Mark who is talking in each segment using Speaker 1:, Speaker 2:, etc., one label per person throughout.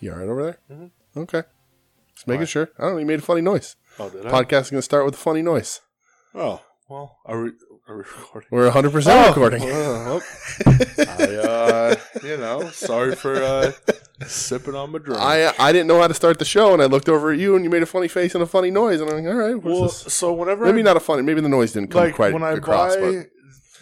Speaker 1: You all right over there?
Speaker 2: Mm-hmm.
Speaker 1: Okay. Just making sure. I don't know. You made a funny noise.
Speaker 2: Oh, did I?
Speaker 1: Podcast's going to start with a funny noise.
Speaker 2: oh, well, are we, are we recording?
Speaker 1: We're 100% recording.
Speaker 2: Oh, oh. I, uh, you know, sorry for uh, sipping on my drink.
Speaker 1: I I didn't know how to start the show, and I looked over at you, and you made a funny face and a funny noise, and I'm like, all right, what's
Speaker 2: well,
Speaker 1: this?
Speaker 2: so whenever
Speaker 1: Maybe
Speaker 2: I,
Speaker 1: not a funny. Maybe the noise didn't come
Speaker 2: like
Speaker 1: quite
Speaker 2: when I
Speaker 1: across.
Speaker 2: buy
Speaker 1: but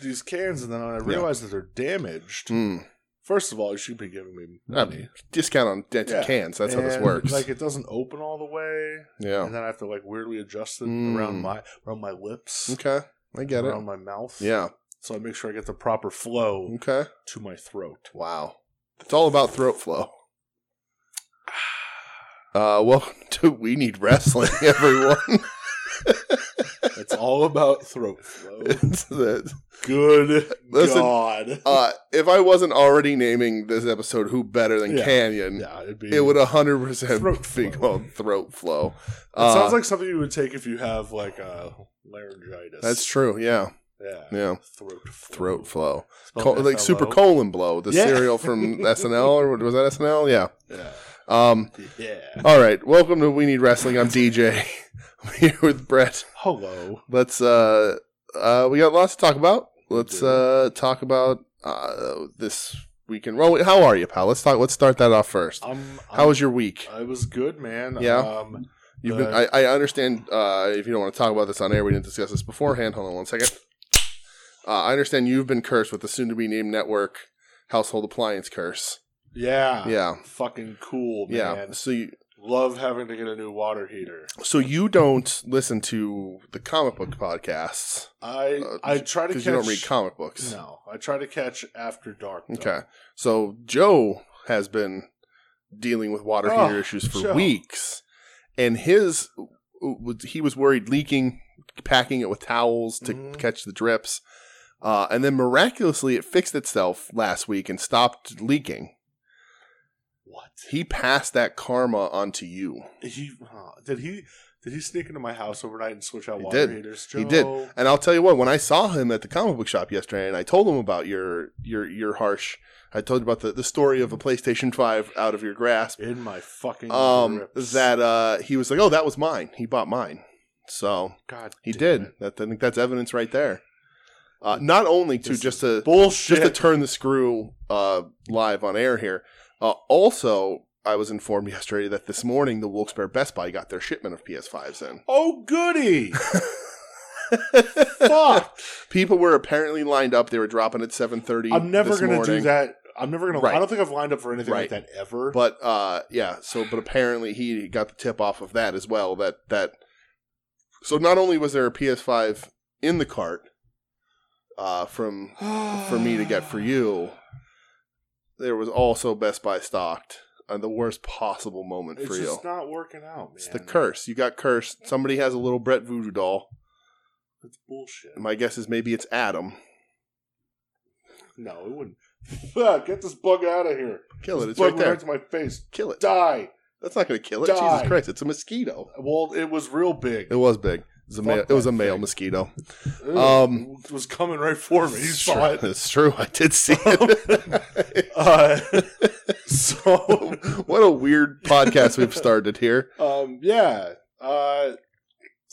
Speaker 2: these cans and then I realize that they're damaged.
Speaker 1: Mm.
Speaker 2: First of all, you should be giving me
Speaker 1: I mean, discount on dented
Speaker 2: Yeah.
Speaker 1: cans. That's how this
Speaker 2: And,
Speaker 1: works.
Speaker 2: Like it doesn't open all the way,
Speaker 1: yeah.
Speaker 2: and then I have to like weirdly adjust it
Speaker 1: Mm.
Speaker 2: around my around my lips,
Speaker 1: Okay. I get it.
Speaker 2: around my mouth.
Speaker 1: Yeah.
Speaker 2: so I make sure I get the proper flow
Speaker 1: Okay.
Speaker 2: to my throat.
Speaker 1: Wow. It's all about throat flow. Uh, welcome to We Need Wrestling, everyone.
Speaker 2: It's all about throat flow.
Speaker 1: It's the-
Speaker 2: Good
Speaker 1: Listen,
Speaker 2: God.
Speaker 1: uh, if I wasn't already naming this episode "Who Better Than
Speaker 2: Yeah.
Speaker 1: Canyon,"
Speaker 2: yeah, it'd be.
Speaker 1: it would hundred percent
Speaker 2: Throat
Speaker 1: be
Speaker 2: flow.
Speaker 1: called throat flow. Uh,
Speaker 2: It sounds like something you would take if you have like a laryngitis.
Speaker 1: that's true. Yeah,
Speaker 2: Yeah.
Speaker 1: yeah.
Speaker 2: Throat flow.
Speaker 1: Throat flow,
Speaker 2: Spelled
Speaker 1: Co- like super
Speaker 2: F L O.
Speaker 1: colon blow, the
Speaker 2: Yeah.
Speaker 1: cereal from SNL or was that SNL? Yeah.
Speaker 2: Yeah.
Speaker 1: Um.
Speaker 2: Yeah.
Speaker 1: All right. Welcome to We Need Wrestling. I'm DJ. I'm here with Brett.
Speaker 2: Hello.
Speaker 1: let's uh uh we got lots to talk about let's
Speaker 2: do.
Speaker 1: uh talk about uh this weekend well how are you pal let's talk let's start that off first
Speaker 2: I'm, I'm,
Speaker 1: how was your week
Speaker 2: I was good, man.
Speaker 1: Yeah.
Speaker 2: Um,
Speaker 1: you've been I,
Speaker 2: uh,
Speaker 1: I understand uh if you don't want to talk about this on air we didn't discuss this beforehand hold on one second uh, i understand you've been cursed with the soon to be named network household appliance curse
Speaker 2: yeah.
Speaker 1: yeah
Speaker 2: Fucking cool, Ah, oh, man.
Speaker 1: yeah so you
Speaker 2: Love having to get a new water heater.
Speaker 1: so you don't listen to the comic book podcasts
Speaker 2: I
Speaker 1: Uh,
Speaker 2: I try to catch.
Speaker 1: because you don't read comic books
Speaker 2: No, I try to catch after dark. though.
Speaker 1: Okay. So Joe has been dealing with water
Speaker 2: Oh,
Speaker 1: heater issues for
Speaker 2: Joe.
Speaker 1: weeks, and his he was worried leaking, packing it with towels to
Speaker 2: Mhm.
Speaker 1: catch the drips, uh, and then miraculously it fixed itself last week and stopped leaking.
Speaker 2: What
Speaker 1: He passed that karma onto you.
Speaker 2: he huh, did he did he sneak into my house overnight and switch out
Speaker 1: He
Speaker 2: water
Speaker 1: did.
Speaker 2: heaters? Joe?
Speaker 1: He did. And I'll tell you what, when I saw him at the comic book shop yesterday and I told him about your your your harsh I told you about the, the story of a PlayStation 5 out of your grasp.
Speaker 2: in my fucking
Speaker 1: um
Speaker 2: grips.
Speaker 1: that uh he was like oh that was mine he bought mine so
Speaker 2: God
Speaker 1: he
Speaker 2: damn
Speaker 1: did
Speaker 2: it.
Speaker 1: that i think that's evidence right there uh not only to
Speaker 2: This
Speaker 1: just
Speaker 2: is
Speaker 1: to
Speaker 2: bullshit
Speaker 1: just to turn the screw uh live on air here uh also i was informed yesterday that this morning the wilkes-barre best buy got their shipment of ps5s in
Speaker 2: oh goody fuck
Speaker 1: people were apparently lined up they were dropping at 7.30
Speaker 2: I'm never
Speaker 1: this
Speaker 2: gonna do
Speaker 1: morning.
Speaker 2: that I'm never gonna
Speaker 1: Right.
Speaker 2: I don't think I've lined up for anything
Speaker 1: Right.
Speaker 2: like that ever
Speaker 1: But uh, yeah, so but apparently he got the tip off of that as well. That that so not only was there a PS5 in the cart uh, from for me to get for you, there was also Best Buy stocked on the worst possible moment
Speaker 2: it's
Speaker 1: for you.
Speaker 2: just not working out man
Speaker 1: It's the curse. You got cursed. Somebody has a little Brett voodoo doll.
Speaker 2: it's bullshit
Speaker 1: My guess is maybe it's Adam.
Speaker 2: no it wouldn't Fuck, get this bug out of here
Speaker 1: Kill it. It's
Speaker 2: bug
Speaker 1: right
Speaker 2: went
Speaker 1: there.
Speaker 2: to my face
Speaker 1: Kill it.
Speaker 2: die
Speaker 1: That's not going to kill it.
Speaker 2: Die.
Speaker 1: Jesus Christ! It's a mosquito.
Speaker 2: well it was real big
Speaker 1: It was big. It was a male,
Speaker 2: Fuck
Speaker 1: it was
Speaker 2: that
Speaker 1: a male
Speaker 2: thing.
Speaker 1: mosquito.
Speaker 2: Ew,
Speaker 1: Um,
Speaker 2: it was coming right for me. You
Speaker 1: It's
Speaker 2: saw
Speaker 1: true.
Speaker 2: it.
Speaker 1: It's true. I did see it.
Speaker 2: Uh, so,
Speaker 1: what a weird podcast we've started here.
Speaker 2: um, yeah, uh,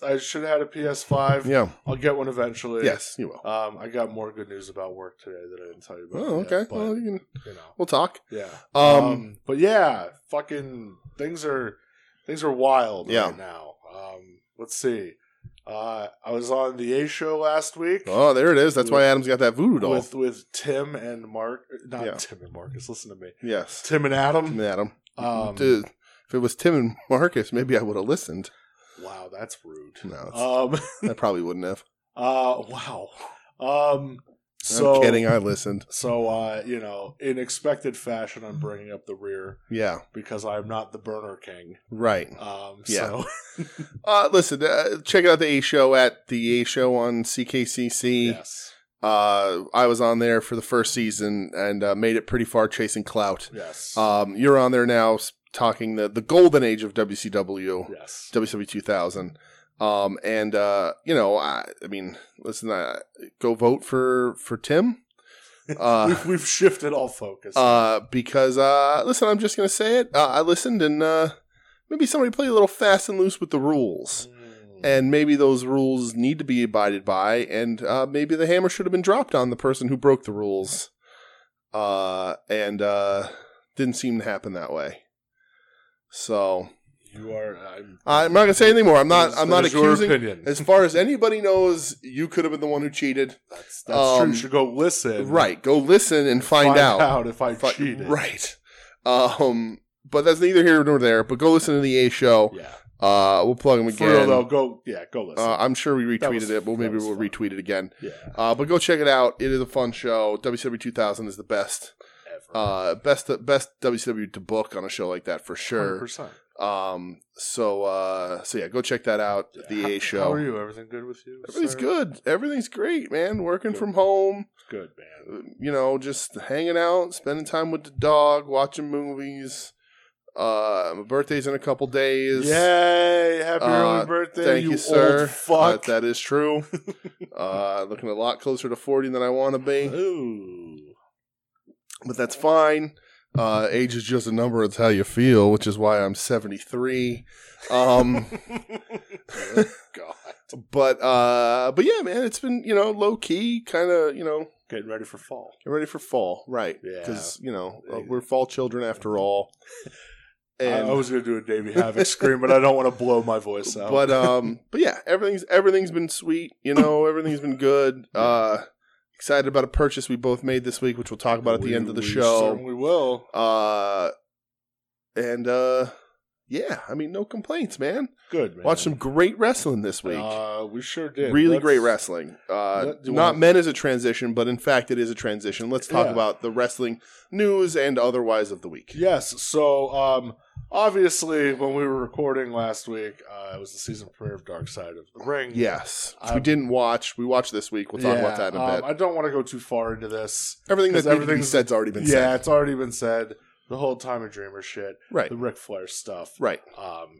Speaker 2: I should have had a PS5.
Speaker 1: Yeah.
Speaker 2: I'll get one eventually.
Speaker 1: Yes, you will.
Speaker 2: Um, I got more good news about work today that I didn't tell you about.
Speaker 1: Oh,
Speaker 2: yet,
Speaker 1: okay.
Speaker 2: but,
Speaker 1: well, you can,
Speaker 2: you know,
Speaker 1: we'll talk.
Speaker 2: yeah.
Speaker 1: Um,
Speaker 2: Um, but yeah, fucking things are things are wild
Speaker 1: Yeah.
Speaker 2: right now. Um, let's see. Uh, I was on the A show last week.
Speaker 1: Oh, there it is. That's why Adam's got that voodoo doll.
Speaker 2: with with Tim and Mark, not
Speaker 1: Yeah.
Speaker 2: Tim and Marcus. Listen to me,
Speaker 1: yes,
Speaker 2: Tim and Adam.
Speaker 1: Adam.
Speaker 2: Um,
Speaker 1: Dude, if it was Tim and Marcus, maybe I would have listened.
Speaker 2: Wow, that's rude.
Speaker 1: No, it's,
Speaker 2: Um,
Speaker 1: I probably wouldn't have.
Speaker 2: uh, wow. Um, so
Speaker 1: I'm kidding. I listened.
Speaker 2: So uh, you know, in expected fashion, I'm bringing up the rear
Speaker 1: Yeah,
Speaker 2: because I'm not the burner king.
Speaker 1: right.
Speaker 2: Um,
Speaker 1: Yeah.
Speaker 2: so
Speaker 1: Uh, listen, uh, check out the A Show at the A Show on CKCC.
Speaker 2: yes,
Speaker 1: Uh, I was on there for the first season and uh, made it pretty far chasing clout.
Speaker 2: yes,
Speaker 1: Um, you're on there now s- talking the, the golden age of WCW,
Speaker 2: yes.
Speaker 1: WCW 2000. Um, and, uh, you know, I, I mean, listen, uh, go vote for, for Tim. Uh,
Speaker 2: we've, we've shifted all focus.
Speaker 1: uh, because uh, listen, I'm just gonna say it. Uh, I listened, and uh, maybe somebody play a little fast and loose with the rules,
Speaker 2: Mm.
Speaker 1: and maybe those rules need to be abided by, and uh, maybe the hammer should have been dropped on the person who broke the rules, uh, and uh, didn't seem to happen that way. So
Speaker 2: you are. I'm,
Speaker 1: I'm not gonna say anything more. I'm not. I'm
Speaker 2: That
Speaker 1: not
Speaker 2: is your
Speaker 1: accusing.
Speaker 2: opinion.
Speaker 1: As far as anybody knows, you could have been the one who cheated.
Speaker 2: That's, that's true.
Speaker 1: um,
Speaker 2: You should go listen.
Speaker 1: Right. Go listen and find, out.
Speaker 2: if I
Speaker 1: Fi-
Speaker 2: cheated.
Speaker 1: Right. Um, but that's neither here nor there. But go listen to the A show.
Speaker 2: Yeah.
Speaker 1: Uh, we'll plug them
Speaker 2: For real
Speaker 1: again.
Speaker 2: though, go. Yeah, go listen.
Speaker 1: uh, I'm sure we
Speaker 2: That
Speaker 1: retweeted
Speaker 2: was-
Speaker 1: it, but
Speaker 2: that
Speaker 1: maybe
Speaker 2: was
Speaker 1: we'll
Speaker 2: fun.
Speaker 1: retweet it again.
Speaker 2: yeah.
Speaker 1: Uh, but go check it out. It is a fun show. WCW 2000 is the best,
Speaker 2: Ever.
Speaker 1: uh, best, best WCW to book on a show like that for sure.
Speaker 2: 100%.
Speaker 1: Um, so, uh, so yeah, go check that out.
Speaker 2: Yeah.
Speaker 1: The
Speaker 2: How-
Speaker 1: A
Speaker 2: How are
Speaker 1: show.
Speaker 2: you? Everything good with you?
Speaker 1: Everything's
Speaker 2: sir?
Speaker 1: good. Everything's great, man. Working
Speaker 2: Good.
Speaker 1: from home.
Speaker 2: Good man.
Speaker 1: you know, just hanging out, spending time with the dog, watching movies. Uh, my birthday's in a couple days.
Speaker 2: Yay! Happy
Speaker 1: Uh,
Speaker 2: early birthday,
Speaker 1: thank you,
Speaker 2: you,
Speaker 1: sir.
Speaker 2: old
Speaker 1: Uh,
Speaker 2: fuck.
Speaker 1: that is true. uh, looking a lot closer to 40 than I want to be,
Speaker 2: Ooh.
Speaker 1: but that's fine. Uh, age is just a number, it's how you feel, which is why I'm 73. Um,
Speaker 2: God.
Speaker 1: but, uh, but yeah, man, it's been, you know, low key, kind of, you know,
Speaker 2: Getting ready for fall.
Speaker 1: get ready for fall, right?
Speaker 2: Yeah.
Speaker 1: Because, you know, uh, we're fall children after all.
Speaker 2: I, I was gonna do a Davey Havoc scream, but I don't want to blow my voice out.
Speaker 1: But um, but yeah, everything's everything's been sweet. You know, everything's been good. Uh, excited about a purchase we both made this week, which we'll talk about at the end of the
Speaker 2: We
Speaker 1: show.
Speaker 2: certainly will.
Speaker 1: Uh, and uh, yeah, I mean, no complaints, man.
Speaker 2: Good man.
Speaker 1: Watched some great wrestling this week.
Speaker 2: Uh, we sure did.
Speaker 1: really
Speaker 2: Let's-
Speaker 1: great wrestling. Uh,
Speaker 2: let- do you
Speaker 1: not
Speaker 2: wanna-
Speaker 1: meant as a transition, but in fact, it is a transition. Let's talk
Speaker 2: Yeah.
Speaker 1: about the wrestling news and otherwise of the week.
Speaker 2: Yes. So, um, obviously, when we were recording last week, uh, it was the season premiere of Dark Side of the Ring.
Speaker 1: Yes, which we
Speaker 2: Um,
Speaker 1: didn't watch. We watched this week. We'll talk about that in a
Speaker 2: um,
Speaker 1: bit.
Speaker 2: I don't want to go too far into this.
Speaker 1: everything that
Speaker 2: because
Speaker 1: everything
Speaker 2: everything's-
Speaker 1: said's already been
Speaker 2: yeah,
Speaker 1: said.
Speaker 2: it's already been said. The whole time of Dreamer shit,
Speaker 1: Right.
Speaker 2: the Ric Flair stuff.
Speaker 1: Right.
Speaker 2: Um,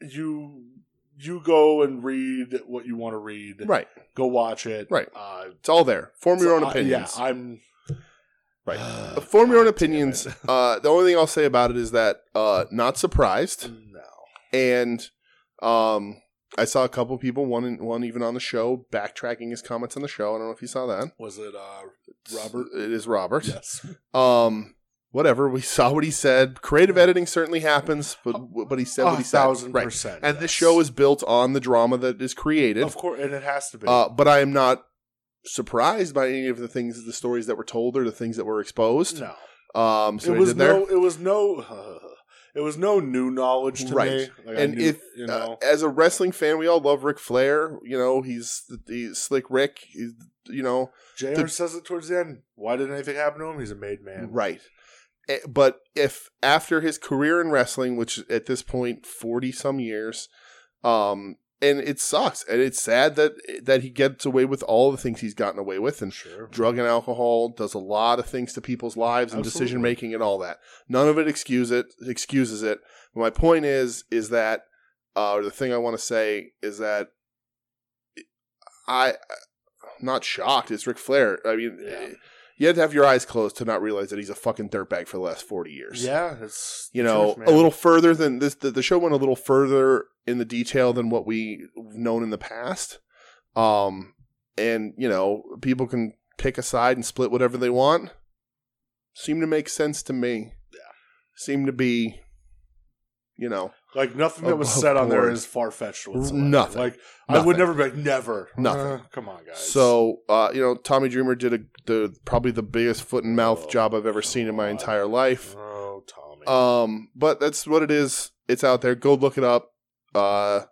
Speaker 2: you you go and read what you want to read.
Speaker 1: Right.
Speaker 2: Go watch it.
Speaker 1: Right.
Speaker 2: Uh,
Speaker 1: It's all there. Form your
Speaker 2: so
Speaker 1: own
Speaker 2: I-
Speaker 1: opinions.
Speaker 2: yeah, I'm
Speaker 1: Right. Uh, Form your own opinions.
Speaker 2: damn
Speaker 1: Uh, the only thing I'll say about it is that uh, not surprised,
Speaker 2: no.
Speaker 1: and um, I saw a couple people, one one even on the show, backtracking his comments on the show. I don't know if you saw that.
Speaker 2: Was it uh, Robert?
Speaker 1: it is Robert.
Speaker 2: Yes.
Speaker 1: Um, whatever. We saw what he said. Creative editing certainly happens, but but he said what he
Speaker 2: A
Speaker 1: said.
Speaker 2: thousand
Speaker 1: right.
Speaker 2: percent.
Speaker 1: And this
Speaker 2: yes.
Speaker 1: show is built on the drama that is created.
Speaker 2: of course, and it has to be.
Speaker 1: Uh, but I am not surprised by any of the things, the stories that were told, or the things that were exposed.
Speaker 2: no,
Speaker 1: Um, so
Speaker 2: it
Speaker 1: he
Speaker 2: was
Speaker 1: did there.
Speaker 2: no, it was no, it was no new knowledge to me.
Speaker 1: Right.
Speaker 2: Like, I
Speaker 1: and
Speaker 2: knew,
Speaker 1: if
Speaker 2: you
Speaker 1: uh,
Speaker 2: know,
Speaker 1: as a wrestling fan, we all love Ric Flair. You know, he's the, the slick Rick. He's, you know,
Speaker 2: Jr.
Speaker 1: the-
Speaker 2: says it towards the end. Why didn't anything happen to him? He's a made man.
Speaker 1: right. Eh, But if after his career in wrestling, which at this point forty some years, um, and it sucks, and it's sad that that he gets away with all the things he's gotten away with, and
Speaker 2: Sure.
Speaker 1: drug and alcohol does a lot of things to people's lives and
Speaker 2: Absolutely.
Speaker 1: decision making and all that. None of it excuse it excuses it. My point is is that uh, the thing I want to say is that I I'm not shocked. It's Ric Flair. I mean,
Speaker 2: Yeah.
Speaker 1: you have to have your eyes closed to not realize that he's a fucking dirtbag for the last forty years.
Speaker 2: Yeah, it's
Speaker 1: You know,
Speaker 2: truth, man.
Speaker 1: a little further than this. The, the show went a little further in the detail than what we've known in the past. Um, and you know, people can pick a side and split whatever they want. Seemed to make sense to me. Yeah. Seemed to be, you know,
Speaker 2: like nothing that was
Speaker 1: above
Speaker 2: said on there
Speaker 1: board.
Speaker 2: is far fetched whatsoever.
Speaker 1: Nothing.
Speaker 2: Like I
Speaker 1: Nothing.
Speaker 2: would never be like never.
Speaker 1: Nothing.
Speaker 2: Uh, come on, guys.
Speaker 1: so uh, you know, Tommy Dreamer did a the probably the biggest foot and mouth
Speaker 2: Oh,
Speaker 1: job I've ever seen in my
Speaker 2: God.
Speaker 1: entire life.
Speaker 2: oh Tommy,
Speaker 1: Um, but that's what it is. It's out there. Go look it up. Uh,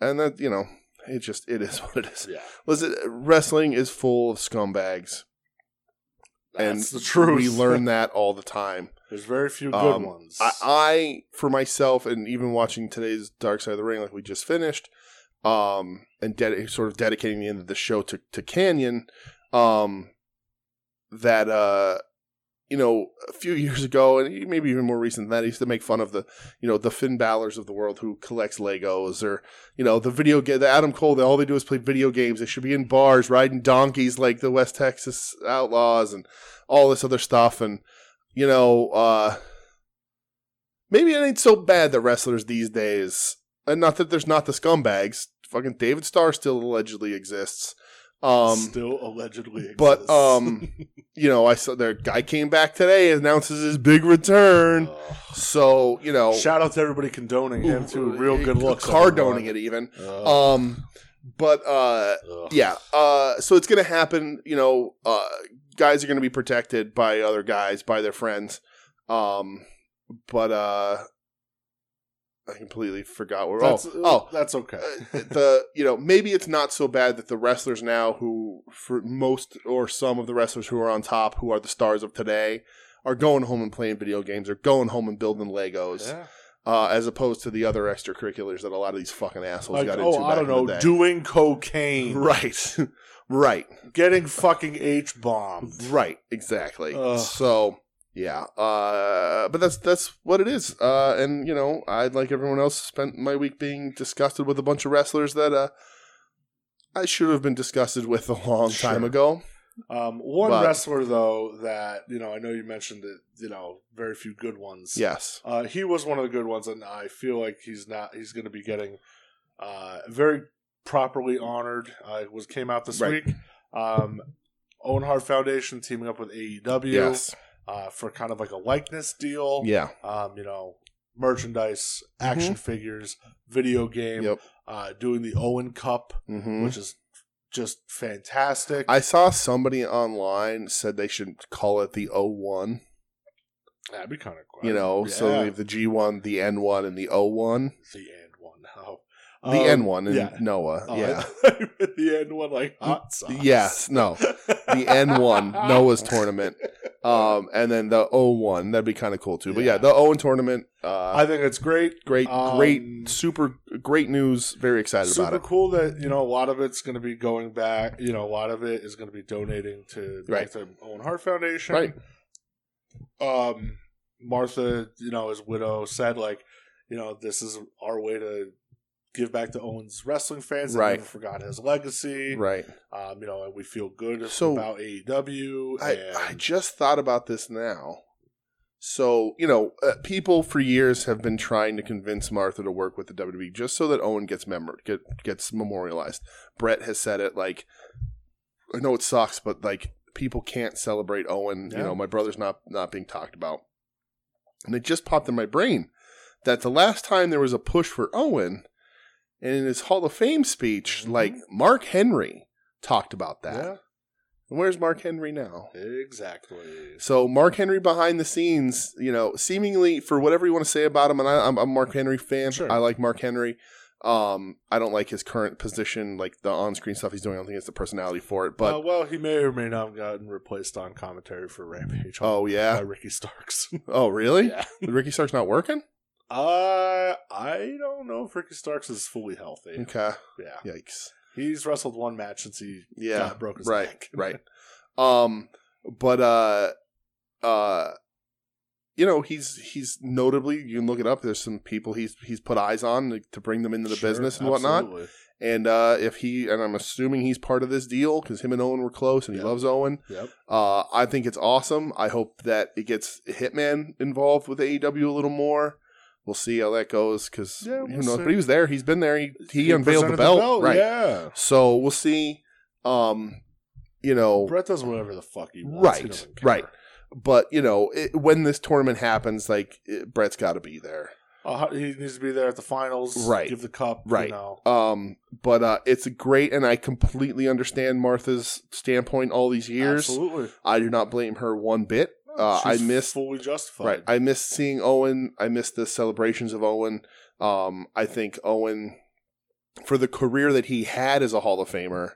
Speaker 1: and that you know, it just it is what it is.
Speaker 2: yeah,
Speaker 1: Listen, wrestling is full of scumbags,
Speaker 2: that's
Speaker 1: and
Speaker 2: the truth.
Speaker 1: We learn that all the time.
Speaker 2: There's very few good
Speaker 1: Um,
Speaker 2: ones.
Speaker 1: I, I, for myself, and even watching today's Dark Side of the Ring, like we just finished, um, and dedi- sort of dedicating the end of the show to to Canyon, um, that uh, you know, a few years ago, and maybe even more recent than that, he used to make fun of the, you know, the Finn Balor's of the world who collects Legos or, you know, the video game, the Adam Cole, that all they do is play video games. They should be in bars riding donkeys like the West Texas Outlaws and all this other stuff. And, you know, uh, maybe it ain't so bad that wrestlers these days, and not that there's not the scumbags. Fucking David Starr still allegedly exists. Um,
Speaker 2: Still allegedly exists.
Speaker 1: but um you know i saw their guy came back today announces his big return
Speaker 2: Ugh.
Speaker 1: so you know
Speaker 2: Uh, Shout out to everybody condoning him to real good looks.
Speaker 1: car doning it even
Speaker 2: Oh.
Speaker 1: um but uh yeah uh so it's gonna happen you know uh guys are gonna be protected by other guys by their friends um but uh i completely forgot where
Speaker 2: That's,
Speaker 1: oh oh
Speaker 2: that's okay.
Speaker 1: the you know maybe it's not so bad that the wrestlers now who for most or some of the wrestlers who are on top who are the stars of today are going home and playing video games or going home and building Legos
Speaker 2: Yeah.
Speaker 1: uh, as opposed to the other extracurriculars that a lot of these fucking assholes
Speaker 2: Like,
Speaker 1: got into.
Speaker 2: oh, I
Speaker 1: back
Speaker 2: don't
Speaker 1: in the
Speaker 2: know,
Speaker 1: day.
Speaker 2: doing cocaine,
Speaker 1: right, right,
Speaker 2: getting fucking H bombed.
Speaker 1: right, exactly.
Speaker 2: Ugh.
Speaker 1: So yeah, uh, but that's that's what it is. Uh, and you know, I'd like everyone else spent my week being disgusted with a bunch of wrestlers that uh, I should have been disgusted with a long time
Speaker 2: Sure.
Speaker 1: ago.
Speaker 2: Um, one
Speaker 1: But-
Speaker 2: wrestler though that you know, I know you mentioned it. You know, very few good ones.
Speaker 1: Yes,
Speaker 2: uh, he was one of the good ones, and I feel like he's not. He's going to be getting uh, very properly honored. Uh, was came out this
Speaker 1: Right.
Speaker 2: week. Um, Owen Hart Foundation teaming up with AEW
Speaker 1: yes,
Speaker 2: uh, for kind of like a likeness deal.
Speaker 1: yeah, Mm-hmm.
Speaker 2: Um, you know, merchandise, action figures, video game.
Speaker 1: Yep.
Speaker 2: Uh, doing the Owen Cup,
Speaker 1: hmm
Speaker 2: which is just fantastic.
Speaker 1: I saw somebody online said they should call it the O one.
Speaker 2: That'd be kind of cool.
Speaker 1: you know so
Speaker 2: Yeah.
Speaker 1: we have the g1 the n1 and the o1
Speaker 2: the end one. Oh.
Speaker 1: the
Speaker 2: Um,
Speaker 1: n1 and
Speaker 2: yeah.
Speaker 1: noah
Speaker 2: Oh,
Speaker 1: yeah
Speaker 2: the end one like hot sauce.
Speaker 1: yes no the n1 noah's tournament um and then the o1 that'd be kind of cool too but yeah
Speaker 2: Yeah.
Speaker 1: the o1 tournament uh
Speaker 2: I think it's great.
Speaker 1: great
Speaker 2: um,
Speaker 1: great super great news very excited
Speaker 2: Super
Speaker 1: about it
Speaker 2: cool that you know a lot of it's going to be going back. You know, a lot of it is going to be donating to
Speaker 1: Right.
Speaker 2: like the Owen Hart Foundation.
Speaker 1: Right.
Speaker 2: Um, Martha, you know, his widow said like, you know, this is our way to give back to Owen's wrestling fans. They
Speaker 1: Right.
Speaker 2: never forgot his legacy.
Speaker 1: right
Speaker 2: Um, you know, and we feel good
Speaker 1: So,
Speaker 2: about AEW.
Speaker 1: I,
Speaker 2: and,
Speaker 1: I just thought about this now. So, you know, uh, people for years have been trying to convince Martha to work with the WWE just so that Owen gets memored, get, gets memorialized. Brett has said it like, I know it sucks, but like people can't celebrate Owen. You
Speaker 2: Yeah.
Speaker 1: know, my brother's not not being talked about, and it just popped in my brain that the last time there was a push for Owen, and in his Hall of Fame speech,
Speaker 2: Mhm.
Speaker 1: like Mark Henry talked about that.
Speaker 2: Yeah.
Speaker 1: And where's Mark Henry now?
Speaker 2: Exactly.
Speaker 1: So Mark Henry behind the scenes, you know, seemingly for whatever you want to say about him, and I, I'm I'm a Mark Henry fan.
Speaker 2: Sure.
Speaker 1: I like Mark Henry. Um, I don't like his current position, like the on-screen stuff he's doing. I don't think it's the personality for it. But
Speaker 2: uh, well, he may or may not have gotten replaced on commentary for Rampage
Speaker 1: oh
Speaker 2: by
Speaker 1: yeah,
Speaker 2: Ricky Starks.
Speaker 1: oh really?
Speaker 2: yeah.
Speaker 1: Ricky Stark's not working.
Speaker 2: Uh, I don't know if Ricky Starks is fully healthy.
Speaker 1: Okay,
Speaker 2: Yeah,
Speaker 1: yikes.
Speaker 2: he's wrestled one match since he
Speaker 1: Yeah,
Speaker 2: got broke his
Speaker 1: right,
Speaker 2: neck.
Speaker 1: right. Um, but uh, uh, you know, he's he's notably. You can look it up. There's some people he's he's put eyes on like, to bring them into the
Speaker 2: Sure,
Speaker 1: business and whatnot.
Speaker 2: absolutely.
Speaker 1: And uh, if he, and I'm assuming he's part of this deal because him and Owen were close and he
Speaker 2: Yeah.
Speaker 1: loves Owen.
Speaker 2: Yep.
Speaker 1: Uh, I think it's awesome. I hope that it gets Hitman involved with AEW a little more. We'll see how that goes because
Speaker 2: Yeah,
Speaker 1: who
Speaker 2: we'll
Speaker 1: knows?
Speaker 2: see.
Speaker 1: But he was there. He's been there. He, he, unveiled the
Speaker 2: presented
Speaker 1: belt. Right.
Speaker 2: Yeah.
Speaker 1: So we'll see. Um, you know,
Speaker 2: Brett does whatever the fuck he wants.
Speaker 1: Right,
Speaker 2: He doesn't care.
Speaker 1: right. but you know, it, when this tournament happens, like it, Brett's got to be there.
Speaker 2: Uh, he needs to be there at the finals.
Speaker 1: Right.
Speaker 2: Give the cup.
Speaker 1: Right.
Speaker 2: You know.
Speaker 1: Um, but uh, it's great, and I completely understand Martha's standpoint all these years.
Speaker 2: Absolutely.
Speaker 1: I do not blame her one bit. Uh, I
Speaker 2: Oh, She's
Speaker 1: missed
Speaker 2: fully justified.
Speaker 1: right. I missed seeing Owen. I missed the celebrations of Owen. Um, I think Owen, for the career that he had as a Hall of Famer,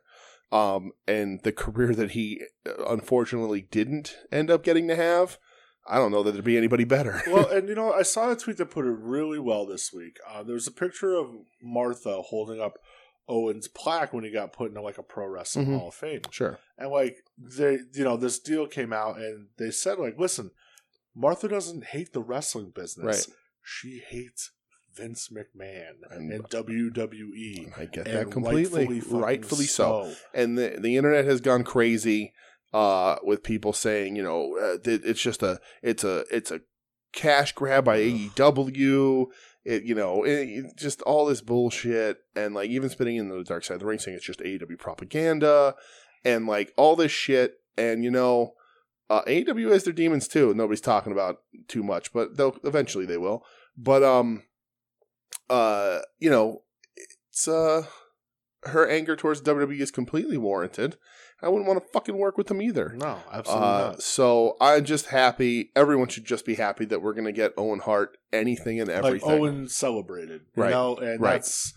Speaker 1: um, and the career that he uh, unfortunately didn't end up getting to have, I don't know that there'd be anybody better.
Speaker 2: well, and you know, I saw a tweet that put it really well this week. Uh, there was a picture of Martha holding up Owens plaque when he got put into like a pro wrestling
Speaker 1: Mhm.
Speaker 2: hall of fame.
Speaker 1: Sure.
Speaker 2: And like they you know, this deal came out and they said like, listen, Martha doesn't hate the wrestling business. She hates Vince McMahon
Speaker 1: And-
Speaker 2: and, WWE.
Speaker 1: I get
Speaker 2: And
Speaker 1: that completely.
Speaker 2: fucking
Speaker 1: Rightfully, so. and the the internet has gone crazy uh, with people saying, you know, uh, th- it's just a it's a it's a cash grab by
Speaker 2: Ugh.
Speaker 1: AEW. It you know it, it- just all this bullshit and like even spinning in the dark side of the ring saying it's just AEW propaganda and like all this shit and you know. Uh, AEW has their demons too. Nobody's talking about too much, but they'll eventually they will. But um, uh, you know, it's uh, her anger towards WWE is completely warranted. I wouldn't want to fucking work with them either.
Speaker 2: No, absolutely
Speaker 1: Uh,
Speaker 2: not.
Speaker 1: so I'm just happy. Everyone should just be happy that we're gonna get Owen Hart anything and
Speaker 2: Like
Speaker 1: everything.
Speaker 2: Owen celebrated. You
Speaker 1: Right.
Speaker 2: know, and
Speaker 1: Right.
Speaker 2: that's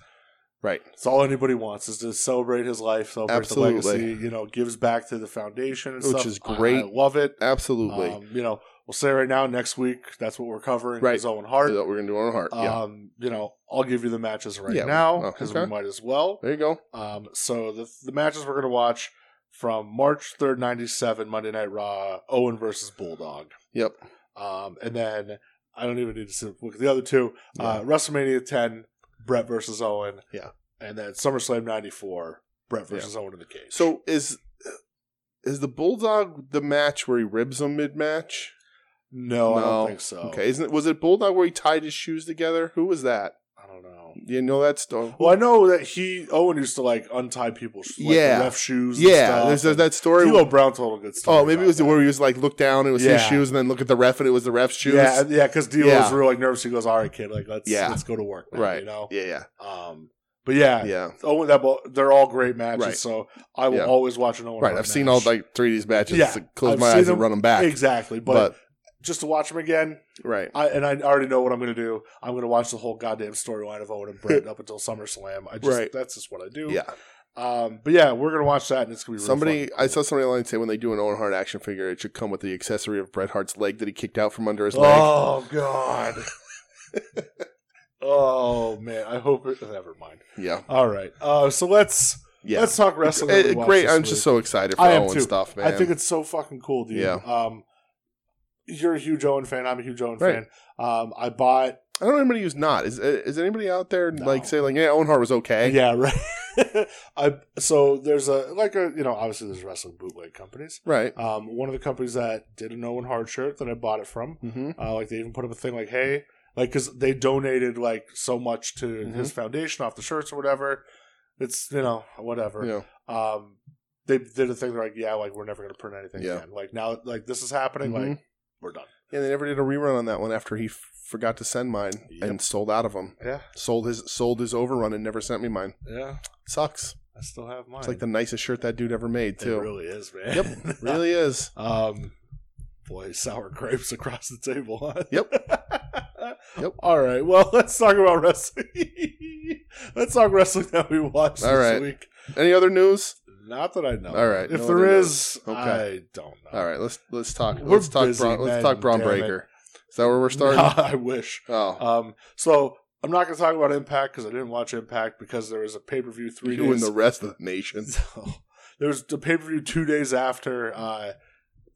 Speaker 1: right?
Speaker 2: It's all anybody wants is to celebrate his life, celebrate
Speaker 1: Absolutely.
Speaker 2: the legacy. You know, gives back to the foundation, and
Speaker 1: Which
Speaker 2: stuff.
Speaker 1: is great.
Speaker 2: I love it.
Speaker 1: Absolutely.
Speaker 2: Um, you know, we'll say right now, next week, that's what we're covering.
Speaker 1: Right.
Speaker 2: Is Owen Hart.
Speaker 1: Is what we're gonna do Owen Hart. yeah.
Speaker 2: Um, you know, I'll give you the matches right
Speaker 1: Yeah.
Speaker 2: now
Speaker 1: Oh,
Speaker 2: because
Speaker 1: okay.
Speaker 2: we might as well.
Speaker 1: There you go.
Speaker 2: Um, so the the matches we're gonna watch from March third, ninety seven, Monday Night Raw, Owen versus Bulldog.
Speaker 1: Yep.
Speaker 2: Um, and then I don't even need to see- look at the other two. Uh, WrestleMania 10, Brett versus Owen.
Speaker 1: Yeah.
Speaker 2: And then SummerSlam 94, Brett
Speaker 1: Yeah.
Speaker 2: versus Owen in the cage.
Speaker 1: So is is the Bulldog the match where he ribs him mid match?
Speaker 2: no, I
Speaker 1: No.
Speaker 2: don't think so.
Speaker 1: Okay. Isn't it? Was it Bulldog where he tied his shoes together? Who was that?
Speaker 2: I don't know.
Speaker 1: You know that story.
Speaker 2: Well, I know that he Owen used to like untie people's like,
Speaker 1: Yeah.
Speaker 2: the ref shoes. and
Speaker 1: yeah.
Speaker 2: stuff.
Speaker 1: There's, there's
Speaker 2: And
Speaker 1: that story.
Speaker 2: D'Lo Brown told a good story.
Speaker 1: Oh, maybe it
Speaker 2: about
Speaker 1: was the
Speaker 2: that.
Speaker 1: where he was like look down. It was his
Speaker 2: Yeah.
Speaker 1: shoes, and then look at the ref, and it was the ref's shoes.
Speaker 2: Yeah, yeah, because D'Lo was
Speaker 1: Yeah.
Speaker 2: real like nervous. He goes, "All right, kid, like let's
Speaker 1: Yeah.
Speaker 2: let's go to work, now,"
Speaker 1: Right.
Speaker 2: You know,
Speaker 1: yeah, yeah,
Speaker 2: um, but yeah,
Speaker 1: yeah.
Speaker 2: Owen, that bo- they're all great matches.
Speaker 1: Right.
Speaker 2: So I will
Speaker 1: Yeah.
Speaker 2: always watch an Owen.
Speaker 1: Right.
Speaker 2: Hart
Speaker 1: I've seen all
Speaker 2: match.
Speaker 1: like three of these matches.
Speaker 2: Yeah,
Speaker 1: to close
Speaker 2: I've
Speaker 1: my
Speaker 2: seen
Speaker 1: eyes
Speaker 2: them.
Speaker 1: and run them back.
Speaker 2: exactly, but
Speaker 1: But,
Speaker 2: just to watch him again.
Speaker 1: right.
Speaker 2: I, and I already know what I'm going to do. I'm going to watch the whole goddamn storyline of Owen and Brett up until SummerSlam. I just
Speaker 1: Right.
Speaker 2: that's just what I do.
Speaker 1: yeah.
Speaker 2: Um. But yeah, we're going to watch that, and it's going to be real
Speaker 1: Somebody
Speaker 2: fucking
Speaker 1: I saw somebody online say when they do an Owen Hart action figure, it should come with the accessory of Bret Hart's leg that he kicked out from under his
Speaker 2: cool.
Speaker 1: leg.
Speaker 2: Oh God. oh man, I hope it. Never mind.
Speaker 1: Yeah.
Speaker 2: All right. Uh. So let's
Speaker 1: Yeah.
Speaker 2: let's talk wrestling. that
Speaker 1: Eh,
Speaker 2: we watched
Speaker 1: great.
Speaker 2: this
Speaker 1: I'm
Speaker 2: week.
Speaker 1: just so excited for
Speaker 2: I am
Speaker 1: Owen
Speaker 2: too.
Speaker 1: stuff, man.
Speaker 2: I think it's so fucking cool, dude.
Speaker 1: Yeah.
Speaker 2: Um. You're a huge Owen fan. I'm a huge Owen
Speaker 1: Right.
Speaker 2: fan. Um. I bought.
Speaker 1: I don't know anybody who's not. Is eh, is anybody out there
Speaker 2: No.
Speaker 1: like say like yeah, Owen Hart was okay?
Speaker 2: Yeah. Right. I. So there's a like a you know obviously there's wrestling bootleg companies.
Speaker 1: Right.
Speaker 2: um, one of the companies that did an Owen Hart shirt that I bought it from.
Speaker 1: Mm-hmm.
Speaker 2: Uh, like they even put up a thing like, "Hey," like because they donated like so much to
Speaker 1: Mhm.
Speaker 2: his foundation off the shirts or whatever. It's you know whatever.
Speaker 1: Mm-hmm. Yeah.
Speaker 2: Um, they did a thing. They're like, "Yeah, like we're never gonna print anything
Speaker 1: Yeah.
Speaker 2: again." Like now, like this is happening.
Speaker 1: Mhm.
Speaker 2: Like we're done.
Speaker 1: Yeah, they never did a rerun on that one after he f- forgot to send mine
Speaker 2: Yep.
Speaker 1: and sold out of them.
Speaker 2: Yeah,
Speaker 1: Sold his sold his overrun and never sent me mine.
Speaker 2: yeah.
Speaker 1: Sucks.
Speaker 2: I still have mine.
Speaker 1: It's like the nicest shirt that dude ever made
Speaker 2: it
Speaker 1: too.
Speaker 2: really is, man.
Speaker 1: yep, really is.
Speaker 2: Um, boy, sour grapes across the table. Huh?
Speaker 1: Yep. Yep.
Speaker 2: All right. Well, let's talk about wrestling. let's talk wrestling that we watched
Speaker 1: All
Speaker 2: this
Speaker 1: right.
Speaker 2: week.
Speaker 1: Any other news?
Speaker 2: Not that I know.
Speaker 1: All right.
Speaker 2: If
Speaker 1: No
Speaker 2: there
Speaker 1: other
Speaker 2: is,
Speaker 1: news.
Speaker 2: I don't know.
Speaker 1: All right, let's let's talk.
Speaker 2: We're
Speaker 1: let's talk.
Speaker 2: busy
Speaker 1: Braun, let's
Speaker 2: men,
Speaker 1: talk Braun
Speaker 2: damn it.
Speaker 1: Breaker. Is that where we're starting?
Speaker 2: I wish.
Speaker 1: oh,
Speaker 2: Um. So I'm not going to talk about Impact because I didn't watch Impact because there was a pay per view three
Speaker 1: you and
Speaker 2: days
Speaker 1: the rest of the nation.
Speaker 2: So, there was the pay per view two days after, uh,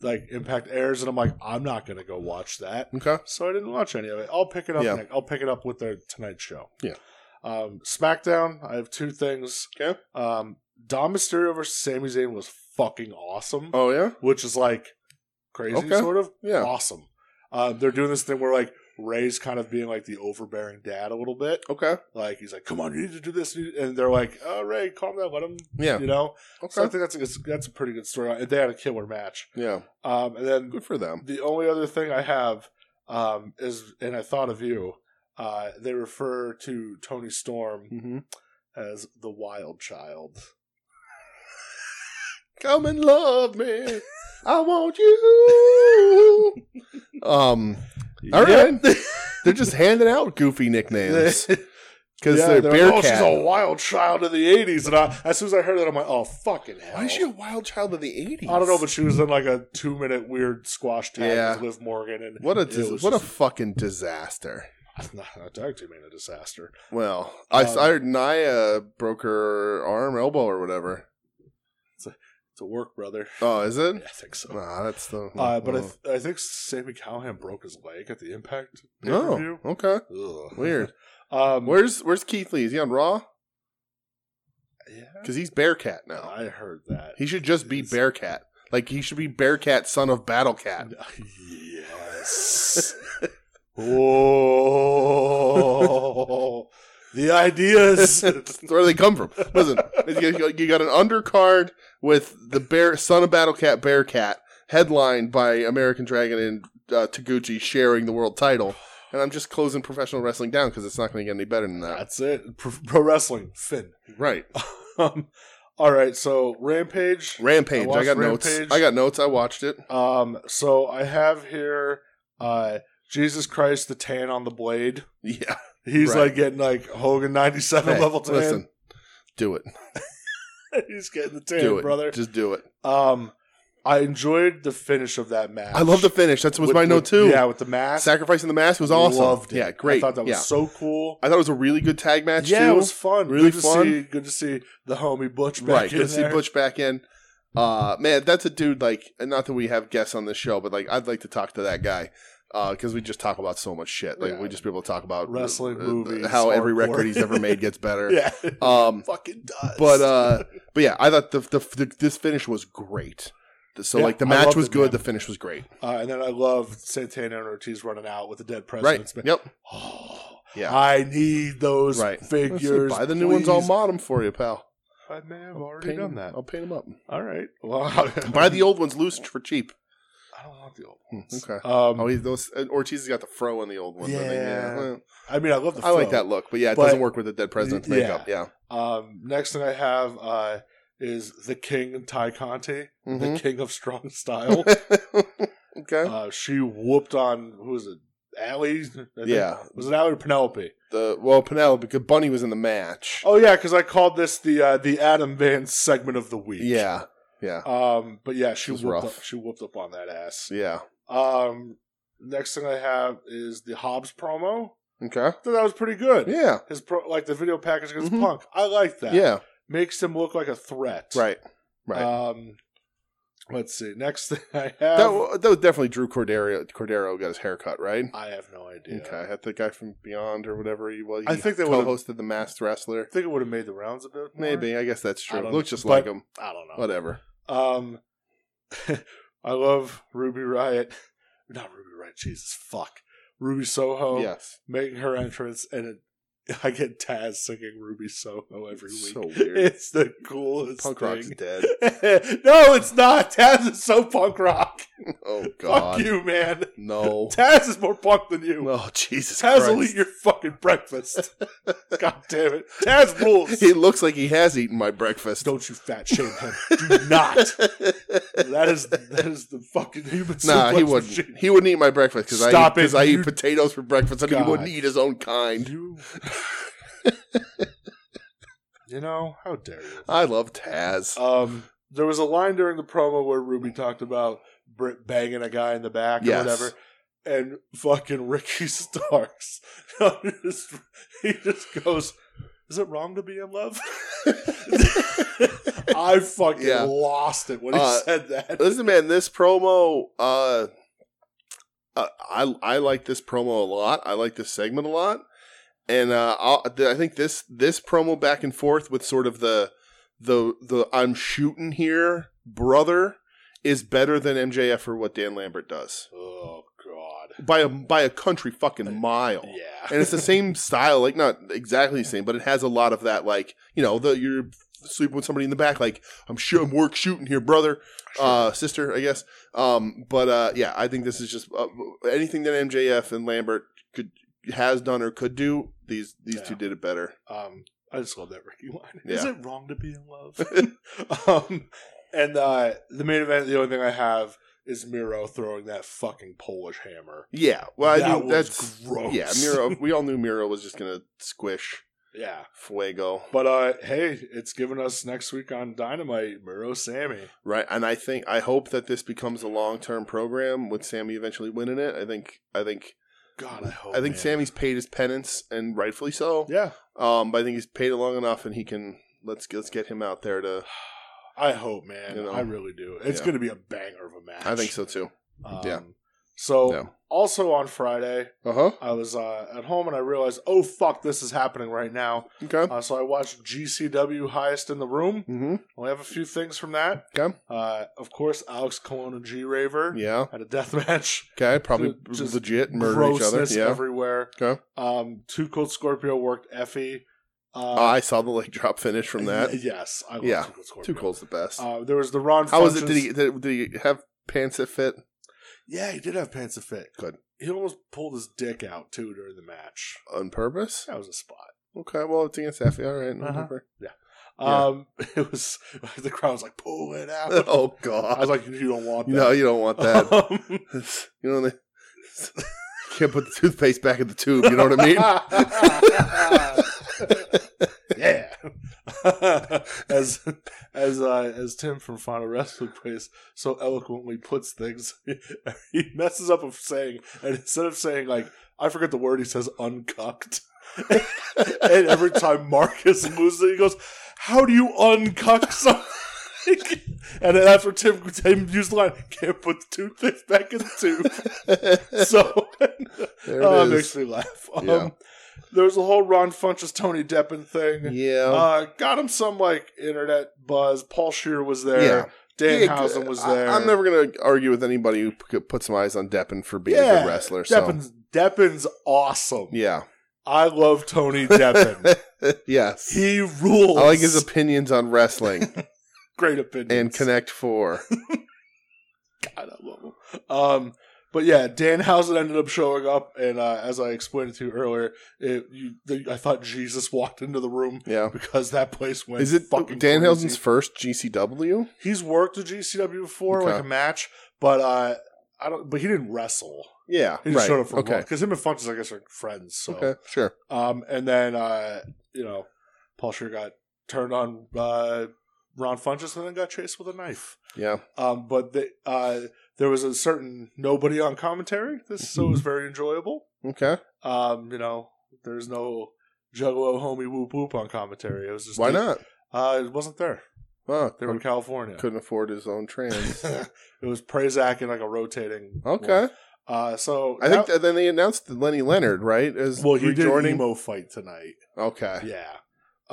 Speaker 2: like Impact airs, and I'm like, I'm not gonna go watch that,
Speaker 1: Okay.
Speaker 2: so I didn't watch any of it. I'll pick it up.
Speaker 1: Yeah.
Speaker 2: next- I'll pick it up with their Tonight Show.
Speaker 1: Yeah.
Speaker 2: Um, SmackDown. I have two things.
Speaker 1: Okay.
Speaker 2: Um, Dom Mysterio versus Sami Zayn was fucking awesome,
Speaker 1: Oh yeah,
Speaker 2: which is like crazy,
Speaker 1: Okay.
Speaker 2: sort of
Speaker 1: yeah.
Speaker 2: awesome. Uh, they're doing this thing where like Ray's kind of being like the overbearing dad a little bit.
Speaker 1: Okay.
Speaker 2: Like he's like, "Come on, you need to do this," you need-" and they're like, "Oh, Ray, calm down, let him."
Speaker 1: Yeah.
Speaker 2: You know, so I
Speaker 1: Okay.
Speaker 2: think that's a, it's- that's a pretty good story. And They had a killer match.
Speaker 1: Yeah.
Speaker 2: Um, and then
Speaker 1: Good for them.
Speaker 2: the only other thing I have um, is, and I thought of you. Uh, they refer to Tony Storm
Speaker 1: Mm-hmm.
Speaker 2: as the Wild Child.
Speaker 1: Come and love me. I want you. um. All right. they're just handing out goofy nicknames because
Speaker 2: Yeah,
Speaker 1: they're,
Speaker 2: they're
Speaker 1: bear
Speaker 2: like,
Speaker 1: cat.
Speaker 2: Oh, she's a wild child of the '80s, and I, as soon as I heard that, I'm like, "Oh, fucking hell!"
Speaker 1: Why is she a wild child of the '80s?
Speaker 2: I don't know, but she was in like a two minute weird squash tag
Speaker 1: Yeah.
Speaker 2: with Liv Morgan, and
Speaker 1: what a
Speaker 2: it
Speaker 1: dis-
Speaker 2: was
Speaker 1: what a
Speaker 2: just-
Speaker 1: fucking disaster.
Speaker 2: Not a tag team ain't a disaster.
Speaker 1: Well, I,
Speaker 2: Um,
Speaker 1: I heard Naya broke her arm, elbow, or whatever.
Speaker 2: It's a work, brother.
Speaker 1: Oh, is
Speaker 2: Yeah,
Speaker 1: it?
Speaker 2: I think so.
Speaker 1: Nah, that's the.
Speaker 2: Uh, but I, th- I think Sammy Callahan broke his leg at the Impact
Speaker 1: oh,
Speaker 2: pay-per-view.
Speaker 1: okay,
Speaker 2: Ugh.
Speaker 1: weird.
Speaker 2: Um,
Speaker 1: Where's Where's Keith Lee? Is he on Raw?
Speaker 2: yeah,
Speaker 1: Because he's Bearcat now.
Speaker 2: I heard that.
Speaker 1: He should just be Bearcat. Like he should be Bearcat, son of Battlecat.
Speaker 2: Yes. oh, the ideas.
Speaker 1: That's where they come from. Listen, you got- you got an undercard with the bear son of Battlecat, Bearcat, headlined by American Dragon and uh, Taguchi sharing the world title. And I'm just closing professional wrestling down because it's not going to get any better than that.
Speaker 2: That's it. Pro, pro wrestling, Finn.
Speaker 1: Right.
Speaker 2: um, all right, so Rampage.
Speaker 1: Rampage.
Speaker 2: I
Speaker 1: I,
Speaker 2: watched
Speaker 1: got
Speaker 2: Rampage.
Speaker 1: notes. I got notes. I watched it.
Speaker 2: Um, so I have here uh, Jesus Christ, the tan on the blade.
Speaker 1: Yeah.
Speaker 2: He's
Speaker 1: Right.
Speaker 2: like getting like Hogan 97
Speaker 1: Hey,
Speaker 2: level 10.
Speaker 1: Listen, do it.
Speaker 2: He's getting the tan,
Speaker 1: do it,
Speaker 2: brother.
Speaker 1: Just do it.
Speaker 2: Um, I enjoyed the finish of that match.
Speaker 1: I love the finish. That was
Speaker 2: With-
Speaker 1: my note
Speaker 2: with-
Speaker 1: too.
Speaker 2: Yeah, with the mask.
Speaker 1: Sacrificing the mask was awesome.
Speaker 2: Loved it.
Speaker 1: Yeah, great.
Speaker 2: I thought that was
Speaker 1: yeah.
Speaker 2: so cool.
Speaker 1: I thought it was a really good tag match
Speaker 2: yeah,
Speaker 1: too.
Speaker 2: it was fun.
Speaker 1: Really
Speaker 2: good
Speaker 1: fun.
Speaker 2: To see, good to see the homie Butch back
Speaker 1: right.
Speaker 2: in
Speaker 1: Good to see
Speaker 2: there.
Speaker 1: Butch back in. Uh, man, that's a dude. Like, and not that we have guests on this show, but like, I'd like to talk to that guy because we just talk about so much shit. Like,
Speaker 2: Yeah.
Speaker 1: we just be able to talk about
Speaker 2: Wrestling, movies,
Speaker 1: how every
Speaker 2: hardcore.
Speaker 1: record he's ever made gets better.
Speaker 2: Yeah,
Speaker 1: Um,
Speaker 2: fucking does.
Speaker 1: but uh, but yeah, I thought the, the, the this finish was great. So
Speaker 2: Yeah,
Speaker 1: like, the
Speaker 2: I
Speaker 1: match
Speaker 2: loved
Speaker 1: was
Speaker 2: it,
Speaker 1: good.
Speaker 2: man.
Speaker 1: The finish was great.
Speaker 2: Uh, and then I love Santana and Ortiz running out with the dead
Speaker 1: Right.
Speaker 2: president's man.
Speaker 1: Yep.
Speaker 2: Oh,
Speaker 1: Yeah.
Speaker 2: I need those
Speaker 1: Right.
Speaker 2: figures.
Speaker 1: Buy the new ones. Oh, I'll
Speaker 2: all
Speaker 1: mod them for you, pal.
Speaker 2: I may have already
Speaker 1: Paint
Speaker 2: done
Speaker 1: 'em-
Speaker 2: that.
Speaker 1: I'll paint them up.
Speaker 2: All right. Well, I
Speaker 1: Buy the old ones loose for cheap.
Speaker 2: don't want the old.
Speaker 1: Hmm. Okay.
Speaker 2: Um,
Speaker 1: Oh, he's those uh, Ortiz has got the fro on the old one. I think,
Speaker 2: Yeah.
Speaker 1: Well,
Speaker 2: I mean, I love the.
Speaker 1: I like
Speaker 2: flow.
Speaker 1: that look, but yeah, it
Speaker 2: But-
Speaker 1: doesn't work with the dead president's
Speaker 2: Yeah.
Speaker 1: makeup. Yeah,
Speaker 2: Um, next thing I have uh, is the King Ty Conte, the
Speaker 1: Mhm.
Speaker 2: King of Strong Style.
Speaker 1: Mm-hmm. okay.
Speaker 2: uh, she whooped on who was it? Allie? I think.
Speaker 1: Yeah.
Speaker 2: was it Allie or Penelope?
Speaker 1: the well, Penelope because Bunny was in the match.
Speaker 2: Oh yeah, because I called this the uh, the Adam Vance segment of the week.
Speaker 1: yeah, yeah,
Speaker 2: Um, but yeah, she
Speaker 1: This was
Speaker 2: whooped
Speaker 1: rough.
Speaker 2: up, she whooped up on that ass.
Speaker 1: yeah.
Speaker 2: Um, next thing I have is the Hobbs promo.
Speaker 1: Okay.
Speaker 2: I thought that was pretty good.
Speaker 1: Yeah,
Speaker 2: His pro, like the video package against
Speaker 1: Mhm.
Speaker 2: Punk, I like that.
Speaker 1: yeah.
Speaker 2: makes him look like a threat.
Speaker 1: Right, right.
Speaker 2: Um, let's see. Next thing I have,
Speaker 1: that, wa- that was definitely Drew Cordero. Cordero got his haircut right.
Speaker 2: I have no idea.
Speaker 1: Okay, had the guy from Beyond or whatever he was. He
Speaker 2: I think they would've-
Speaker 1: co-hosted the Masked Wrestler.
Speaker 2: I think it would have made the rounds a bit. more.
Speaker 1: Maybe I guess that's
Speaker 2: I
Speaker 1: true.
Speaker 2: don't
Speaker 1: Looks
Speaker 2: know.
Speaker 1: just
Speaker 2: But-
Speaker 1: like him.
Speaker 2: I don't know.
Speaker 1: Whatever.
Speaker 2: Um, I love Ruby Riot. Not Ruby Riot. Jesus fuck. Ruby Soho
Speaker 1: yes.
Speaker 2: making her entrance, and it, I get Taz singing Ruby Soho every week.
Speaker 1: So weird.
Speaker 2: It's the coolest
Speaker 1: Punk rock's
Speaker 2: thing.
Speaker 1: dead.
Speaker 2: no, it's not. Taz is so punk rock.
Speaker 1: Oh God.
Speaker 2: Fuck you, man.
Speaker 1: No.
Speaker 2: Taz is more punk than you.
Speaker 1: Oh Jesus
Speaker 2: Taz will
Speaker 1: Christ.
Speaker 2: eat your fucking breakfast. God damn it. Taz rules.
Speaker 1: He looks like he has eaten my breakfast.
Speaker 2: Don't you fat shame him. Do not. That is that is the fucking human
Speaker 1: nah, he
Speaker 2: suplex
Speaker 1: wouldn't.
Speaker 2: machine.
Speaker 1: He wouldn't eat my breakfast because I
Speaker 2: Stop it,
Speaker 1: because I
Speaker 2: you-
Speaker 1: eat potatoes for breakfast and
Speaker 2: God.
Speaker 1: he wouldn't eat his own kind.
Speaker 2: You, you know, how dare you?
Speaker 1: I love Taz.
Speaker 2: Um, there was a line during the promo where Ruby talked about Britt banging a guy in the back
Speaker 1: Yes.
Speaker 2: or whatever. And fucking Ricky Starks, just- he just goes, "Is it wrong to be in love?" I fucking
Speaker 1: Yeah.
Speaker 2: lost it when he
Speaker 1: Uh,
Speaker 2: said that.
Speaker 1: Listen, man, this promo. Uh, uh, I I like this promo a lot. I like this segment a lot, and uh, I'll, I think this this promo back and forth with sort of the the the I'm shooting here, brother, is better than MJF for what Dan Lambert does
Speaker 2: Oh god.
Speaker 1: by a by a country fucking mile.
Speaker 2: Yeah.
Speaker 1: and it's the same style, like not exactly the same, but it has a lot of that, like you know, the you're sleeping with somebody in the back, like I'm sure I'm work shooting here, brother, uh, sister, I guess. Um, but uh, yeah, I think this is just uh, anything that MJF and Lambert could has done or could do. These these
Speaker 2: Yeah.
Speaker 1: two did it better.
Speaker 2: Um, I just love that Ricky line. Is
Speaker 1: Yeah.
Speaker 2: it wrong to be in love? um, and uh, the main event, the only thing I have is Miro throwing that fucking Polish hammer.
Speaker 1: Yeah, well, I
Speaker 2: That
Speaker 1: knew,
Speaker 2: was
Speaker 1: that's
Speaker 2: gross.
Speaker 1: yeah. Miro, we all knew Miro was just gonna squish
Speaker 2: Yeah.
Speaker 1: Fuego,
Speaker 2: But uh, hey, it's giving us next week on Dynamite, Miro Sammy.
Speaker 1: right? And I think I hope that this becomes a long term program with Sammy eventually winning it. I think I think
Speaker 2: God, I hope.
Speaker 1: I think
Speaker 2: Oh, man.
Speaker 1: Sammy's paid his penance, and rightfully so.
Speaker 2: Yeah,
Speaker 1: Um, but I think he's paid it long enough, and he can let's let's get him out there to.
Speaker 2: I hope, man.
Speaker 1: You know.
Speaker 2: I really do. It's
Speaker 1: Yeah.
Speaker 2: going to be a banger of a match.
Speaker 1: I think so too.
Speaker 2: Um,
Speaker 1: Yeah.
Speaker 2: So
Speaker 1: Yeah.
Speaker 2: also on Friday,
Speaker 1: Uh huh.
Speaker 2: I was uh, at home and I realized, oh fuck, this is happening right now.
Speaker 1: Okay.
Speaker 2: Uh, so I watched GCW Highest in the Room.
Speaker 1: mm-hmm.
Speaker 2: We have a few things from that.
Speaker 1: Okay.
Speaker 2: Uh, of course, Alex Colon and G Raver
Speaker 1: Yeah.
Speaker 2: had a death match.
Speaker 1: Okay. Probably
Speaker 2: Dude, just
Speaker 1: legit murder each other.
Speaker 2: Grossness
Speaker 1: Yeah.
Speaker 2: everywhere.
Speaker 1: Okay.
Speaker 2: Um, Two Cold Scorpio worked Effie. Um,
Speaker 1: Ah, I saw the leg drop finish from that.
Speaker 2: y- yes, I love
Speaker 1: Yeah.
Speaker 2: Two Cold Scorpio.
Speaker 1: Too cold's the best.
Speaker 2: Uh, there was the Ron.
Speaker 1: How was it?
Speaker 2: Funches-
Speaker 1: Did he did, did he have pants that fit?
Speaker 2: Yeah, he did have pants that fit.
Speaker 1: Good.
Speaker 2: He almost pulled his dick out too during the match.
Speaker 1: on purpose.
Speaker 2: That was a spot.
Speaker 1: Okay, well it's against Effie. All right,
Speaker 2: Uh-huh.
Speaker 1: whatever. Yeah.
Speaker 2: Um, it was the crowd was like, "Pull it out."
Speaker 1: Oh
Speaker 2: I was
Speaker 1: God,
Speaker 2: like, "You don't want that."
Speaker 1: no, you don't want that.
Speaker 2: Um,
Speaker 1: you know, they can't put the toothpaste back in the tube. You know what I mean?
Speaker 2: yeah. as as uh, as Tim from Final Wrestling Place so eloquently puts things, he messes up of saying, and instead of saying like I forget the word, he says uncucked. and every time Marcus loses, it, he goes, "How do you uncuck something?" and then after Tim Tim used the line, "Can't put the toothpaste back in the tube." So
Speaker 1: there
Speaker 2: Oh, it
Speaker 1: it
Speaker 2: makes
Speaker 1: is.
Speaker 2: me laugh. Um,
Speaker 1: Yeah.
Speaker 2: There was a whole Ron Funches Tony Deppen thing.
Speaker 1: Yeah,
Speaker 2: Uh, got him some like internet buzz. Paul Shear was there.
Speaker 1: Yeah.
Speaker 2: Dan
Speaker 1: Yeah,
Speaker 2: Housen was
Speaker 1: I-
Speaker 2: there.
Speaker 1: I'm never gonna argue with anybody who p- puts some eyes on Deppen for being a
Speaker 2: Yeah,
Speaker 1: good wrestler. So
Speaker 2: Deppen's Deppen's awesome.
Speaker 1: yeah,
Speaker 2: I love Tony Deppen.
Speaker 1: yes,
Speaker 2: he rules.
Speaker 1: I like his opinions on wrestling
Speaker 2: great opinion
Speaker 1: and Connect Four.
Speaker 2: God, I love him. Um, but yeah, Dan Housen ended up showing up, and uh, as I explained to you earlier, it, you, the, I thought Jesus walked into the room
Speaker 1: Yeah,
Speaker 2: because that place went.
Speaker 1: is it
Speaker 2: fucking
Speaker 1: Dan
Speaker 2: crazy.
Speaker 1: Housen's first GCW?
Speaker 2: He's worked at GCW before,
Speaker 1: Okay.
Speaker 2: like a match, but uh, I don't. But he didn't wrestle.
Speaker 1: Yeah,
Speaker 2: He just showed up for
Speaker 1: okay,
Speaker 2: because him and Funches, I guess, are friends. So,
Speaker 1: okay, sure.
Speaker 2: um, and then uh, you know, Paul Shear got turned on uh, Ron Funches, and then got chased with a knife.
Speaker 1: Yeah.
Speaker 2: Um, but the, uh, there was a certain nobody on commentary. This so it
Speaker 1: Mm-hmm.
Speaker 2: was very enjoyable.
Speaker 1: Okay.
Speaker 2: Um, you know, there's no Juggalo homie whoop whoop on commentary. It was just
Speaker 1: Why not?
Speaker 2: Uh, it wasn't there.
Speaker 1: Fuck.
Speaker 2: They were in California.
Speaker 1: Couldn't afford his own trans.
Speaker 2: it was Prazak and like a rotating.
Speaker 1: Okay.
Speaker 2: one. Uh, so
Speaker 1: I think that, then they announced Lenny Leonard, right? As
Speaker 2: well, he did an
Speaker 1: rejoining.
Speaker 2: emo fight tonight.
Speaker 1: okay.
Speaker 2: Yeah.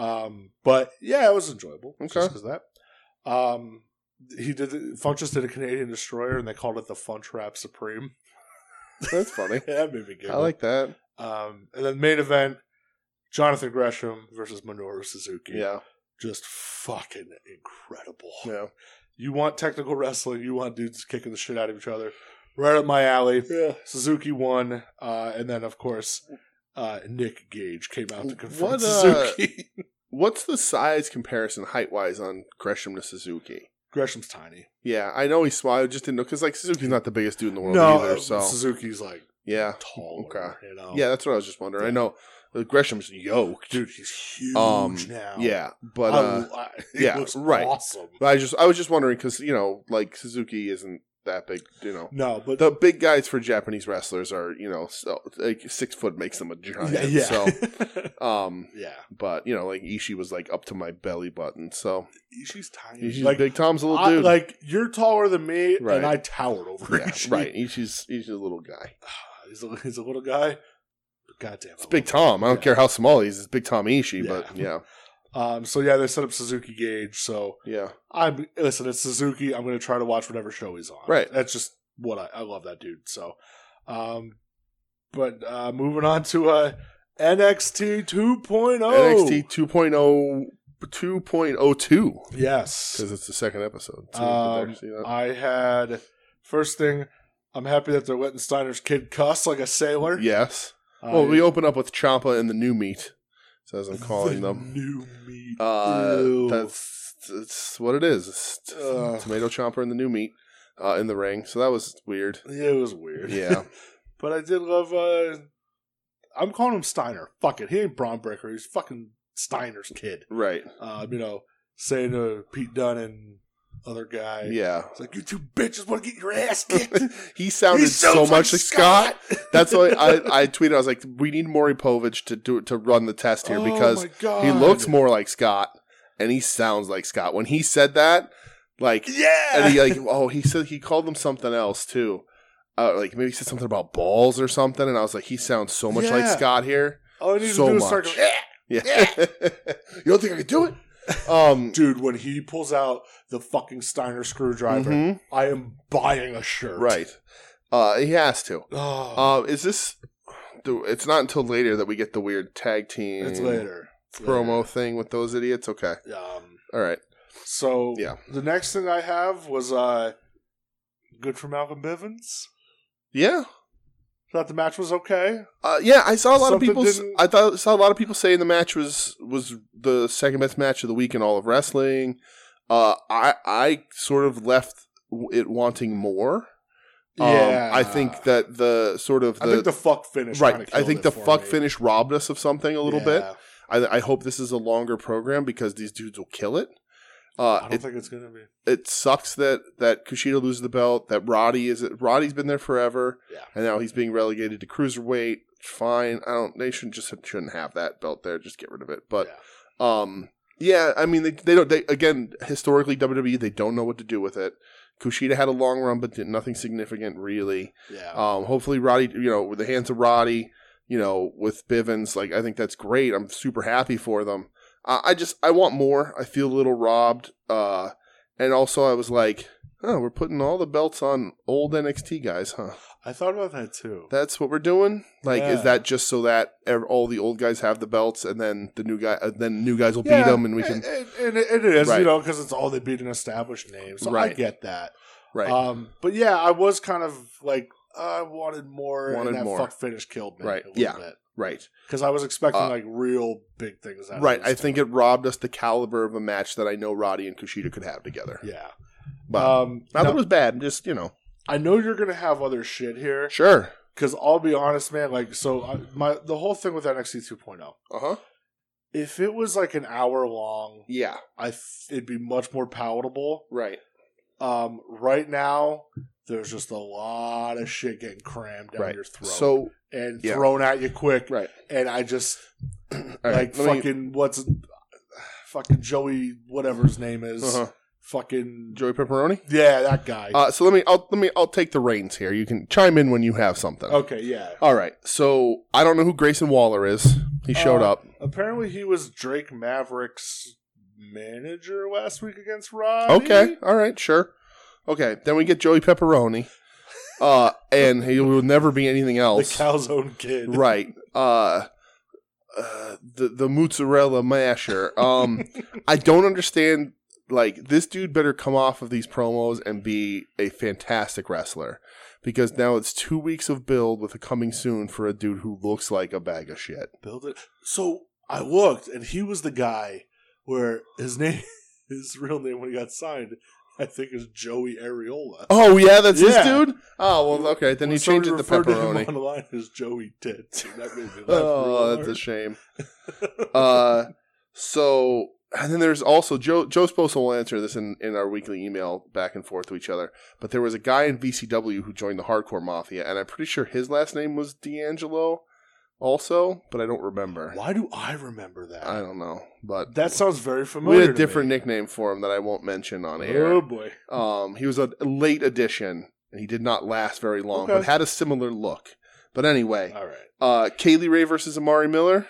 Speaker 2: Um, but yeah, it was enjoyable. Okay.
Speaker 1: Okay.
Speaker 2: that. Um, he did Funchess did a Canadian destroyer, and they called it the Funch Rap Supreme.
Speaker 1: That's funny.
Speaker 2: that made me giggle.
Speaker 1: I like that.
Speaker 2: Um, and then main event: Jonathan Gresham versus Minoru Suzuki.
Speaker 1: Yeah.
Speaker 2: Just fucking incredible.
Speaker 1: Yeah.
Speaker 2: You want technical wrestling. You want dudes kicking the shit out of each other. Right up my alley.
Speaker 1: Yeah.
Speaker 2: Suzuki won, uh, and then of course uh, Nick Gage came out to confront
Speaker 1: What, uh,
Speaker 2: Suzuki.
Speaker 1: What's the size comparison height wise on Gresham to Suzuki?
Speaker 2: Gresham's tiny.
Speaker 1: Yeah, I know he's small. I just didn't know because like Suzuki's not the biggest dude in the world
Speaker 2: No, uh,
Speaker 1: either. So
Speaker 2: Suzuki's like
Speaker 1: yeah,
Speaker 2: tall.
Speaker 1: Okay.
Speaker 2: You know?
Speaker 1: yeah, that's what I was just wondering. I know uh, Gresham's yoked.
Speaker 2: Oh. dude, he's huge
Speaker 1: Um,
Speaker 2: now.
Speaker 1: Yeah, but
Speaker 2: I-
Speaker 1: uh,
Speaker 2: I- it
Speaker 1: yeah,
Speaker 2: looks
Speaker 1: right.
Speaker 2: Awesome.
Speaker 1: but I just I was just wondering because you know like Suzuki isn't that big. You know,
Speaker 2: No, but
Speaker 1: the big guys for Japanese wrestlers are you know so like six foot makes them a giant.
Speaker 2: yeah, yeah.
Speaker 1: So um,
Speaker 2: yeah.
Speaker 1: but you know like Ishii was like up to my belly button. So
Speaker 2: She's tiny.
Speaker 1: Ishii's
Speaker 2: like,
Speaker 1: big. Tom's a little
Speaker 2: I-
Speaker 1: dude.
Speaker 2: like you're taller than me,
Speaker 1: Right.
Speaker 2: and I towered over
Speaker 1: yeah,
Speaker 2: Ishii.
Speaker 1: right. Ishii's Ishii's a little guy.
Speaker 2: He's a, he's a little guy. But goddamn,
Speaker 1: It's Big Tom. I don't
Speaker 2: Oh, Yeah.
Speaker 1: care how small he is. It's Big Tom Ishii.
Speaker 2: Yeah.
Speaker 1: But yeah,
Speaker 2: Um, so yeah, they set up Suzuki Gage. So
Speaker 1: yeah.
Speaker 2: I'm listen. It's Suzuki. I'm going to try to watch whatever show he's on.
Speaker 1: Right.
Speaker 2: That's just what I, I love that dude. So, um, but uh, moving on to uh, NXT 2.0.
Speaker 1: NXT 2.0, 2.02
Speaker 2: Yes.
Speaker 1: because it's the second episode. So
Speaker 2: Um,
Speaker 1: you can there, see
Speaker 2: I had first thing. I'm happy that they're letting Steiner's kid cuss like a sailor.
Speaker 1: that. Yes.
Speaker 2: Uh,
Speaker 1: well, we open up with Champa and the new meat, so as I'm calling
Speaker 2: the
Speaker 1: them.
Speaker 2: new meat.
Speaker 1: Uh,
Speaker 2: Ew.
Speaker 1: that's that's what it is. It's t-
Speaker 2: Ugh.
Speaker 1: tomato chomper and the new meat uh, in the ring. So that was weird.
Speaker 2: yeah, it was weird.
Speaker 1: Yeah.
Speaker 2: But I did love. uh I'm calling him Steiner. Fuck it, he ain't Braun Breaker. He's fucking Steiner's kid.
Speaker 1: right.
Speaker 2: Um, you know, saying to Pete Dunne and other guy.
Speaker 1: Yeah.
Speaker 2: It's like you two bitches want to get your ass kicked.
Speaker 1: He sounded
Speaker 2: He
Speaker 1: so
Speaker 2: sounds
Speaker 1: much like Scott. That's why I, I tweeted. I was like, "We need Maury Povich to do to run the test here
Speaker 2: Oh
Speaker 1: because
Speaker 2: my God.
Speaker 1: he looks more like Scott and he sounds like Scott." When he said that, like,
Speaker 2: Yeah.
Speaker 1: and he like, oh, he said he called him something else too. Uh, like maybe he said something about balls or something, and I was like, he sounds so much like
Speaker 2: Yeah.
Speaker 1: Scott here.
Speaker 2: All I need
Speaker 1: so
Speaker 2: to do is start
Speaker 1: much.
Speaker 2: going, "Eh."
Speaker 1: Yeah, you don't think I could do it? Um,
Speaker 2: dude. When he pulls out the fucking Steiner screwdriver,
Speaker 1: mhm,
Speaker 2: I am buying a shirt.
Speaker 1: right? Uh, he has to.
Speaker 2: Oh,
Speaker 1: Uh, is this? do- It's not until later that we get the weird tag team.
Speaker 2: it's later. It's
Speaker 1: promo thing with those idiots. Okay,
Speaker 2: later. Um,
Speaker 1: all right.
Speaker 2: so
Speaker 1: Yeah.
Speaker 2: the next thing I have was uh, good for Malcolm Bivens.
Speaker 1: Yeah,
Speaker 2: Thought the match was okay.
Speaker 1: uh, yeah. I saw a lot
Speaker 2: Something
Speaker 1: of people. s-
Speaker 2: didn't-
Speaker 1: I thought saw a lot of people saying the match was was the second best match of the week in all of wrestling. Uh, I I sort of left w- it wanting more. Um, I think that the sort of
Speaker 2: I think
Speaker 1: the,
Speaker 2: the fuck finish.
Speaker 1: right.
Speaker 2: kinda
Speaker 1: I
Speaker 2: killed
Speaker 1: think
Speaker 2: it
Speaker 1: the
Speaker 2: for
Speaker 1: fuck
Speaker 2: me.
Speaker 1: finish robbed us of something a little bit. Uh,
Speaker 2: Yeah.
Speaker 1: I, I hope this is a longer program because these dudes will kill it. Uh,
Speaker 2: I don't
Speaker 1: it,
Speaker 2: think it's gonna be.
Speaker 1: it sucks that that Kushida loses the belt. That Roddy is Roddy's been there forever,
Speaker 2: Yeah.
Speaker 1: and now he's being relegated to cruiserweight. Fine, I don't. They shouldn't just shouldn't have that belt there. Just get rid of it. But um, yeah, I mean they they don't. They again historically WWE they don't know what to do with it. Kushida had a long run, but did nothing significant really.
Speaker 2: yeah, yeah.
Speaker 1: Um, hopefully Roddy, you know, with the hands of Roddy, you know, with Bivens, like I think that's great. I'm super happy for them. I, I just I want more. I feel a little robbed. Uh, and also I was like, oh, we're putting all the belts on old NXT guys, huh?
Speaker 2: I thought about that too.
Speaker 1: That's what we're doing. Like, is
Speaker 2: Yeah.
Speaker 1: that just so that ev- all the old guys have the belts, and then the new guy, uh, then new guys will beat
Speaker 2: Yeah, Uh,
Speaker 1: them, and we can
Speaker 2: and, and, and it is
Speaker 1: Right.
Speaker 2: you know because it's all they beat an established name, so I
Speaker 1: Right.
Speaker 2: get that.
Speaker 1: right.
Speaker 2: Um, but yeah, I was kind of like uh, I wanted more,
Speaker 1: Wanted
Speaker 2: and that
Speaker 1: more.
Speaker 2: fuck finish killed me,
Speaker 1: Right,
Speaker 2: A
Speaker 1: yeah.
Speaker 2: little bit.
Speaker 1: Right,
Speaker 2: because I was expecting
Speaker 1: Uh,
Speaker 2: like real big things. Out
Speaker 1: right.
Speaker 2: Of
Speaker 1: I
Speaker 2: these
Speaker 1: think
Speaker 2: two.
Speaker 1: it robbed us the caliber of a match that I know Roddy and Kushida could have together.
Speaker 2: Yeah.
Speaker 1: But
Speaker 2: um,
Speaker 1: not
Speaker 2: now,
Speaker 1: that it was bad. Just you know,
Speaker 2: I know you're gonna have other shit here
Speaker 1: sure.
Speaker 2: because I'll be honest, man. Like, so I, my the whole thing with NXT 2.0.
Speaker 1: Uh huh.
Speaker 2: oh, If it was like an hour long,
Speaker 1: Yeah.
Speaker 2: I f- it'd be much more palatable.
Speaker 1: Right.
Speaker 2: Um, right now, there's just a lot of shit getting crammed down
Speaker 1: Right.
Speaker 2: your throat
Speaker 1: So
Speaker 2: and
Speaker 1: yeah.
Speaker 2: thrown at you quick.
Speaker 1: right.
Speaker 2: And I just
Speaker 1: All
Speaker 2: like
Speaker 1: right, let me-
Speaker 2: fucking what's fucking Joey whatever his name is
Speaker 1: uh-huh.
Speaker 2: fucking
Speaker 1: Joey Pepperoni.
Speaker 2: yeah that guy.
Speaker 1: Uh, so let me. I'll let me. I'll take the reins here. You can chime in when you have something.
Speaker 2: okay, yeah.
Speaker 1: All right. So I don't know who Grayson Waller is. He showed
Speaker 2: Uh,
Speaker 1: up.
Speaker 2: Apparently, he was Drake Maverick's manager last week against Roddy.
Speaker 1: Okay. All right. Sure. Okay. Then we get Joey Pepperoni. Uh, and he will never be anything
Speaker 2: the
Speaker 1: else.
Speaker 2: cow's own kid.
Speaker 1: right. Uh, uh, the the mozzarella masher. Um, I don't understand. Like this dude better come off of these promos and be a fantastic wrestler, because now it's two weeks of build with a coming soon for a dude who looks like a bag of shit.
Speaker 2: Build it. So I looked, and he was the guy where his name, his real name when he got signed, I think is Joey Areola.
Speaker 1: Oh yeah, that's this
Speaker 2: Yeah.
Speaker 1: dude. Oh well, okay. Then
Speaker 2: When
Speaker 1: he changed it
Speaker 2: somebody
Speaker 1: to
Speaker 2: referred him
Speaker 1: pepperoni.
Speaker 2: on the line as Joey Tits. and That made me laugh.
Speaker 1: Oh, that's a shame. Uh, so and then there's also Joe. Joe Sposa will answer this in, in our weekly email back and forth to each other. But there was a guy in VCW who joined the Hardcore Mafia, and I'm pretty sure his last name was D'Angelo, also, but I don't remember.
Speaker 2: Why do I remember that?
Speaker 1: I don't know, but
Speaker 2: that sounds very
Speaker 1: we
Speaker 2: familiar.
Speaker 1: had a
Speaker 2: to
Speaker 1: different
Speaker 2: me.
Speaker 1: nickname for him that I won't mention on
Speaker 2: Oh
Speaker 1: air.
Speaker 2: boy.
Speaker 1: Um, he was a late addition, and he did not last very long,
Speaker 2: Okay.
Speaker 1: but had a similar look. But anyway,
Speaker 2: All right.
Speaker 1: uh, Kaylee Ray versus Amari Miller.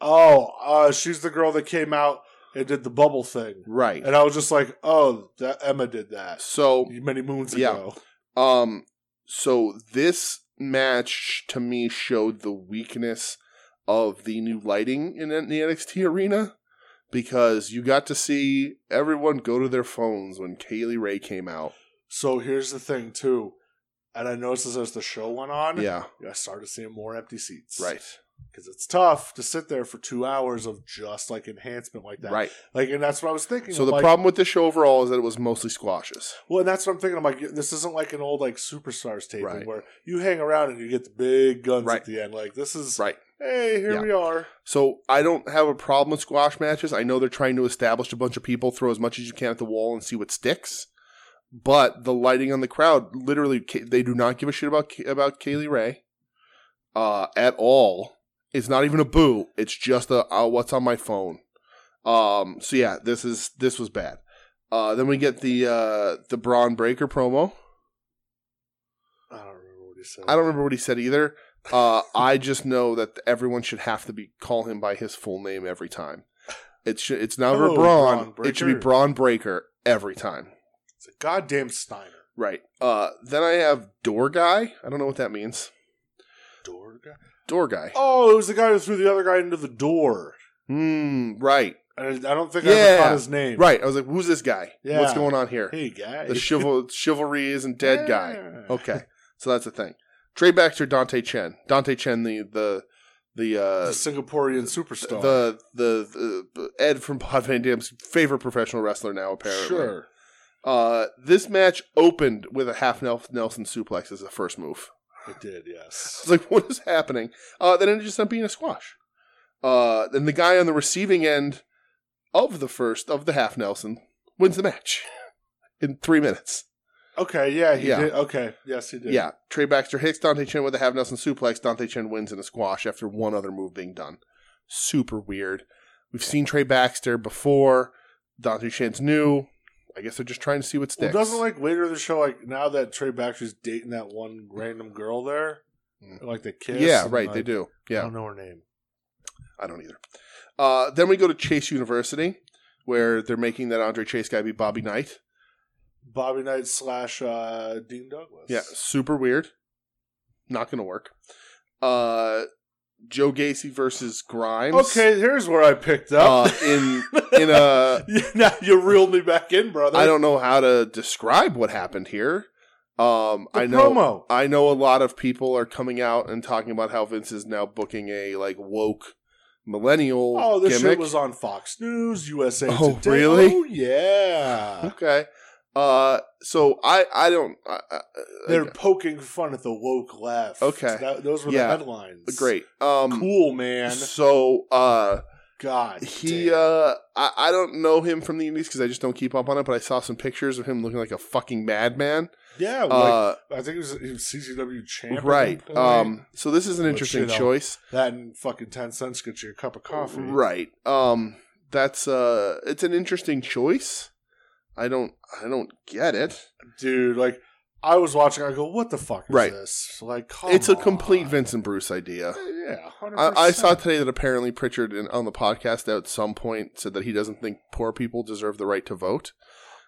Speaker 2: Oh, uh, she's the girl that came out and did the bubble thing.
Speaker 1: Right.
Speaker 2: And I was just like, oh, that Emma did that
Speaker 1: So
Speaker 2: many moons
Speaker 1: Yeah.
Speaker 2: ago.
Speaker 1: Um, so this match to me showed the weakness of the new lighting in the NXT arena because you got to see everyone go to their phones when Kaylee Ray came out.
Speaker 2: So here's the thing, too. And I noticed this as the show went on.
Speaker 1: Yeah,
Speaker 2: I started seeing more empty seats.
Speaker 1: right,
Speaker 2: Because it's tough to sit there for two hours of just like enhancement like that.
Speaker 1: right.
Speaker 2: Like, and that's what I was thinking.
Speaker 1: So
Speaker 2: I'm
Speaker 1: the
Speaker 2: like,
Speaker 1: problem with this show overall is that it was mostly squashes.
Speaker 2: Well, and that's what I'm thinking. I'm like, this isn't like an old like superstars taping
Speaker 1: Right.
Speaker 2: where you hang around and you get the big guns
Speaker 1: Right.
Speaker 2: at the end. Like, this is
Speaker 1: Right.
Speaker 2: hey, here
Speaker 1: Yeah.
Speaker 2: we are.
Speaker 1: So I don't have a problem with squash matches. I know they're trying to establish a bunch of people, throw as much as you can at the wall and see what sticks. But the lighting on the crowd, literally, K- they do not give a shit about K- about Kaylee Ray uh, at all. It's not even a boo. It's just a uh, what's on my phone. Um, so yeah, this is this was bad. Uh, then we get the uh, the Braun Breaker promo.
Speaker 2: I don't remember what he said.
Speaker 1: I don't remember what he said either. Uh, I just know that everyone should have to be call him by his full name every time. It should, it's never
Speaker 2: Hello,
Speaker 1: Braun.
Speaker 2: Oh, Braun
Speaker 1: it should be
Speaker 2: Breaker.
Speaker 1: Braun Breaker every time.
Speaker 2: It's a goddamn Steiner.
Speaker 1: Right. Uh, then I have Door Guy. I don't know what that means.
Speaker 2: Door guy.
Speaker 1: Door Guy.
Speaker 2: Oh, it was the guy who threw the other guy into the door.
Speaker 1: Hmm. right.
Speaker 2: I, I don't think I
Speaker 1: Yeah.
Speaker 2: ever caught his name.
Speaker 1: Right. I was like, who's this guy?
Speaker 2: Yeah.
Speaker 1: What's going on here?
Speaker 2: Hey, guy.
Speaker 1: The chival- chivalry isn't dead guy. Oh,
Speaker 2: Yeah.
Speaker 1: Okay. So that's the thing. Trey Baxter, Dante Chen. Dante Chen, the the the uh,
Speaker 2: the Singaporean superstar.
Speaker 1: the, the the Ed from Bob Van Dam's favorite professional wrestler now apparently.
Speaker 2: Sure.
Speaker 1: Uh, this match opened with a half Nel- Nelson suplex as the first move.
Speaker 2: It did,
Speaker 1: It's
Speaker 2: yes.
Speaker 1: like what is happening? Uh, then it just ended up being a squash. Uh, then the guy on the receiving end of the first of the half Nelson wins the match in three minutes.
Speaker 2: Okay, yeah, he
Speaker 1: Yeah.
Speaker 2: did. Okay, yes, he did.
Speaker 1: Yeah, Trey Baxter hits Dante Chin with a half Nelson suplex. Dante Chin wins in a squash after one other move being done. Super weird. We've seen Trey Baxter before. Dante Chin's new. I guess they're just trying to see what
Speaker 2: Well,
Speaker 1: sticks.
Speaker 2: doesn't like later in the show, like now that Trey Baxter's dating that one random girl there,
Speaker 1: Mm.
Speaker 2: like the kiss.
Speaker 1: yeah,
Speaker 2: and,
Speaker 1: right. they
Speaker 2: like, um,
Speaker 1: do.
Speaker 2: I
Speaker 1: Yeah,
Speaker 2: don't know her name.
Speaker 1: I don't either. Uh, then we go to Chase University, where they're making that Andre Chase guy be Bobby Knight.
Speaker 2: Bobby Knight slash uh, Dean Douglas.
Speaker 1: Yeah, super weird. Not going to work. Uh, Joe Gacy versus Grimes.
Speaker 2: Okay, here's where I picked
Speaker 1: Uh,
Speaker 2: up.
Speaker 1: in in a
Speaker 2: now you reeled me back in, brother.
Speaker 1: Uh, I don't know how to describe what happened here. Um,
Speaker 2: The
Speaker 1: I know
Speaker 2: promo.
Speaker 1: I know a lot of people are coming out and talking about how Vince is now booking a like woke millennial
Speaker 2: Oh, this
Speaker 1: gimmick.
Speaker 2: shit was on Fox News, USA
Speaker 1: Oh,
Speaker 2: Today.
Speaker 1: really?
Speaker 2: Oh, yeah.
Speaker 1: okay. Uh, so I I don't I, I,
Speaker 2: They're poking fun at the woke left.
Speaker 1: Okay.
Speaker 2: That- those were
Speaker 1: Yeah.
Speaker 2: the headlines.
Speaker 1: great. Um,
Speaker 2: Cool, man.
Speaker 1: so uh,
Speaker 2: God.
Speaker 1: he
Speaker 2: damn.
Speaker 1: uh, I, I don't know him from the Indies because I just don't keep up on it. But I saw some pictures of him looking like a fucking madman.
Speaker 2: yeah, like,
Speaker 1: Uh,
Speaker 2: I think it was, he was CCW champ. at
Speaker 1: right.
Speaker 2: one point.
Speaker 1: Um, so this is an
Speaker 2: But
Speaker 1: interesting
Speaker 2: shit, I'll-
Speaker 1: choice.
Speaker 2: that and fucking 10 cents gets you a cup of coffee.
Speaker 1: Right. Um that's uh it's an interesting choice. I don't I don't get it.
Speaker 2: Dude, like, I was watching, I go, what the fuck is
Speaker 1: Right.
Speaker 2: this? Like, come
Speaker 1: it's a
Speaker 2: on. Uh,
Speaker 1: complete Vincent Bruce idea.
Speaker 2: Yeah, 100%.
Speaker 1: I, I saw today that apparently Pritchard in, on the podcast at some point said that he doesn't think poor people deserve the right to vote.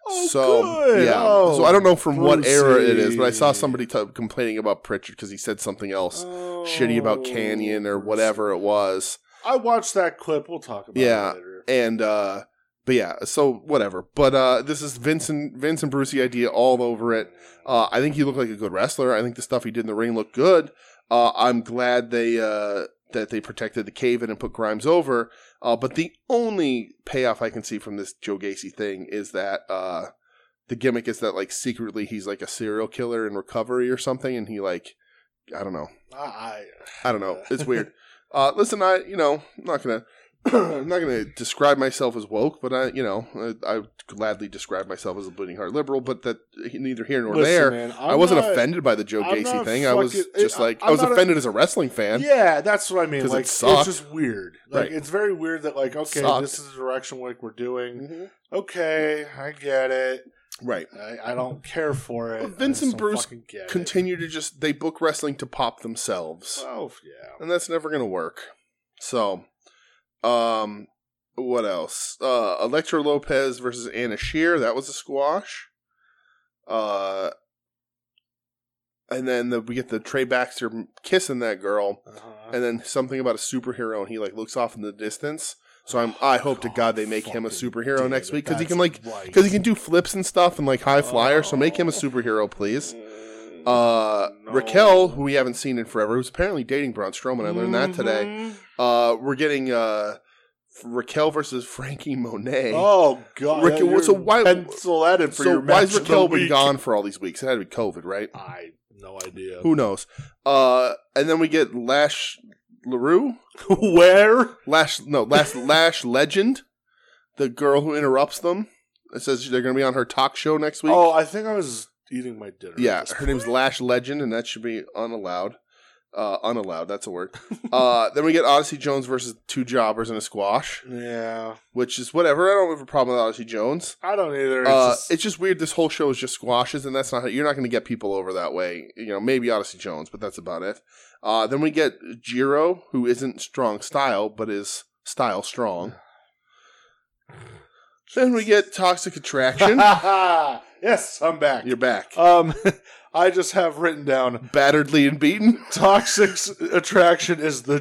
Speaker 2: Oh,
Speaker 1: so
Speaker 2: good.
Speaker 1: yeah,
Speaker 2: Oh,
Speaker 1: so I don't know from what era it is, but I saw
Speaker 2: Brucey.
Speaker 1: somebody t- complaining about Pritchard because he said something else shitty
Speaker 2: shitty
Speaker 1: about Canyon or whatever it was.
Speaker 2: I watched that clip. We'll talk about
Speaker 1: Yeah.
Speaker 2: it later.
Speaker 1: and uh but yeah so whatever but uh this is vincent vincent brucey idea all over it uh i think he looked like a good wrestler i think the stuff he did in the ring looked good uh i'm glad they uh that they protected the cave in and put grimes over uh but the only payoff i can see from this joe gacy thing is that uh the gimmick is that like secretly he's like a serial killer in recovery or something and he like i don't know
Speaker 2: I, I,
Speaker 1: I don't know. It's weird. uh, listen, I you know I'm not gonna I'm not gonna describe myself as woke, but I you know I, I would gladly describe myself as a bleeding heart liberal. But that neither here nor
Speaker 2: Listen,
Speaker 1: there.
Speaker 2: man, I'm
Speaker 1: I wasn't
Speaker 2: not-
Speaker 1: offended by the Joe
Speaker 2: I'm
Speaker 1: Gacy
Speaker 2: not
Speaker 1: thing. I was
Speaker 2: fucking-
Speaker 1: just
Speaker 2: I-
Speaker 1: like I
Speaker 2: I'm
Speaker 1: was
Speaker 2: not a-
Speaker 1: offended as a wrestling fan.
Speaker 2: Yeah, that's what I mean.
Speaker 1: 'Cause it
Speaker 2: Like, it's
Speaker 1: sucked.
Speaker 2: just weird. Like,
Speaker 1: Right.
Speaker 2: it's very weird that like, okay,
Speaker 1: Sucked.
Speaker 2: this is the direction like we're doing. Okay, I get it.
Speaker 1: Right.
Speaker 2: I, I don't care for it.
Speaker 1: Well,
Speaker 2: I just
Speaker 1: Vincent
Speaker 2: don't
Speaker 1: Bruce
Speaker 2: fucking get it.
Speaker 1: Continue to just they book wrestling to pop themselves,
Speaker 2: Oh yeah.
Speaker 1: and that's never gonna work. So, um, what else? Uh, Electra Lopez versus Anna Shear. That was a squash. Uh, and then the, we get the Trey Baxter kissing that girl,
Speaker 2: Uh-huh.
Speaker 1: and then something about a superhero, and he like looks off in the distance. So I'm, I hope to God they make him a
Speaker 2: Fucking
Speaker 1: superhero
Speaker 2: damn
Speaker 1: next
Speaker 2: it,
Speaker 1: week because he
Speaker 2: that's
Speaker 1: can like
Speaker 2: right.
Speaker 1: because he can do flips and stuff and like high flyer. So make him a
Speaker 2: Oh.
Speaker 1: superhero, please.
Speaker 2: Mm,
Speaker 1: Uh,
Speaker 2: no.
Speaker 1: Raquel, who we haven't seen in forever, who's apparently dating Braun Strowman. I learned that today.
Speaker 2: Mhm.
Speaker 1: Uh, we're getting uh, Raquel versus Frankie Monet.
Speaker 2: Oh god.
Speaker 1: Rick-
Speaker 2: you're-
Speaker 1: so why-
Speaker 2: pencil that in for
Speaker 1: so
Speaker 2: your
Speaker 1: why
Speaker 2: match
Speaker 1: has
Speaker 2: of the
Speaker 1: Raquel been
Speaker 2: week.
Speaker 1: gone for all these weeks? It had to be COVID, right?
Speaker 2: I no idea.
Speaker 1: Who knows? Uh, and then we get Lash LaRue?
Speaker 2: Where?
Speaker 1: Lash no, Lash Lash Legend, the girl who interrupts them. It says they're going to be on her talk show next week.
Speaker 2: Oh, I think I was eating my dinner. at
Speaker 1: yeah,
Speaker 2: this
Speaker 1: her name's Lash Legend, and that should be unallowed. Uh, unallowed, that's a word. uh, then we get Odyssey Jones versus two jobbers in a squash,
Speaker 2: point. Yeah,
Speaker 1: which is whatever. I don't have a problem with Odyssey Jones.
Speaker 2: I don't either. It's
Speaker 1: Uh,
Speaker 2: just-
Speaker 1: it's just weird. This whole show is just squashes, and that's not how, you're not going to get people over that way. You know, maybe Odyssey Jones, but that's about it. Uh, then we get Jiro, who isn't strong style, but is style strong. Then we get Toxic Attraction.
Speaker 2: yes, I'm back.
Speaker 1: you're back,
Speaker 2: Um, I just have written down
Speaker 1: batteredly and beaten.
Speaker 2: toxic s- attraction is the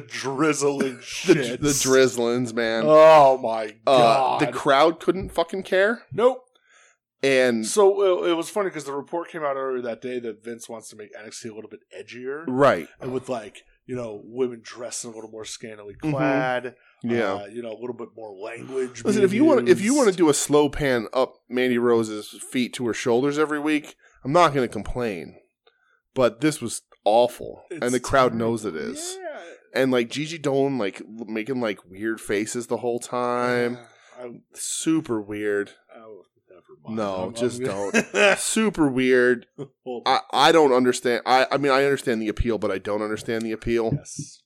Speaker 2: drizzling
Speaker 1: The,
Speaker 2: shit.
Speaker 1: the Drizzlins, man.
Speaker 2: Oh my
Speaker 1: Uh,
Speaker 2: god.
Speaker 1: the crowd couldn't fucking care,
Speaker 2: nope.
Speaker 1: and
Speaker 2: So it, it was funny because the report came out earlier that day that Vince wants to make NXT a little bit edgier
Speaker 1: right,
Speaker 2: and with like you know women dressing a little more scantily clad.
Speaker 1: Mm-hmm. yeah.
Speaker 2: uh, you know, a little bit more language.
Speaker 1: Listen,
Speaker 2: being
Speaker 1: if you want, if you
Speaker 2: used.
Speaker 1: want to do a slow pan up Mandy Rose's feet to her shoulders every week, I'm not going to complain. But this was awful,
Speaker 2: It's
Speaker 1: and the crowd
Speaker 2: terrible.
Speaker 1: knows it is. And like Gigi Dolan, like l- making like weird faces the whole
Speaker 2: Yeah.
Speaker 1: time,
Speaker 2: I,
Speaker 1: super weird,
Speaker 2: I will- never mind.
Speaker 1: No, just
Speaker 2: don't.
Speaker 1: super weird. I I don't understand. I I mean I understand the appeal, but I don't understand the appeal.
Speaker 2: yes.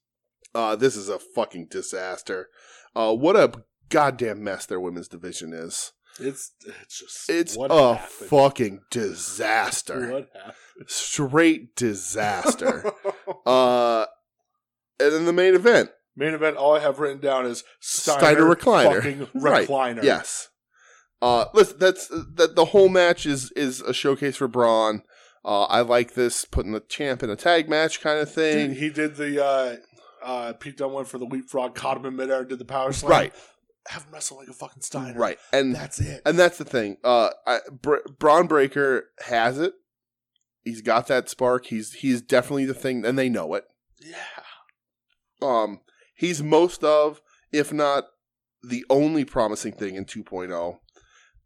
Speaker 1: Uh, this is a fucking disaster. Uh, what a goddamn mess their women's division is.
Speaker 2: It's it's just
Speaker 1: It's
Speaker 2: what
Speaker 1: a
Speaker 2: happened?
Speaker 1: fucking disaster.
Speaker 2: What happened?
Speaker 1: straight disaster. uh, and then the main event,
Speaker 2: Main event. All I have written down is Steiner,
Speaker 1: Steiner recliner.
Speaker 2: Fucking
Speaker 1: Right.
Speaker 2: recliner.
Speaker 1: yes. Uh, listen, that's that. The whole match is is a showcase for Braun. Uh, I like this putting the champ in a tag match kind of
Speaker 2: Dude,
Speaker 1: thing.
Speaker 2: he did the uh, uh, Pete Dunne went for the leapfrog, caught him in midair, did the power slam.
Speaker 1: Right,
Speaker 2: Have him wrestle like a fucking Steiner.
Speaker 1: right, and
Speaker 2: That's it.
Speaker 1: and that's the thing. Uh, I, Br- Braun Breaker has it. He's got that spark. He's he's definitely the thing, and they know it.
Speaker 2: yeah.
Speaker 1: Um, he's most of, if not the only promising thing in 2.0.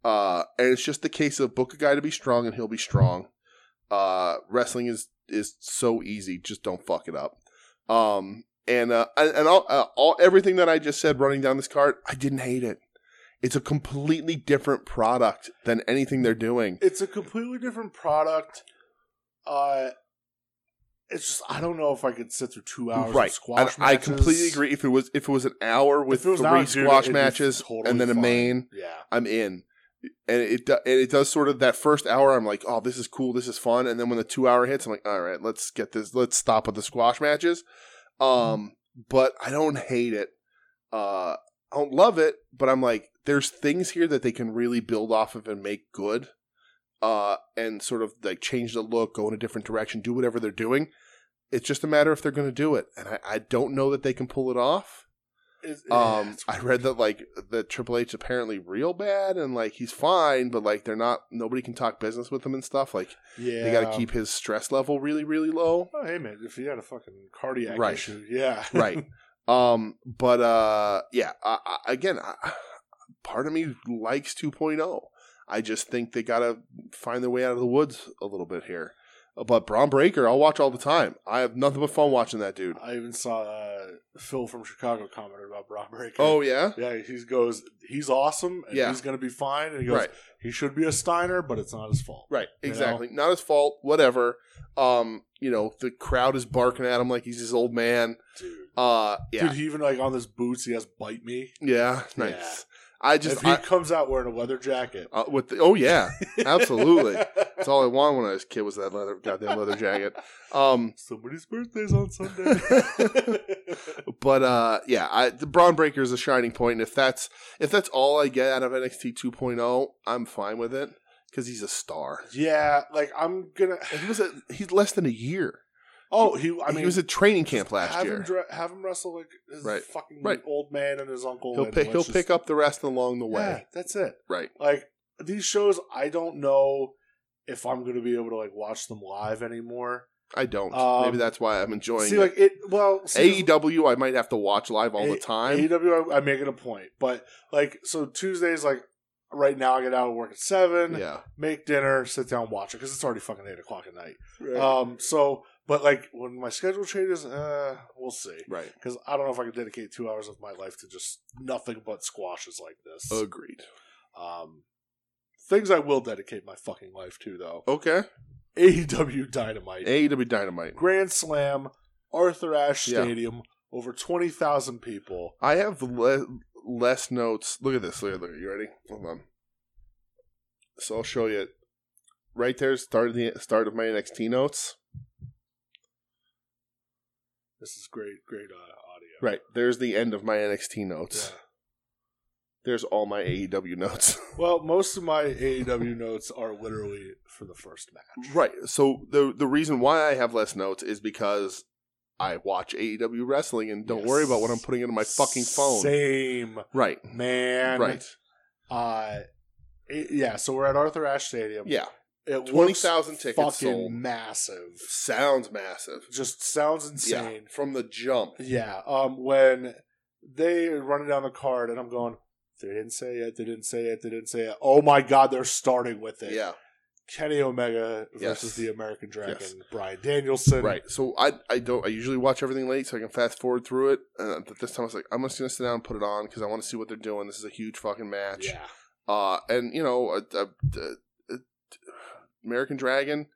Speaker 1: Uh, and it's just the case of book a guy to be strong and he'll be strong. Uh, wrestling is, is so easy. Just don't fuck it up. Um, and, uh, and and all, uh, all, everything that I just said running down this card, I didn't hate it. It's a completely different product than anything they're doing.
Speaker 2: it's a completely different product. Uh, it's just I don't know if I could sit through two hours
Speaker 1: right.
Speaker 2: of squash
Speaker 1: and I
Speaker 2: matches.
Speaker 1: completely agree. If it was, if it was an hour with
Speaker 2: it was
Speaker 1: three
Speaker 2: an hour, dude,
Speaker 1: squash
Speaker 2: it'd be
Speaker 1: matches
Speaker 2: totally
Speaker 1: and then a
Speaker 2: fine.
Speaker 1: main,
Speaker 2: Yeah,
Speaker 1: I'm in. And it do- and it does sort of that first hour. I'm like, oh, this is cool, this is fun. And then when the two hour hits, I'm like, all right, let's get this. Let's stop with the squash matches. Um, but I don't hate it. Uh, I don't love it, but I'm like, there's things here that they can really build off of and make good. Uh, and sort of like change the look, go in a different direction, do whatever they're doing. It's just a matter if they're going to do it, and I, I don't know that they can pull it off.
Speaker 2: It's-
Speaker 1: Um,
Speaker 2: it's-
Speaker 1: I read that like the Triple H apparently real bad and like he's fine, but like they're not nobody can talk business with him and stuff. Like
Speaker 2: yeah.
Speaker 1: they got to keep his stress level really really low,
Speaker 2: Oh, hey man, if you had a fucking cardiac
Speaker 1: Right.
Speaker 2: issue, yeah,
Speaker 1: right? um, but uh, yeah. I, I, again, I, part of me likes 2.0. I just think they got to find their way out of the woods a little bit here. But Braun Breaker, I'll watch all the time. I have nothing but fun watching that dude.
Speaker 2: I even saw uh, Phil from Chicago commented about Braun Breaker.
Speaker 1: Oh yeah,
Speaker 2: yeah, he goes, he's awesome, and
Speaker 1: Yeah.
Speaker 2: he's gonna be fine, and he goes,
Speaker 1: right.
Speaker 2: he should be a Steiner, but it's not his fault.
Speaker 1: Right,
Speaker 2: You know?
Speaker 1: exactly. Not his fault, whatever. Um, you know, the crowd is barking at him like he's his old man.
Speaker 2: Dude,
Speaker 1: Uh yeah.
Speaker 2: dude, he even like on this boots, he has bite me.
Speaker 1: yeah, nice. I just
Speaker 2: if he
Speaker 1: I-
Speaker 2: comes out wearing a leather jacket,
Speaker 1: uh, with the, oh yeah, absolutely. That's all I wanted when I was a kid was that leather goddamn leather jacket. Um
Speaker 2: Somebody's birthday's on Sunday.
Speaker 1: but uh yeah, I the Braun Breaker is a shining point and if that's if that's all I get out of NXT 2.0, oh, I'm fine with it cuz he's a star.
Speaker 2: yeah, like I'm gonna.
Speaker 1: And he was a, he's less than a year.
Speaker 2: Oh, he. I mean,
Speaker 1: he was at training camp last
Speaker 2: have
Speaker 1: year.
Speaker 2: Him dra- have him wrestle like his
Speaker 1: Right.
Speaker 2: fucking
Speaker 1: Right.
Speaker 2: old man and his uncle.
Speaker 1: He'll
Speaker 2: and
Speaker 1: pick.
Speaker 2: let's
Speaker 1: He'll
Speaker 2: just-
Speaker 1: pick up the rest along the
Speaker 2: Yeah,
Speaker 1: way.
Speaker 2: that's it.
Speaker 1: Right.
Speaker 2: Like these shows, I don't know if I'm gonna be able to like watch them live anymore.
Speaker 1: I don't.
Speaker 2: Um,
Speaker 1: Maybe that's why I'm enjoying
Speaker 2: see,
Speaker 1: it.
Speaker 2: like it. Well,
Speaker 1: E
Speaker 2: see,
Speaker 1: AEW, I might have to watch live all the
Speaker 2: A-
Speaker 1: time.
Speaker 2: AEW, I, I make it a point, but like so Tuesdays, like right now, I get out of work at seven.
Speaker 1: yeah. Uh,
Speaker 2: make dinner, sit down, watch it because it's already fucking eight o'clock at night. Um, so But like when my schedule changes, uh, we'll see.
Speaker 1: Right.
Speaker 2: Because I don't know if I can dedicate two hours of my life to just nothing but squashes like this.
Speaker 1: Agreed.
Speaker 2: Um, things I will dedicate my fucking life to though.
Speaker 1: Okay.
Speaker 2: AEW Dynamite,
Speaker 1: AEW Dynamite.
Speaker 2: Grand Slam, Arthur Ashe
Speaker 1: Yeah.
Speaker 2: Stadium, over twenty thousand people.
Speaker 1: I have le- less notes. Look at this. Look at look. You ready? Hold on. So I'll show you. Right there, start of the start of my NXT notes.
Speaker 2: This is great, great uh, audio.
Speaker 1: Right there's the end of my NXT notes.
Speaker 2: Yeah.
Speaker 1: There's all my AEW notes.
Speaker 2: Well, most of my AEW notes are literally for the first match.
Speaker 1: right. So the the reason why I have less notes is because I watch AEW wrestling and don't
Speaker 2: Yes.
Speaker 1: worry about what I'm putting into my fucking phone.
Speaker 2: Same
Speaker 1: Right.
Speaker 2: man.
Speaker 1: right.
Speaker 2: Uh, it- yeah. So we're at Arthur Ashe Stadium.
Speaker 1: Yeah.
Speaker 2: It
Speaker 1: 20,000
Speaker 2: looks
Speaker 1: tickets
Speaker 2: Fucking
Speaker 1: sold.
Speaker 2: massive.
Speaker 1: Sounds massive.
Speaker 2: Just sounds
Speaker 1: Yeah.
Speaker 2: insane.
Speaker 1: From the jump.
Speaker 2: Yeah. Um. When they are running down the card, and I'm going, they didn't say it. They didn't say it. They didn't say it. Oh my God! They're starting with it.
Speaker 1: Yeah.
Speaker 2: Kenny Omega
Speaker 1: Yes.
Speaker 2: versus the American Dragon,
Speaker 1: Yes.
Speaker 2: Brian Danielson.
Speaker 1: Right. So I I don't I usually watch everything late so I can fast forward through it. Uh, but this time I was like I'm just gonna sit down and put it on because I want to see what they're doing. This is a huge fucking match.
Speaker 2: Yeah.
Speaker 1: Uh, and you know, uh uh uh, American Dragon,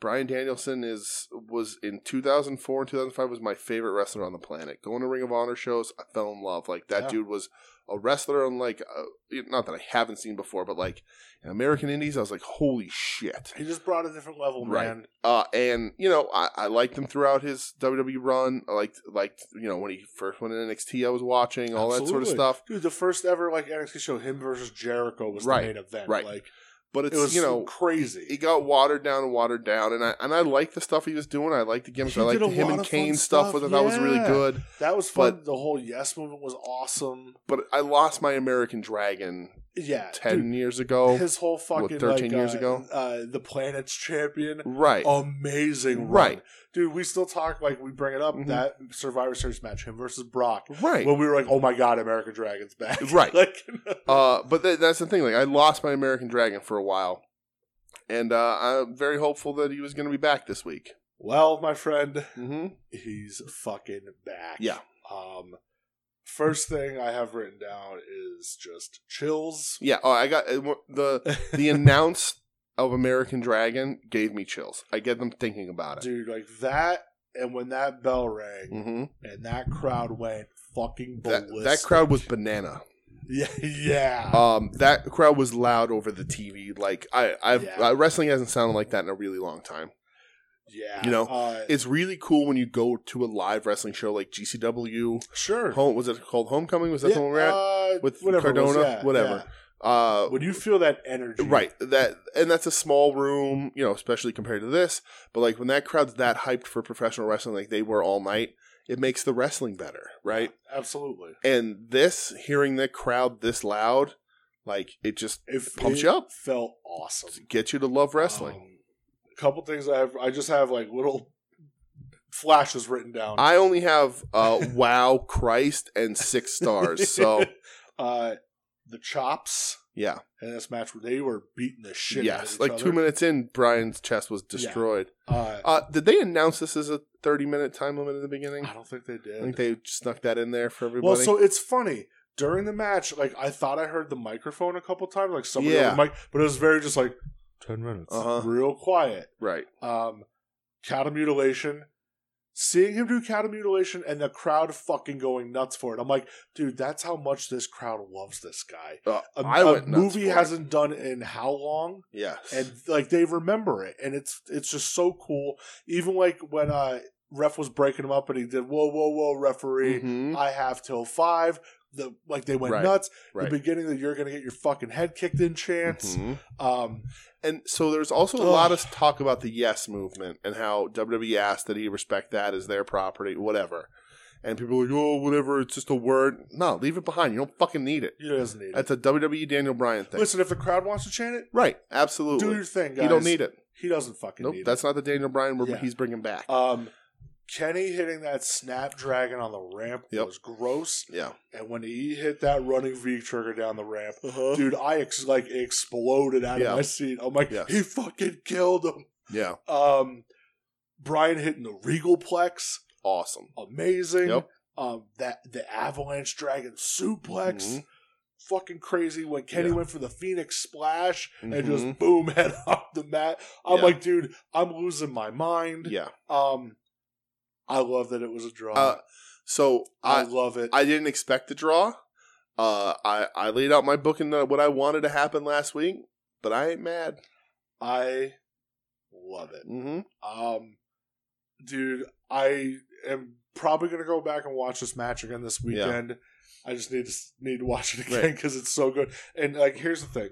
Speaker 1: Brian Danielson is was in 2004 and 2005 was my favorite wrestler on the planet. Going to Ring of Honor shows, I fell in love. Like that
Speaker 2: Yeah.
Speaker 1: dude was a wrestler, and like uh, not that I haven't seen before, but like in American Indies, I was like, holy shit.
Speaker 2: He just brought a different level,
Speaker 1: Right.
Speaker 2: man.
Speaker 1: Uh, and you know, I, I liked him throughout his WWE run. I liked liked you know when he first went in NXT, I was watching all that sort of
Speaker 2: Absolutely.
Speaker 1: stuff.
Speaker 2: Dude, the first ever like NXT show, him versus Jericho was
Speaker 1: Right,
Speaker 2: the main event.
Speaker 1: right.
Speaker 2: Like
Speaker 1: But
Speaker 2: it
Speaker 1: it's
Speaker 2: was
Speaker 1: you know
Speaker 2: crazy.
Speaker 1: he got watered down and watered down, and I and I like the stuff he was doing. I like the gimmicks.
Speaker 2: He
Speaker 1: I liked
Speaker 2: did
Speaker 1: the
Speaker 2: a
Speaker 1: him
Speaker 2: lot
Speaker 1: and
Speaker 2: of fun
Speaker 1: Kane stuff.
Speaker 2: stuff,
Speaker 1: with it. That was really
Speaker 2: yeah.
Speaker 1: good.
Speaker 2: that was fun. the whole yes movement was awesome.
Speaker 1: But I lost my American Dragon
Speaker 2: Yeah.
Speaker 1: ten
Speaker 2: dude,
Speaker 1: years ago.
Speaker 2: his whole fucking
Speaker 1: what, 13
Speaker 2: like,
Speaker 1: years
Speaker 2: uh,
Speaker 1: ago?
Speaker 2: Uh, the planet's champion.
Speaker 1: right,
Speaker 2: Oh, Amazing run.
Speaker 1: Right.
Speaker 2: Dude, we still talk like we bring it up
Speaker 1: Mhm.
Speaker 2: that Survivor Series match, him versus Brock.
Speaker 1: right,
Speaker 2: When we were like, Oh my god, American Dragon's back.
Speaker 1: Right.
Speaker 2: like
Speaker 1: uh, but th- that's the thing. Like I lost my American Dragon for a while, and uh, I'm very hopeful that he was going to be back this week.
Speaker 2: Well, my friend,
Speaker 1: Mm-hmm.
Speaker 2: he's fucking back.
Speaker 1: Yeah.
Speaker 2: Um, first thing I have written down is just chills.
Speaker 1: Yeah. Oh, I got uh, wha- the the announce of American Dragon gave me chills. I get them thinking about it.
Speaker 2: Dude, like that, and when that bell rang
Speaker 1: hmm
Speaker 2: and that crowd went fucking
Speaker 1: That,
Speaker 2: ballistic.
Speaker 1: that crowd was banana.
Speaker 2: yeah, yeah.
Speaker 1: Um, that crowd was loud over the TV. Like I, I've
Speaker 2: Yeah.
Speaker 1: uh, wrestling hasn't sounded like that in a really long time.
Speaker 2: yeah.
Speaker 1: you know,
Speaker 2: uh,
Speaker 1: It's really cool when you go to a live wrestling show like GCW.
Speaker 2: sure.
Speaker 1: Home was it called Homecoming? Was that the one we're at?
Speaker 2: uh,
Speaker 1: With
Speaker 2: whatever it was,
Speaker 1: Cardona?
Speaker 2: yeah,
Speaker 1: Whatever.
Speaker 2: yeah.
Speaker 1: Uh,
Speaker 2: When you feel that energy,
Speaker 1: right. That and that's a small room, you know, especially compared to this. But like when that crowd's that hyped for professional wrestling, like they were all night, it makes the wrestling better, right?
Speaker 2: Absolutely.
Speaker 1: And this, hearing the crowd this loud, like it just
Speaker 2: If
Speaker 1: Pumps
Speaker 2: it
Speaker 1: you up.
Speaker 2: Felt awesome.
Speaker 1: gets you to love wrestling.
Speaker 2: Um, a couple things I have. I just have like little flashes written down.
Speaker 1: I only have uh, wow, Christ, and six stars. So
Speaker 2: uh, the chops
Speaker 1: yeah,
Speaker 2: in this match where they were beating the shit. out of
Speaker 1: yes.
Speaker 2: each
Speaker 1: Like
Speaker 2: other.
Speaker 1: two minutes in, Brian's chest was destroyed.
Speaker 2: Uh,
Speaker 1: Uh, did they announce this as a thirty-minute time limit in the beginning?
Speaker 2: I don't think they
Speaker 1: I
Speaker 2: did.
Speaker 1: think they snuck that in there for everybody.
Speaker 2: well, so it's funny during the match. Like I thought I heard the microphone a couple times, like somebody
Speaker 1: Yeah.
Speaker 2: on the mic, but it was very just like ten minutes,
Speaker 1: Uh-huh.
Speaker 2: real quiet.
Speaker 1: right,
Speaker 2: Um, cattle mutilation. Seeing him do cattle mutilation and the crowd fucking going nuts for it, I'm like, dude, that's how much this crowd loves this guy.
Speaker 1: uh,
Speaker 2: A,
Speaker 1: I
Speaker 2: a
Speaker 1: went nuts
Speaker 2: movie
Speaker 1: for it.
Speaker 2: hasn't done in how long?
Speaker 1: Yes,
Speaker 2: and like they remember it and it's it's just so cool even like when uh ref was breaking him up and he did whoa whoa whoa referee
Speaker 1: Mhm,
Speaker 2: i have till five the like they went
Speaker 1: Right,
Speaker 2: nuts
Speaker 1: right.
Speaker 2: the beginning that you're gonna get your fucking head kicked in chance
Speaker 1: Mhm.
Speaker 2: um
Speaker 1: And so there's also a
Speaker 2: Ugh.
Speaker 1: lot of talk about the yes movement and how WWE asked that he respect that as their property, whatever. And people are like, oh, whatever, it's just a word. No, leave it behind. You don't fucking need it.
Speaker 2: you know, doesn't need it
Speaker 1: That's a WWE Daniel Bryan thing.
Speaker 2: listen if the crowd wants to chant it
Speaker 1: right,
Speaker 2: do
Speaker 1: absolutely.
Speaker 2: your thing guys
Speaker 1: You don't need it.
Speaker 2: he doesn't fucking
Speaker 1: Nope,
Speaker 2: need
Speaker 1: that's not the Daniel Bryan we're,
Speaker 2: Yeah.
Speaker 1: he's bringing back.
Speaker 2: it um Kenny hitting that snapdragon on the ramp
Speaker 1: Yep.
Speaker 2: was gross,
Speaker 1: yeah.
Speaker 2: and when he hit that running V trigger down the ramp,
Speaker 1: Uh-huh.
Speaker 2: dude, I ex- like exploded out
Speaker 1: Yeah.
Speaker 2: of my seat. I'm like,
Speaker 1: Yes.
Speaker 2: he fucking killed him.
Speaker 1: Yeah.
Speaker 2: Um, Brian hitting the Regal Plex,
Speaker 1: Awesome.
Speaker 2: amazing.
Speaker 1: Yep.
Speaker 2: Um, that the Avalanche Dragon suplex,
Speaker 1: Mhm.
Speaker 2: fucking crazy. When Kenny
Speaker 1: Yeah.
Speaker 2: went for the Phoenix Splash and
Speaker 1: Mhm.
Speaker 2: just boom head off the mat. I'm
Speaker 1: Yeah.
Speaker 2: like, dude, I'm losing my mind.
Speaker 1: yeah.
Speaker 2: Um, I love that it was a draw.
Speaker 1: Uh, So
Speaker 2: I,
Speaker 1: I
Speaker 2: love it.
Speaker 1: I didn't expect to draw. Uh, I I laid out my book and uh, what I wanted to happen last week, but I ain't mad.
Speaker 2: I love it.
Speaker 1: Mm-hmm.
Speaker 2: Um, dude, I am probably gonna go back and watch this match again this
Speaker 1: Yeah.
Speaker 2: weekend. I just need to s- need to watch it again
Speaker 1: Right.
Speaker 2: because it's so good. And like, here's the thing: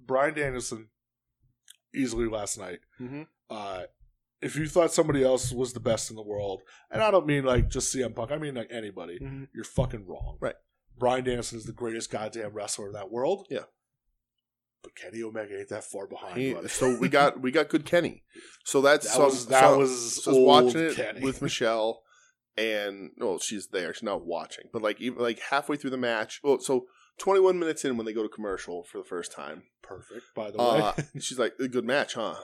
Speaker 2: Brian Danielson easily last night.
Speaker 1: Mm-hmm.
Speaker 2: Uh, if you thought somebody else was the best in the world, and I don't mean like just CM Punk, I mean like anybody,
Speaker 1: Mhm.
Speaker 2: you're fucking wrong.
Speaker 1: Right.
Speaker 2: Brian Danielson is the greatest goddamn wrestler in that world.
Speaker 1: Yeah.
Speaker 2: But Kenny Omega ain't that far behind. buddy.
Speaker 1: so we got we got good Kenny. So that's
Speaker 2: that
Speaker 1: so,
Speaker 2: was that
Speaker 1: so-
Speaker 2: was
Speaker 1: so I was
Speaker 2: old
Speaker 1: watching it
Speaker 2: Kenny.
Speaker 1: with Michelle, and well, she's there. She's not watching, but like even like halfway through the match. Well, so 21 minutes in when they go to commercial for the first time,
Speaker 2: perfect. By the way,
Speaker 1: uh, she's like, "A "Good match, huh?"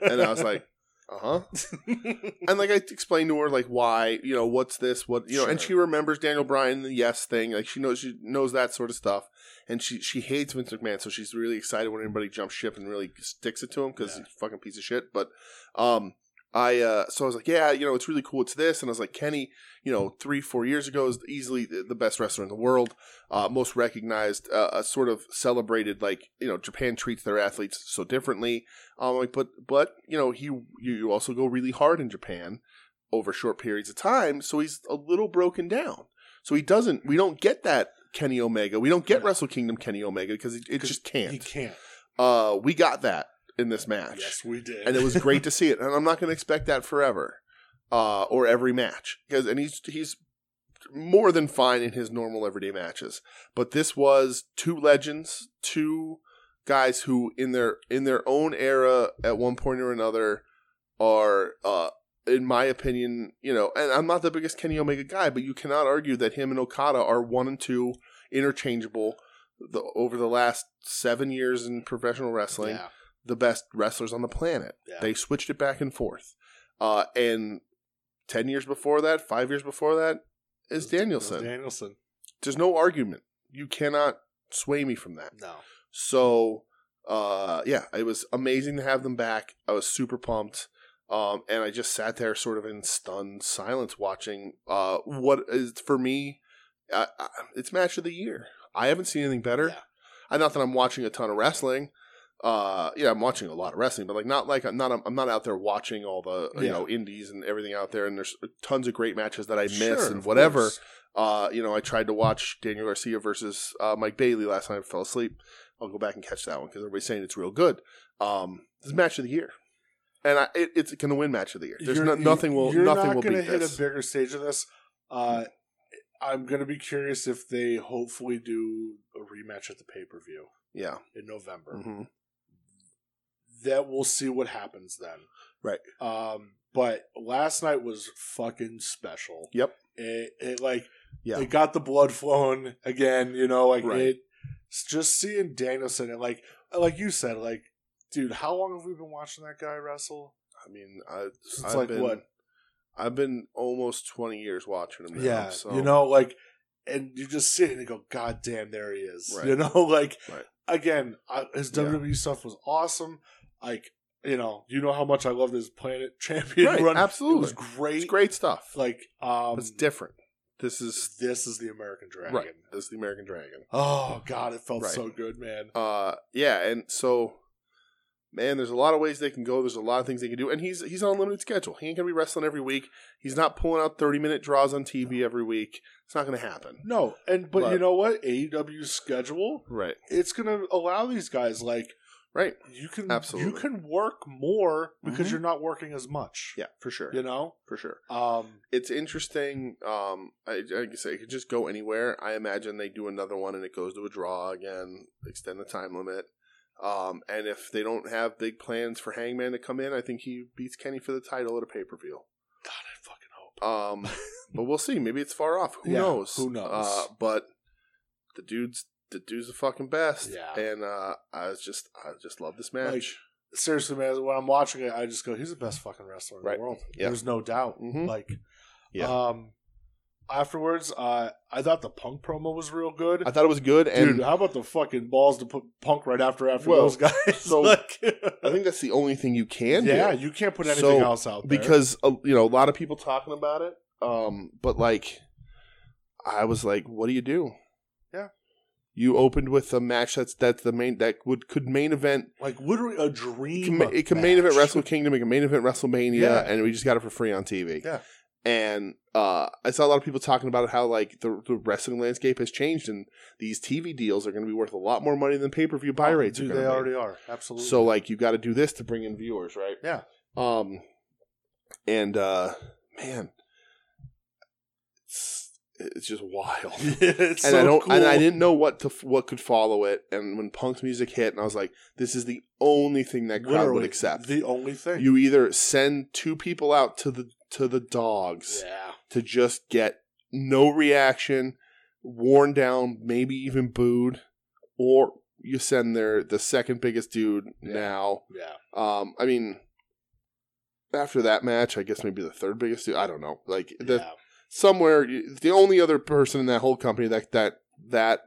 Speaker 1: And I was like, "Uh huh." and like I explained to her like why you know what's this what you know and
Speaker 2: Sure.
Speaker 1: she remembers Daniel Bryan the yes thing like she knows she knows that sort of stuff and she she hates Vince McMahon so she's really excited when anybody jumps ship and really sticks it to him because
Speaker 2: Yeah.
Speaker 1: he's a fucking piece of shit but um I uh so I was like yeah you know it's really cool it's this and I was like Kenny you know three four years ago is easily the the best wrestler in the world uh, most recognized uh, a sort of celebrated like you know Japan treats their athletes so differently um, like, but but you know he you, you also go really hard in Japan over short periods of time, so he's a little broken down. So he doesn't. We don't get that Kenny Omega. We don't get
Speaker 2: No.
Speaker 1: Wrestle Kingdom Kenny Omega because it, it
Speaker 2: 'Cause
Speaker 1: just
Speaker 2: he
Speaker 1: can't.
Speaker 2: can't.
Speaker 1: Uh, we got that in this match,
Speaker 2: Yes, we did.
Speaker 1: and it was great to see it. And I'm not going to expect that forever uh, or every match because and he's he's more than fine in his normal everyday matches. But this was two legends, two guys who in their in their own era at one point or another are uh in my opinion, you know, and I'm not the biggest Kenny Omega guy, but you cannot argue that him and Okada are one and two interchangeable the, over the last 7 years in professional wrestling
Speaker 2: Yeah.
Speaker 1: the best wrestlers on the planet.
Speaker 2: Yeah.
Speaker 1: They switched it back and forth. Uh, and 10 years before that, five years before that, is
Speaker 2: It was- it was
Speaker 1: Danielson.
Speaker 2: Danielson.
Speaker 1: There's no argument. You cannot sway me from that.
Speaker 2: No.
Speaker 1: So, uh, yeah, it was amazing to have them back. I was super pumped. Um, and I just sat there sort of in stunned silence watching uh, what is, for me, I, I, it's match of the year. I haven't seen anything better.
Speaker 2: Yeah.
Speaker 1: I not that I'm watching a ton of wrestling. Uh, yeah, I'm watching a lot of wrestling, but like not like I'm not I'm not out there watching all the you
Speaker 2: Yeah.
Speaker 1: know indies and everything out there. And there's tons of great matches that I miss
Speaker 2: Sure,
Speaker 1: and
Speaker 2: of
Speaker 1: whatever.
Speaker 2: course.
Speaker 1: Uh, you know, I tried to watch Daniel Garcia versus uh, Mike Bailey last night. I fell asleep. I'll go back and catch that one because everybody's saying it's real good. Um, this is match of the year, and I, it, it's going to win match of the year. There's
Speaker 2: You're-
Speaker 1: no, nothing will
Speaker 2: you're
Speaker 1: nothing
Speaker 2: not
Speaker 1: will
Speaker 2: gonna
Speaker 1: beat
Speaker 2: hit
Speaker 1: this.
Speaker 2: a bigger stage of this. Uh, I'm gonna be curious if they hopefully do a rematch at the pay per view
Speaker 1: yeah,
Speaker 2: in November.
Speaker 1: hmm
Speaker 2: That we'll see what happens then.
Speaker 1: Right.
Speaker 2: Um, but last night was fucking special.
Speaker 1: Yep.
Speaker 2: It, it like
Speaker 1: yeah,
Speaker 2: it got the blood flowing again. You know, like
Speaker 1: Right.
Speaker 2: it. s- Just seeing Danielson and like like you said, like dude, how long have we been watching that guy wrestle?
Speaker 1: I mean, I,
Speaker 2: Since
Speaker 1: I've
Speaker 2: like
Speaker 1: been,
Speaker 2: what
Speaker 1: I've been almost 20 years watching him. Now,
Speaker 2: Yeah,
Speaker 1: so.
Speaker 2: you know, like, and you just sit and you go, "God damn, there he is."
Speaker 1: Right.
Speaker 2: You know, like,
Speaker 1: Right.
Speaker 2: again, I, his
Speaker 1: Yeah.
Speaker 2: WWE stuff was awesome. Like, you know, you know how much I loved his Planet Champion
Speaker 1: Right,
Speaker 2: run.
Speaker 1: absolutely.
Speaker 2: it was great.
Speaker 1: it's great stuff.
Speaker 2: Like, um,
Speaker 1: it's different. This is
Speaker 2: this is the American Dragon.
Speaker 1: right. This is the American Dragon.
Speaker 2: Oh God, it felt
Speaker 1: Right.
Speaker 2: so good, man.
Speaker 1: Uh, yeah, and so, man, there's a lot of ways they can go. There's a lot of things they can do, and he's he's on a limited schedule. He ain't gonna be wrestling every week. He's not pulling out 30 minute draws on TV every week. It's not gonna happen.
Speaker 2: No, and but,
Speaker 1: But-
Speaker 2: you know what? AEW's schedule,
Speaker 1: Right.
Speaker 2: it's gonna allow these guys like
Speaker 1: Right.
Speaker 2: you can you
Speaker 1: Absolutely.
Speaker 2: can work more because
Speaker 1: Mhm.
Speaker 2: you're not working as much.
Speaker 1: Yeah. For sure.
Speaker 2: You know?
Speaker 1: For sure.
Speaker 2: Um
Speaker 1: It's interesting. Um, I, like I say, it could just go anywhere. I imagine they do another one and it goes to a draw again, extend the time limit. Um, and if they don't have big plans for Hangman to come in, I think he beats Kenny for the title at a pay per view.
Speaker 2: God, I fucking
Speaker 1: Um,
Speaker 2: hope.
Speaker 1: but we'll see. Maybe it's far off. Who
Speaker 2: Yeah,
Speaker 1: knows?
Speaker 2: who knows?
Speaker 1: Uh, but the dude's the dude's the fucking best.
Speaker 2: Yeah.
Speaker 1: And uh, I was just I just love this match.
Speaker 2: seriously, man, when I'm watching it, I just go, he's the best fucking wrestler in
Speaker 1: Right.
Speaker 2: the world.
Speaker 1: Yeah.
Speaker 2: There's no doubt.
Speaker 1: Mhm.
Speaker 2: Like,
Speaker 1: Yeah.
Speaker 2: um, afterwards, uh, I thought the punk promo was real good.
Speaker 1: I thought it was good, and
Speaker 2: Dude, how about the fucking balls to put punk right after after
Speaker 1: Well,
Speaker 2: those guys?
Speaker 1: so-
Speaker 2: Like-
Speaker 1: I think that's the only thing you can do.
Speaker 2: yeah, you can't put anything
Speaker 1: So,
Speaker 2: else out there.
Speaker 1: because uh, you know a lot of people talking about it um but like i was like what do you do
Speaker 2: Yeah.
Speaker 1: you opened with a match that's that's the main that would could main event
Speaker 2: like literally a dream.
Speaker 1: it can, ma- it can main event
Speaker 2: match.
Speaker 1: wrestle kingdom it can main event wrestlemania
Speaker 2: Yeah.
Speaker 1: and we just got it for free on tv
Speaker 2: Yeah.
Speaker 1: and uh, I saw a lot of people talking about how like the, the wrestling landscape has changed, and these TV deals are going to be worth a lot more money than pay per view buy rates.
Speaker 2: Oh, Dude,
Speaker 1: are
Speaker 2: they
Speaker 1: gonna be.
Speaker 2: already are. Absolutely.
Speaker 1: So like you got to do this to bring in viewers, right?
Speaker 2: Yeah.
Speaker 1: Um, and uh, man, it's, it's just wild.
Speaker 2: Yeah, it's
Speaker 1: and
Speaker 2: so
Speaker 1: I don't,
Speaker 2: cool.
Speaker 1: and I didn't know what to what could follow it. And when Punk's music hit, and I was like, this is the only thing that crowd would
Speaker 2: Literally,
Speaker 1: accept.
Speaker 2: The only thing.
Speaker 1: you either send two people out to the to the dogs
Speaker 2: yeah.
Speaker 1: to just get no reaction, worn down, maybe even booed, or you send their the second biggest dude
Speaker 2: Yeah.
Speaker 1: now.
Speaker 2: Yeah.
Speaker 1: Um, I mean, after that match, I guess maybe the third biggest dude. I don't know. Like the,
Speaker 2: yeah.
Speaker 1: somewhere, you- the only other person in that whole company that that that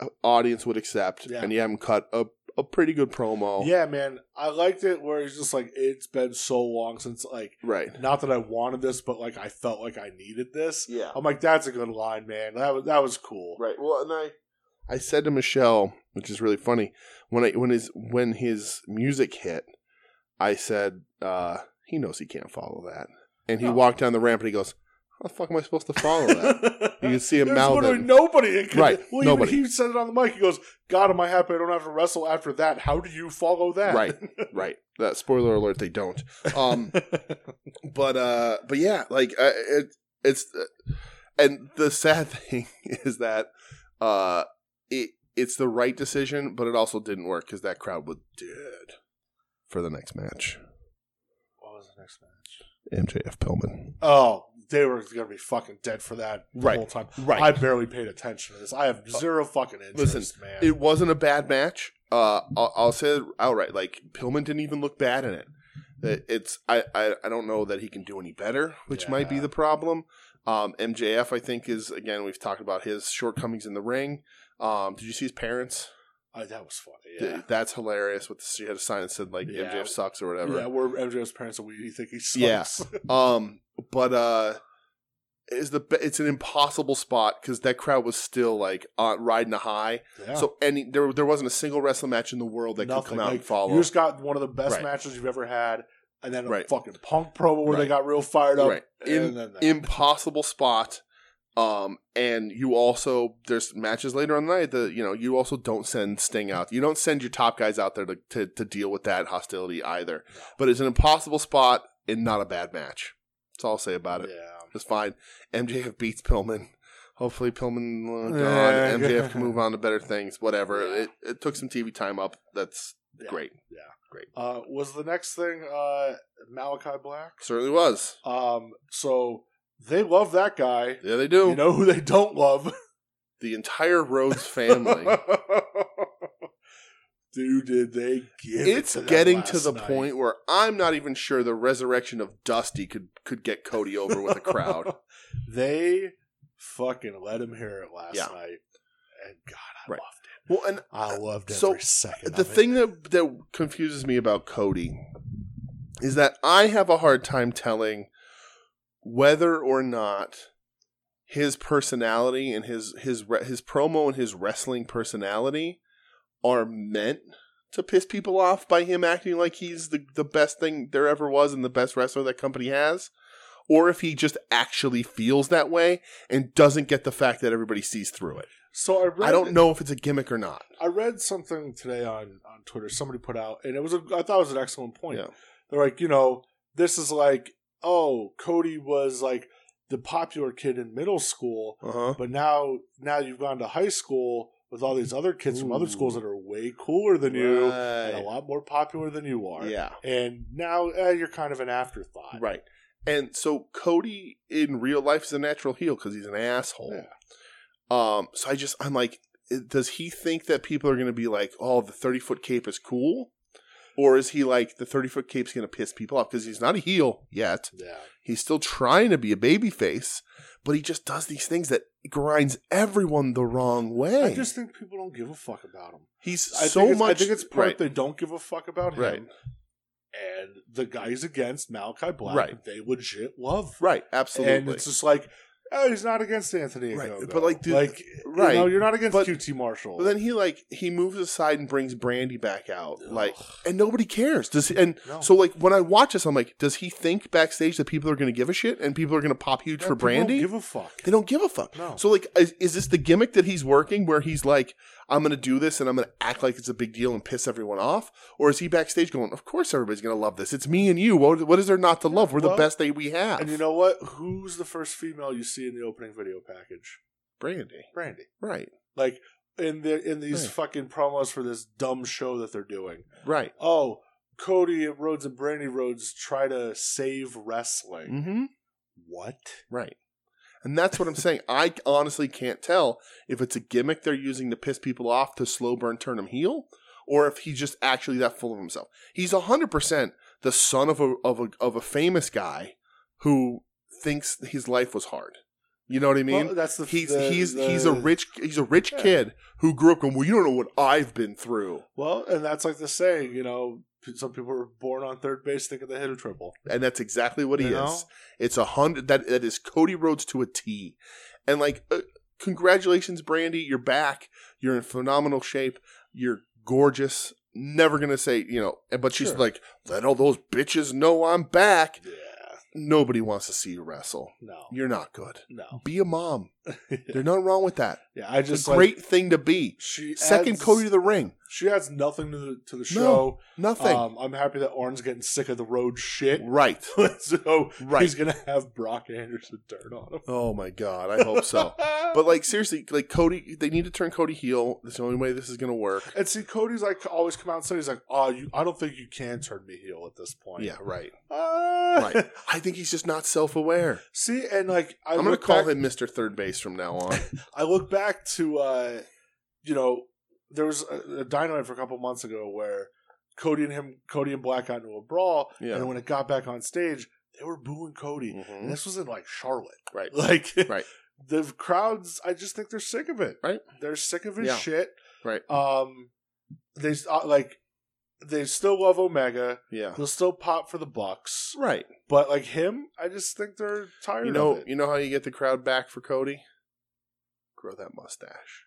Speaker 1: uh, audience would accept,
Speaker 2: Yeah.
Speaker 1: and you haven't cut a a pretty good promo.
Speaker 2: Yeah, man. I liked it where it's just like it's been so long since like
Speaker 1: Right.
Speaker 2: not that I wanted this, but like I felt like I needed this.
Speaker 1: Yeah.
Speaker 2: I'm like, that's a good line, man. That was that was cool.
Speaker 1: Right. Well, and I I said to Michelle, which is really funny, when I when his when his music hit, I said, uh, he knows he can't follow that. And he
Speaker 2: Oh.
Speaker 1: walked down the ramp and he goes, How the fuck am I supposed to follow that? you can see him
Speaker 2: There's literally
Speaker 1: mouthing.
Speaker 2: nobody. that could-
Speaker 1: Right,
Speaker 2: Well,
Speaker 1: nobody.
Speaker 2: Even he said it on the mic. He goes, "God, am I happy? I don't have to wrestle after that. How do you follow that?"
Speaker 1: Right. right. That spoiler alert, they don't. Um but uh but yeah, like uh, it it's uh, and the sad thing is that uh it it's the right decision, but it also didn't work because that crowd was dead for the next match.
Speaker 2: what was the next match?
Speaker 1: MJF Pillman.
Speaker 2: Oh, they were gonna be fucking dead for that the
Speaker 1: Right.
Speaker 2: whole time.
Speaker 1: Right. Oh.
Speaker 2: I barely paid attention to this. I have zero fucking interest,
Speaker 1: Listen,
Speaker 2: man.
Speaker 1: it wasn't a bad match. Uh, I'll, I'll say it outright. Like Pillman didn't even look bad in it. It- It's I, I I don't know that he can do any better, which might be
Speaker 2: Yeah.
Speaker 1: the problem. Um, MJF, I think, is again we've talked about his shortcomings in the ring. Um, did you see his parents?
Speaker 2: I, that was funny. Yeah.
Speaker 1: Th- That's hilarious. With the, she had a sign that said like
Speaker 2: Yeah.
Speaker 1: MJF sucks or whatever.
Speaker 2: Yeah, we're MJF's parents, and we think he
Speaker 1: Yeah.
Speaker 2: sucks.
Speaker 1: Um, but uh, is the be- it's an impossible spot because that crowd was still like uh, riding a high.
Speaker 2: Yeah.
Speaker 1: So any there there wasn't a single wrestling match in the world that could
Speaker 2: Nothing.
Speaker 1: come out
Speaker 2: Like,
Speaker 1: and follow.
Speaker 2: You just got one of the best
Speaker 1: Right.
Speaker 2: matches you've ever had, and then a
Speaker 1: Right.
Speaker 2: fucking punk promo where they
Speaker 1: Right.
Speaker 2: got real fired up.
Speaker 1: Right.
Speaker 2: and
Speaker 1: In-
Speaker 2: then that.
Speaker 1: Impossible spot. Um, and you also there's matches later on the night that you know you also don't send Sting out. You don't send your top guys out there to to, to deal with that hostility either.
Speaker 2: No.
Speaker 1: But it's an impossible spot and not a bad match. That's all I'll say about it.
Speaker 2: yeah.
Speaker 1: It's fine. MJF beats Pillman. Hopefully Pillman uh, gone.
Speaker 2: Yeah.
Speaker 1: MJF can move on to better things. Whatever.
Speaker 2: Yeah.
Speaker 1: It it took some TV time up. That's
Speaker 2: Yeah.
Speaker 1: great.
Speaker 2: Uh, was the next thing uh, Malachi Black?
Speaker 1: Certainly was.
Speaker 2: Um, so they love that guy.
Speaker 1: Yeah, they do.
Speaker 2: You know who they don't love?
Speaker 1: the entire Rhodes family.
Speaker 2: Dude, did they give it
Speaker 1: it's
Speaker 2: to them
Speaker 1: getting
Speaker 2: last
Speaker 1: to the
Speaker 2: night.
Speaker 1: point where I'm not even sure the resurrection of Dusty could could get Cody over with a crowd.
Speaker 2: they fucking let him hear it last
Speaker 1: Yeah.
Speaker 2: night, and God, I
Speaker 1: Right.
Speaker 2: loved it.
Speaker 1: well, and
Speaker 2: I loved
Speaker 1: So,
Speaker 2: every second.
Speaker 1: the
Speaker 2: of it.
Speaker 1: thing that that confuses me about Cody is that I have a hard time telling whether or not his personality and his his re- his promo and his wrestling personality are meant to piss people off by him acting like he's the, the best thing there ever was and the best wrestler that company has or if he just actually feels that way and doesn't get the fact that everybody sees through it.
Speaker 2: so I, read,
Speaker 1: I don't know if it's a gimmick or not.
Speaker 2: I read something today on on Twitter. Somebody put out, and it was a, I thought it was an excellent point.
Speaker 1: Yeah.
Speaker 2: They're like, you know, this is like, oh, Cody was like the popular kid in middle school,
Speaker 1: Uh-huh.
Speaker 2: but now now you've gone to high school with all these other kids from other
Speaker 1: Ooh.
Speaker 2: schools that are way cooler than you and a lot more popular than you are.
Speaker 1: Yeah.
Speaker 2: And now eh, you're kind of an afterthought.
Speaker 1: Right. And so Cody in real life is a natural heel because he's an asshole. Um. So I just eh, I'm like, i- does he think that people are going to be like, oh, the thirty foot cape is cool? Or is he like the 30 foot cape's going to piss people off because he's not a heel yet?
Speaker 2: Yeah.
Speaker 1: He's still trying to be a babyface, but he just does these things that grinds everyone the wrong way.
Speaker 2: I just think people don't give a fuck about him.
Speaker 1: he's
Speaker 2: I
Speaker 1: so
Speaker 2: think it's,
Speaker 1: much.
Speaker 2: I think it's part
Speaker 1: right,
Speaker 2: they don't give a fuck about him.
Speaker 1: Right.
Speaker 2: And the guys against Malachi Black,
Speaker 1: Right.
Speaker 2: they legit love.
Speaker 1: right, absolutely.
Speaker 2: And it's just like, oh, he's not against Anthony.
Speaker 1: Right,
Speaker 2: Ogogo.
Speaker 1: but, like, dude-
Speaker 2: like,
Speaker 1: right.
Speaker 2: you know, you're not against
Speaker 1: But-
Speaker 2: QT Marshall.
Speaker 1: but then he like he moves aside and brings Brandy back out,
Speaker 2: Ugh.
Speaker 1: like, and nobody cares. Does he, and
Speaker 2: No.
Speaker 1: so like when I watch this, I'm like, does he think backstage that people are going to give a shit and people are going to pop huge
Speaker 2: Yeah,
Speaker 1: for
Speaker 2: people don't
Speaker 1: Brandy?
Speaker 2: give a fuck.
Speaker 1: They don't give a fuck.
Speaker 2: No.
Speaker 1: So like, is, is this the gimmick that he's working, where he's like, "I'm going to do this and I'm going to act like it's a big deal and piss everyone off," or is he backstage going, "Of course everybody's going to love this. It's me and you. What, what is there not to love? We're
Speaker 2: Well,
Speaker 1: the best that we have."
Speaker 2: And you know what? Who's the first female you see in the opening video package?
Speaker 1: Brandy,
Speaker 2: Brandy.
Speaker 1: right,
Speaker 2: Like in the in these
Speaker 1: Right.
Speaker 2: fucking promos for this dumb show that they're doing.
Speaker 1: right,
Speaker 2: Oh, Cody Rhodes and Brandy Rhodes try to save wrestling.
Speaker 1: mm-hmm.
Speaker 2: What?
Speaker 1: right. And that's what I'm saying. I honestly can't tell if it's a gimmick they're using to piss people off to slow burn turn him heel, or if he's just actually that full of himself. He's hundred percent the son of a of a of a famous guy who thinks his life was hard. You know what I mean?
Speaker 2: Well, that's the
Speaker 1: he's
Speaker 2: the-
Speaker 1: he's
Speaker 2: the-
Speaker 1: he's a rich he's a rich
Speaker 2: Yeah.
Speaker 1: kid who grew up going. Well, you don't know what I've been through,
Speaker 2: Well, and that's like the saying, you know, p- some people are born on third base thinking they hit a triple.
Speaker 1: and that's exactly what he
Speaker 2: You know?
Speaker 1: is. It's a hundred. That that is Cody Rhodes to a T, and like, uh, congratulations, Brandy, you're back. You're in phenomenal shape. You're gorgeous. Never gonna say you know, and- but she's
Speaker 2: Sure.
Speaker 1: like, let all those bitches know I'm back.
Speaker 2: Yeah.
Speaker 1: Nobody wants to see you wrestle.
Speaker 2: No.
Speaker 1: You're not good.
Speaker 2: no.
Speaker 1: Be a mom.
Speaker 2: yeah,
Speaker 1: There's nothing wrong with that.
Speaker 2: I
Speaker 1: It's
Speaker 2: just
Speaker 1: a
Speaker 2: like,
Speaker 1: great thing to be.
Speaker 2: She
Speaker 1: Second
Speaker 2: adds-
Speaker 1: Cody to the ring.
Speaker 2: She adds nothing to the to the show.
Speaker 1: Nothing.
Speaker 2: Um, I'm happy that Orn's getting sick of the road shit.
Speaker 1: right.
Speaker 2: so
Speaker 1: Right.
Speaker 2: he's gonna have Brock Anderson turn on him.
Speaker 1: Oh my god, I hope so. but like seriously, like Cody, they need to turn Cody heel. That's the only way this is gonna work.
Speaker 2: and see, Cody's like always come out and say he's like, "Oh, you, I don't think you can turn me heel at this point."
Speaker 1: Yeah, right.
Speaker 2: Ah.
Speaker 1: Right. I think he's just not self aware.
Speaker 2: see, and like I
Speaker 1: I'm gonna
Speaker 2: look
Speaker 1: call
Speaker 2: back-
Speaker 1: him Mr. Third Base from now on.
Speaker 2: I look back to, uh, you know, there was a, a dynamite for a couple months ago where Cody and him, Cody and Black got into a brawl,
Speaker 1: Yeah.
Speaker 2: and when it got back on stage, they were booing Cody. And
Speaker 1: Mhm.
Speaker 2: this was in like Charlotte,
Speaker 1: Right.
Speaker 2: like
Speaker 1: Right.
Speaker 2: the crowds. I just think they're sick of it.
Speaker 1: Right.
Speaker 2: they're sick of his
Speaker 1: Yeah.
Speaker 2: shit.
Speaker 1: Right.
Speaker 2: Um, they s- uh, like they still love Omega.
Speaker 1: Yeah.
Speaker 2: They'll still pop for the Bucks,
Speaker 1: Right.
Speaker 2: but like him, I just think they're tired.
Speaker 1: You know
Speaker 2: of it.
Speaker 1: you know how you get the crowd back for Cody? Grow that mustache.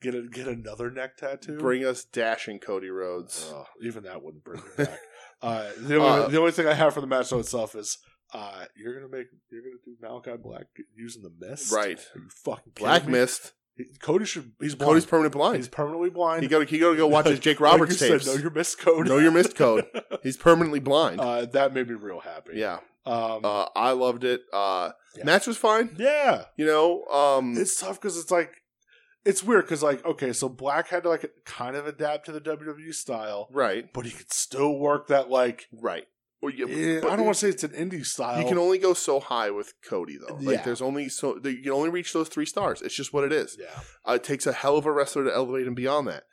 Speaker 2: get a, get another neck tattoo.
Speaker 1: Bring us dashing Cody Rhodes.
Speaker 2: Oh, even that wouldn't bring me back. uh, the, only,
Speaker 1: Uh,
Speaker 2: the only thing I have for the match though itself is uh, you're gonna make you're gonna do Malachi Black using the mist,
Speaker 1: Right.
Speaker 2: Are you fucking kidding
Speaker 1: Black
Speaker 2: me?
Speaker 1: mist.
Speaker 2: He- Cody should he's blind.
Speaker 1: Cody's permanently
Speaker 2: He's
Speaker 1: blind.
Speaker 2: permanently blind.
Speaker 1: He gotta he gotta go watch his Jake
Speaker 2: Like you
Speaker 1: Roberts
Speaker 2: said,
Speaker 1: tapes.
Speaker 2: know your mist code.
Speaker 1: Know your missed code. He's permanently blind.
Speaker 2: uh, that made me real happy.
Speaker 1: yeah.
Speaker 2: Um,
Speaker 1: Uh, I loved it. Uh,
Speaker 2: Yeah.
Speaker 1: Match was fine.
Speaker 2: yeah.
Speaker 1: You know, um,
Speaker 2: It's tough because it's like it's weird because like okay, so Black had to like kind of adapt to the WWE style,
Speaker 1: right,
Speaker 2: but he could still work that like.
Speaker 1: right. Or you,
Speaker 2: eh,
Speaker 1: but
Speaker 2: I don't want to say it's an indie style.
Speaker 1: You can only go so high with Cody, though. Like,
Speaker 2: Yeah.
Speaker 1: there's only so you can only reach those three stars. It's just what it is.
Speaker 2: yeah.
Speaker 1: Uh, it takes a hell of a wrestler to elevate him beyond that,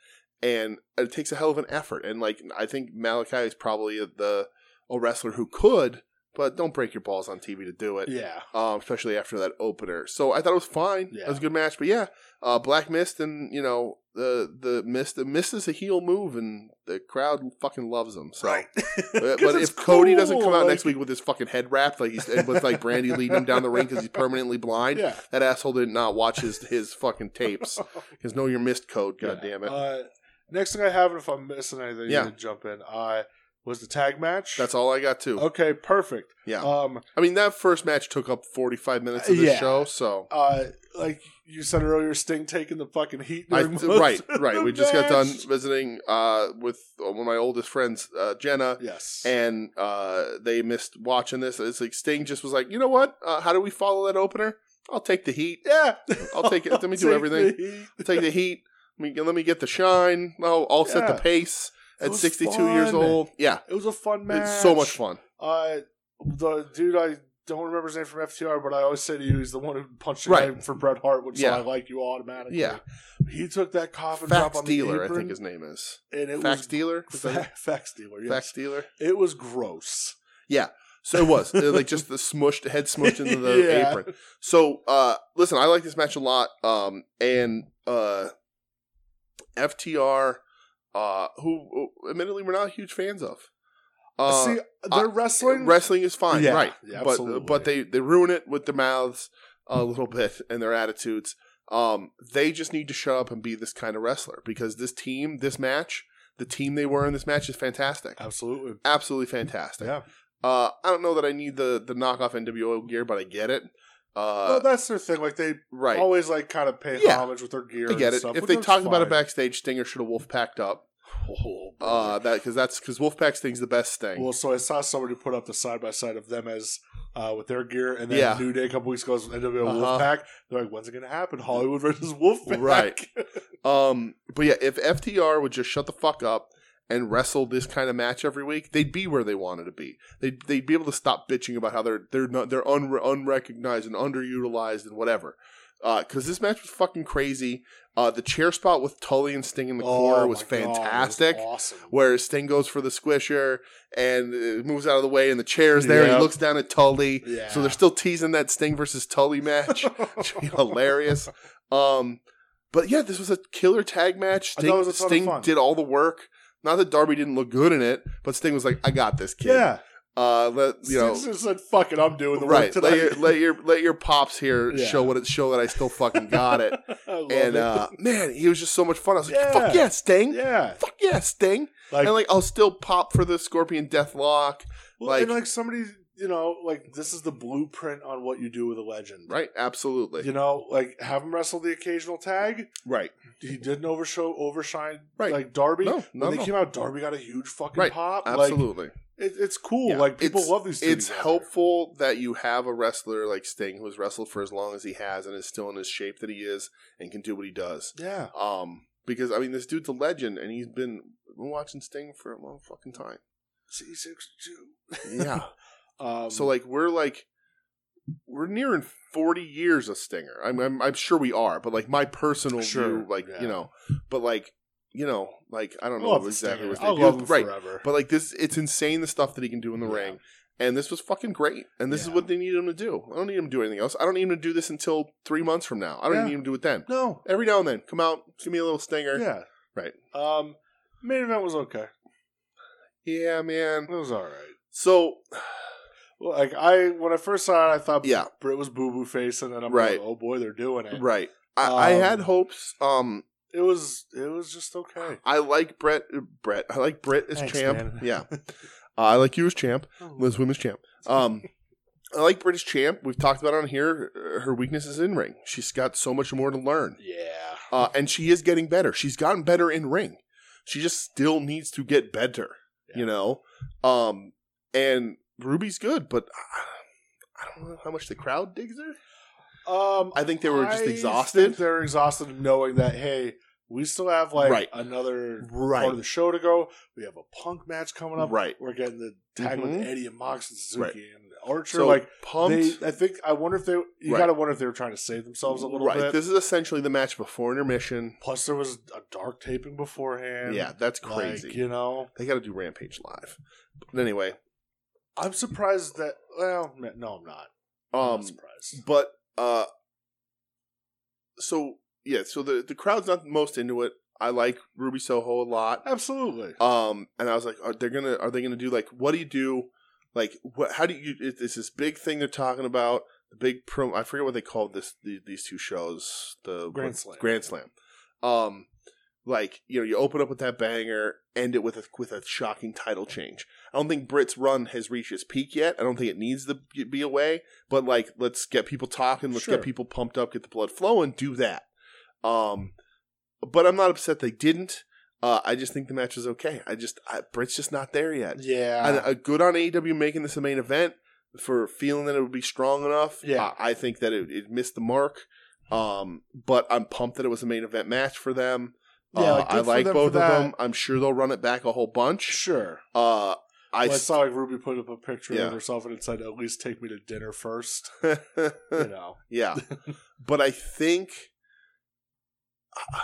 Speaker 1: and it takes a hell of an effort. And like, I think Malachi is probably the a wrestler who could, but don't break your balls on TV to do it.
Speaker 2: Yeah.
Speaker 1: um, especially after that opener. So I thought it was fine.
Speaker 2: Yeah.
Speaker 1: It was a good match, but yeah, uh, Black Mist and you know the the mist the mist is a heel move, and the crowd fucking loves him. So. But, but if Cody doesn't come out next week with his fucking head wrapped, like he's and with like Brandy leading him down the ring because he's permanently blind,
Speaker 2: yeah.
Speaker 1: that asshole did not watch his his fucking tapes. Because know your missed code,
Speaker 2: Yeah.
Speaker 1: goddamn it.
Speaker 2: Uh, next thing I have, and if I'm missing anything,
Speaker 1: Yeah.
Speaker 2: you can jump in. Uh, was the tag match.
Speaker 1: That's all I got too.
Speaker 2: Okay, perfect.
Speaker 1: Yeah,
Speaker 2: Um,
Speaker 1: I mean that first match took up forty five minutes of this
Speaker 2: Yeah.
Speaker 1: show, so
Speaker 2: uh, like you said earlier, Sting taking the fucking heat.
Speaker 1: I,
Speaker 2: during most
Speaker 1: right,
Speaker 2: of
Speaker 1: right.
Speaker 2: the
Speaker 1: We just got done
Speaker 2: match.
Speaker 1: visiting uh, with one of my oldest friends, uh, Jenna,
Speaker 2: Yes.
Speaker 1: and uh, they missed watching this. It's like Sting just was like, you know what? Uh, how do we follow that opener? I'll take the heat.
Speaker 2: yeah,
Speaker 1: I'll take it. Let me do
Speaker 2: Take
Speaker 1: everything.
Speaker 2: the heat.
Speaker 1: I'll take the heat. Let me, let me get the shine. I'll, I'll set the
Speaker 2: Yeah.
Speaker 1: pace
Speaker 2: It
Speaker 1: at
Speaker 2: was
Speaker 1: 62 years
Speaker 2: fun.
Speaker 1: old. Yeah,
Speaker 2: It was a fun match.
Speaker 1: it's so much fun.
Speaker 2: Uh, the dude I don't remember his name from FTR, but I always say to you, he's the one who punched the
Speaker 1: Right.
Speaker 2: guy for Bret Hart, which
Speaker 1: Yeah.
Speaker 2: so I like you automatically.
Speaker 1: Yeah.
Speaker 2: He took that coffin drop
Speaker 1: Fax
Speaker 2: on the
Speaker 1: dealer, I
Speaker 2: apron,
Speaker 1: think his name is.
Speaker 2: and it
Speaker 1: Fax
Speaker 2: was
Speaker 1: dealer. Is that it?
Speaker 2: fa- fax dealer. Yes.
Speaker 1: Fax dealer.
Speaker 2: It was gross.
Speaker 1: So it was It was like just the smushed head smushed into the
Speaker 2: Yeah.
Speaker 1: apron. So uh listen, I like this match a lot. Um and uh FTR uh who uh, admittedly we're not huge fans of. Uh,
Speaker 2: See, they're wrestling.
Speaker 1: wrestling is fine,
Speaker 2: Yeah,
Speaker 1: right?
Speaker 2: yeah, absolutely.
Speaker 1: but uh, but they they ruin it with their mouths a little bit and their attitudes. Um they just need to shut up and be this kind of wrestler because this team, this match, the team they were in this match is fantastic.
Speaker 2: Absolutely.
Speaker 1: Absolutely fantastic.
Speaker 2: Yeah.
Speaker 1: Uh, I don't know that I need the the knockoff NWO gear, but I get it.
Speaker 2: well,
Speaker 1: Uh,
Speaker 2: that's their thing. Like they
Speaker 1: right,
Speaker 2: always like kind of pay
Speaker 1: Yeah.
Speaker 2: homage with their gear.
Speaker 1: I get
Speaker 2: and
Speaker 1: it.
Speaker 2: Stuff,
Speaker 1: If
Speaker 2: which
Speaker 1: they
Speaker 2: is
Speaker 1: talked about it
Speaker 2: fine.
Speaker 1: backstage, Stinger should have wolf packed up.
Speaker 2: Oh, boy.
Speaker 1: Uh, that because that's because Wolfpack's thing's the best thing.
Speaker 2: well, so I saw somebody put up the side by side of them as uh, with their gear, and then
Speaker 1: Yeah.
Speaker 2: New Day a couple weeks ago was NWO
Speaker 1: Uh-huh.
Speaker 2: Wolfpack. They're like, when's it going to happen? Hollywood versus Wolfpack,
Speaker 1: Right. Um, but yeah, if FTR would just shut the fuck up and wrestle this kind of match every week, they'd be where they wanted to be. They'd they'd be able to stop bitching about how they're they're not they're un- unrecognized and underutilized and whatever. Because this match was fucking crazy. Uh, the chair spot with Tully and Sting in the corner
Speaker 2: Oh,
Speaker 1: was
Speaker 2: my God, it was
Speaker 1: fantastic.
Speaker 2: awesome.
Speaker 1: where Sting goes for the squisher and uh, moves out of the way, and the chair's there. and
Speaker 2: Yep.
Speaker 1: He looks down at Tully,
Speaker 2: Yeah.
Speaker 1: so they're still teasing that Sting versus Tully match. Which would be hilarious. Um, but yeah, this was a killer tag match.
Speaker 2: I thought it
Speaker 1: Sting,
Speaker 2: was a ton of
Speaker 1: Sting
Speaker 2: fun.
Speaker 1: did all the work. Not that Darby didn't look good in it, but Sting was like, "I got this, kid."
Speaker 2: Yeah.
Speaker 1: Uh, let you know,
Speaker 2: Sting just said, fuck it, I'm doing the
Speaker 1: right?
Speaker 2: work
Speaker 1: Let
Speaker 2: today.
Speaker 1: your, let your let your pops here
Speaker 2: Yeah.
Speaker 1: show what it show that I still fucking got it.
Speaker 2: I love
Speaker 1: and
Speaker 2: it.
Speaker 1: uh, man, he was just so much fun. I was like,
Speaker 2: Yeah.
Speaker 1: "Fuck yeah, Sting!
Speaker 2: yeah.
Speaker 1: Fuck yeah, Sting!"
Speaker 2: Like,
Speaker 1: and like I'll still pop for the Scorpion Deathlock.
Speaker 2: well,
Speaker 1: like-
Speaker 2: and like somebody, you know, like this is the blueprint on what you do with a legend.
Speaker 1: Right, absolutely.
Speaker 2: You know, like have him wrestle the occasional tag.
Speaker 1: Right,
Speaker 2: He didn't overshow, overshine
Speaker 1: Right.
Speaker 2: like Darby.
Speaker 1: No, no,
Speaker 2: when they
Speaker 1: no.
Speaker 2: came out, Darby got a huge fucking
Speaker 1: Right.
Speaker 2: pop. Like,
Speaker 1: absolutely.
Speaker 2: it, it's cool.
Speaker 1: Yeah.
Speaker 2: Like people
Speaker 1: It's-
Speaker 2: love these. two
Speaker 1: it's
Speaker 2: together.
Speaker 1: helpful that you have a wrestler like Sting who has wrestled for as long as he has and is still in his shape that he is and can do what he does.
Speaker 2: Yeah.
Speaker 1: Um, because I mean, this dude's a legend, and he's been been watching Sting for a long fucking time.
Speaker 2: See, six two.
Speaker 1: Yeah.
Speaker 2: Um,
Speaker 1: so like we're like we're nearing forty years of Stinger. I'm I'm, I'm sure we are, but like my personal
Speaker 2: Sure,
Speaker 1: view, like
Speaker 2: yeah.
Speaker 1: you know, but like you know, like I don't know
Speaker 2: love
Speaker 1: exactly
Speaker 2: Stinger.
Speaker 1: what
Speaker 2: I
Speaker 1: they
Speaker 2: love
Speaker 1: do.
Speaker 2: him
Speaker 1: Right,
Speaker 2: forever.
Speaker 1: But like this, it's insane the stuff that he can do in the
Speaker 2: Yeah.
Speaker 1: ring. And this was fucking great. And this is
Speaker 2: Yeah.
Speaker 1: what they need him to do. I don't need him to do anything else. I don't need him to do this until three months from now. I don't
Speaker 2: Yeah.
Speaker 1: need him to do it then.
Speaker 2: no.
Speaker 1: Every now and then, come out, give me a little stinger. Yeah,
Speaker 2: Yeah.
Speaker 1: Right.
Speaker 2: Um, main event was okay.
Speaker 1: man.
Speaker 2: It was all right.
Speaker 1: So
Speaker 2: Well, Like I, when I first saw it, I thought
Speaker 1: yeah,
Speaker 2: Brit was boo boo face, and then I'm
Speaker 1: Right.
Speaker 2: like, oh boy, they're doing it.
Speaker 1: right. I, I
Speaker 2: Um,
Speaker 1: had hopes. Um,
Speaker 2: It was, it was just okay.
Speaker 1: I like Brett. Brett. I like Brett as
Speaker 2: Thanks,
Speaker 1: champ.
Speaker 2: man.
Speaker 1: Yeah, uh, I like you as champ. Liz Women's champ. Um, I like British champ. We've talked about it on here. uh, Her weakness is in ring. She's got so much more to learn.
Speaker 2: yeah.
Speaker 1: uh, and she is getting better. She's gotten better in ring. She just still needs to get better, you
Speaker 2: Yeah.
Speaker 1: know. Um, and Ruby's good, but I, I don't know how much the crowd digs her.
Speaker 2: Um,
Speaker 1: I think they were just
Speaker 2: I
Speaker 1: exhausted.
Speaker 2: think They're exhausted, knowing that hey, we still have like
Speaker 1: Right.
Speaker 2: another part of
Speaker 1: Right,
Speaker 2: the show to go. We have a Punk match coming up.
Speaker 1: right.
Speaker 2: We're getting the tag
Speaker 1: Mhm.
Speaker 2: with Eddie and Mox and Suzuki and Archer.
Speaker 1: So
Speaker 2: like
Speaker 1: like pumped.
Speaker 2: they, I think I wonder if they. You
Speaker 1: Right.
Speaker 2: gotta wonder if they were trying to save themselves a little
Speaker 1: right,
Speaker 2: bit.
Speaker 1: this is essentially the match before intermission.
Speaker 2: Plus, there was a dark taping beforehand.
Speaker 1: yeah, that's
Speaker 2: Like,
Speaker 1: crazy.
Speaker 2: you know,
Speaker 1: They got to do Rampage live. But anyway,
Speaker 2: I'm surprised that. Well, no, no, I'm not. I'm not
Speaker 1: um,
Speaker 2: surprised.
Speaker 1: but uh, so yeah, so the the crowd's not most into it. I like Ruby Soho a lot.
Speaker 2: Absolutely.
Speaker 1: Um, and I was like, are they gonna are they gonna do like what do you do? Like what? How do you? it- It's this big thing they're talking about. The big pro. I forget what they called this. the- These two shows. The
Speaker 2: Grand
Speaker 1: what-
Speaker 2: Slam.
Speaker 1: Grand Slam. Um, like you know, you open up with that banger, end it with a with a shocking title change. I don't think Brit's run has reached its peak yet. I don't think it needs to be away. But like, let's get people talking. Let's
Speaker 2: Sure.
Speaker 1: get people pumped up. Get the blood flowing. Do that. Um, but I'm not upset they didn't. Uh, I just think the match was okay. I just I, Brit's just not there yet.
Speaker 2: yeah.
Speaker 1: And uh, good on AEW making this a main event for feeling that it would be strong enough.
Speaker 2: Yeah.
Speaker 1: I, I think that it, it missed the mark. Um, but I'm pumped that it was a main event match for them.
Speaker 2: yeah.
Speaker 1: Uh,
Speaker 2: like, good
Speaker 1: I
Speaker 2: for
Speaker 1: like
Speaker 2: them for
Speaker 1: both of
Speaker 2: that.
Speaker 1: them. I'm sure they'll run it back a whole bunch.
Speaker 2: Sure.
Speaker 1: Uh, I
Speaker 2: Well, I saw like Ruby put up a picture
Speaker 1: Yeah.
Speaker 2: of herself and it said, "At least take me to dinner first. You
Speaker 1: s-
Speaker 2: know,
Speaker 1: yeah, but I think uh,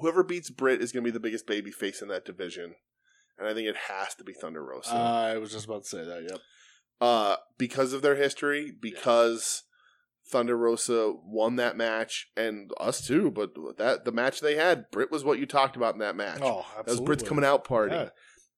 Speaker 1: whoever beats Britt is going to be the biggest baby face in that division, and I think it has to be Thunder Rosa.
Speaker 2: I was just about to say that. Yep.
Speaker 1: uh, because of their history, because Thunder Rosa won that match, and us too. But that the match they had, Britt was what you talked about in that match.
Speaker 2: Oh, absolutely.
Speaker 1: that was Britt's coming out party,
Speaker 2: Yeah.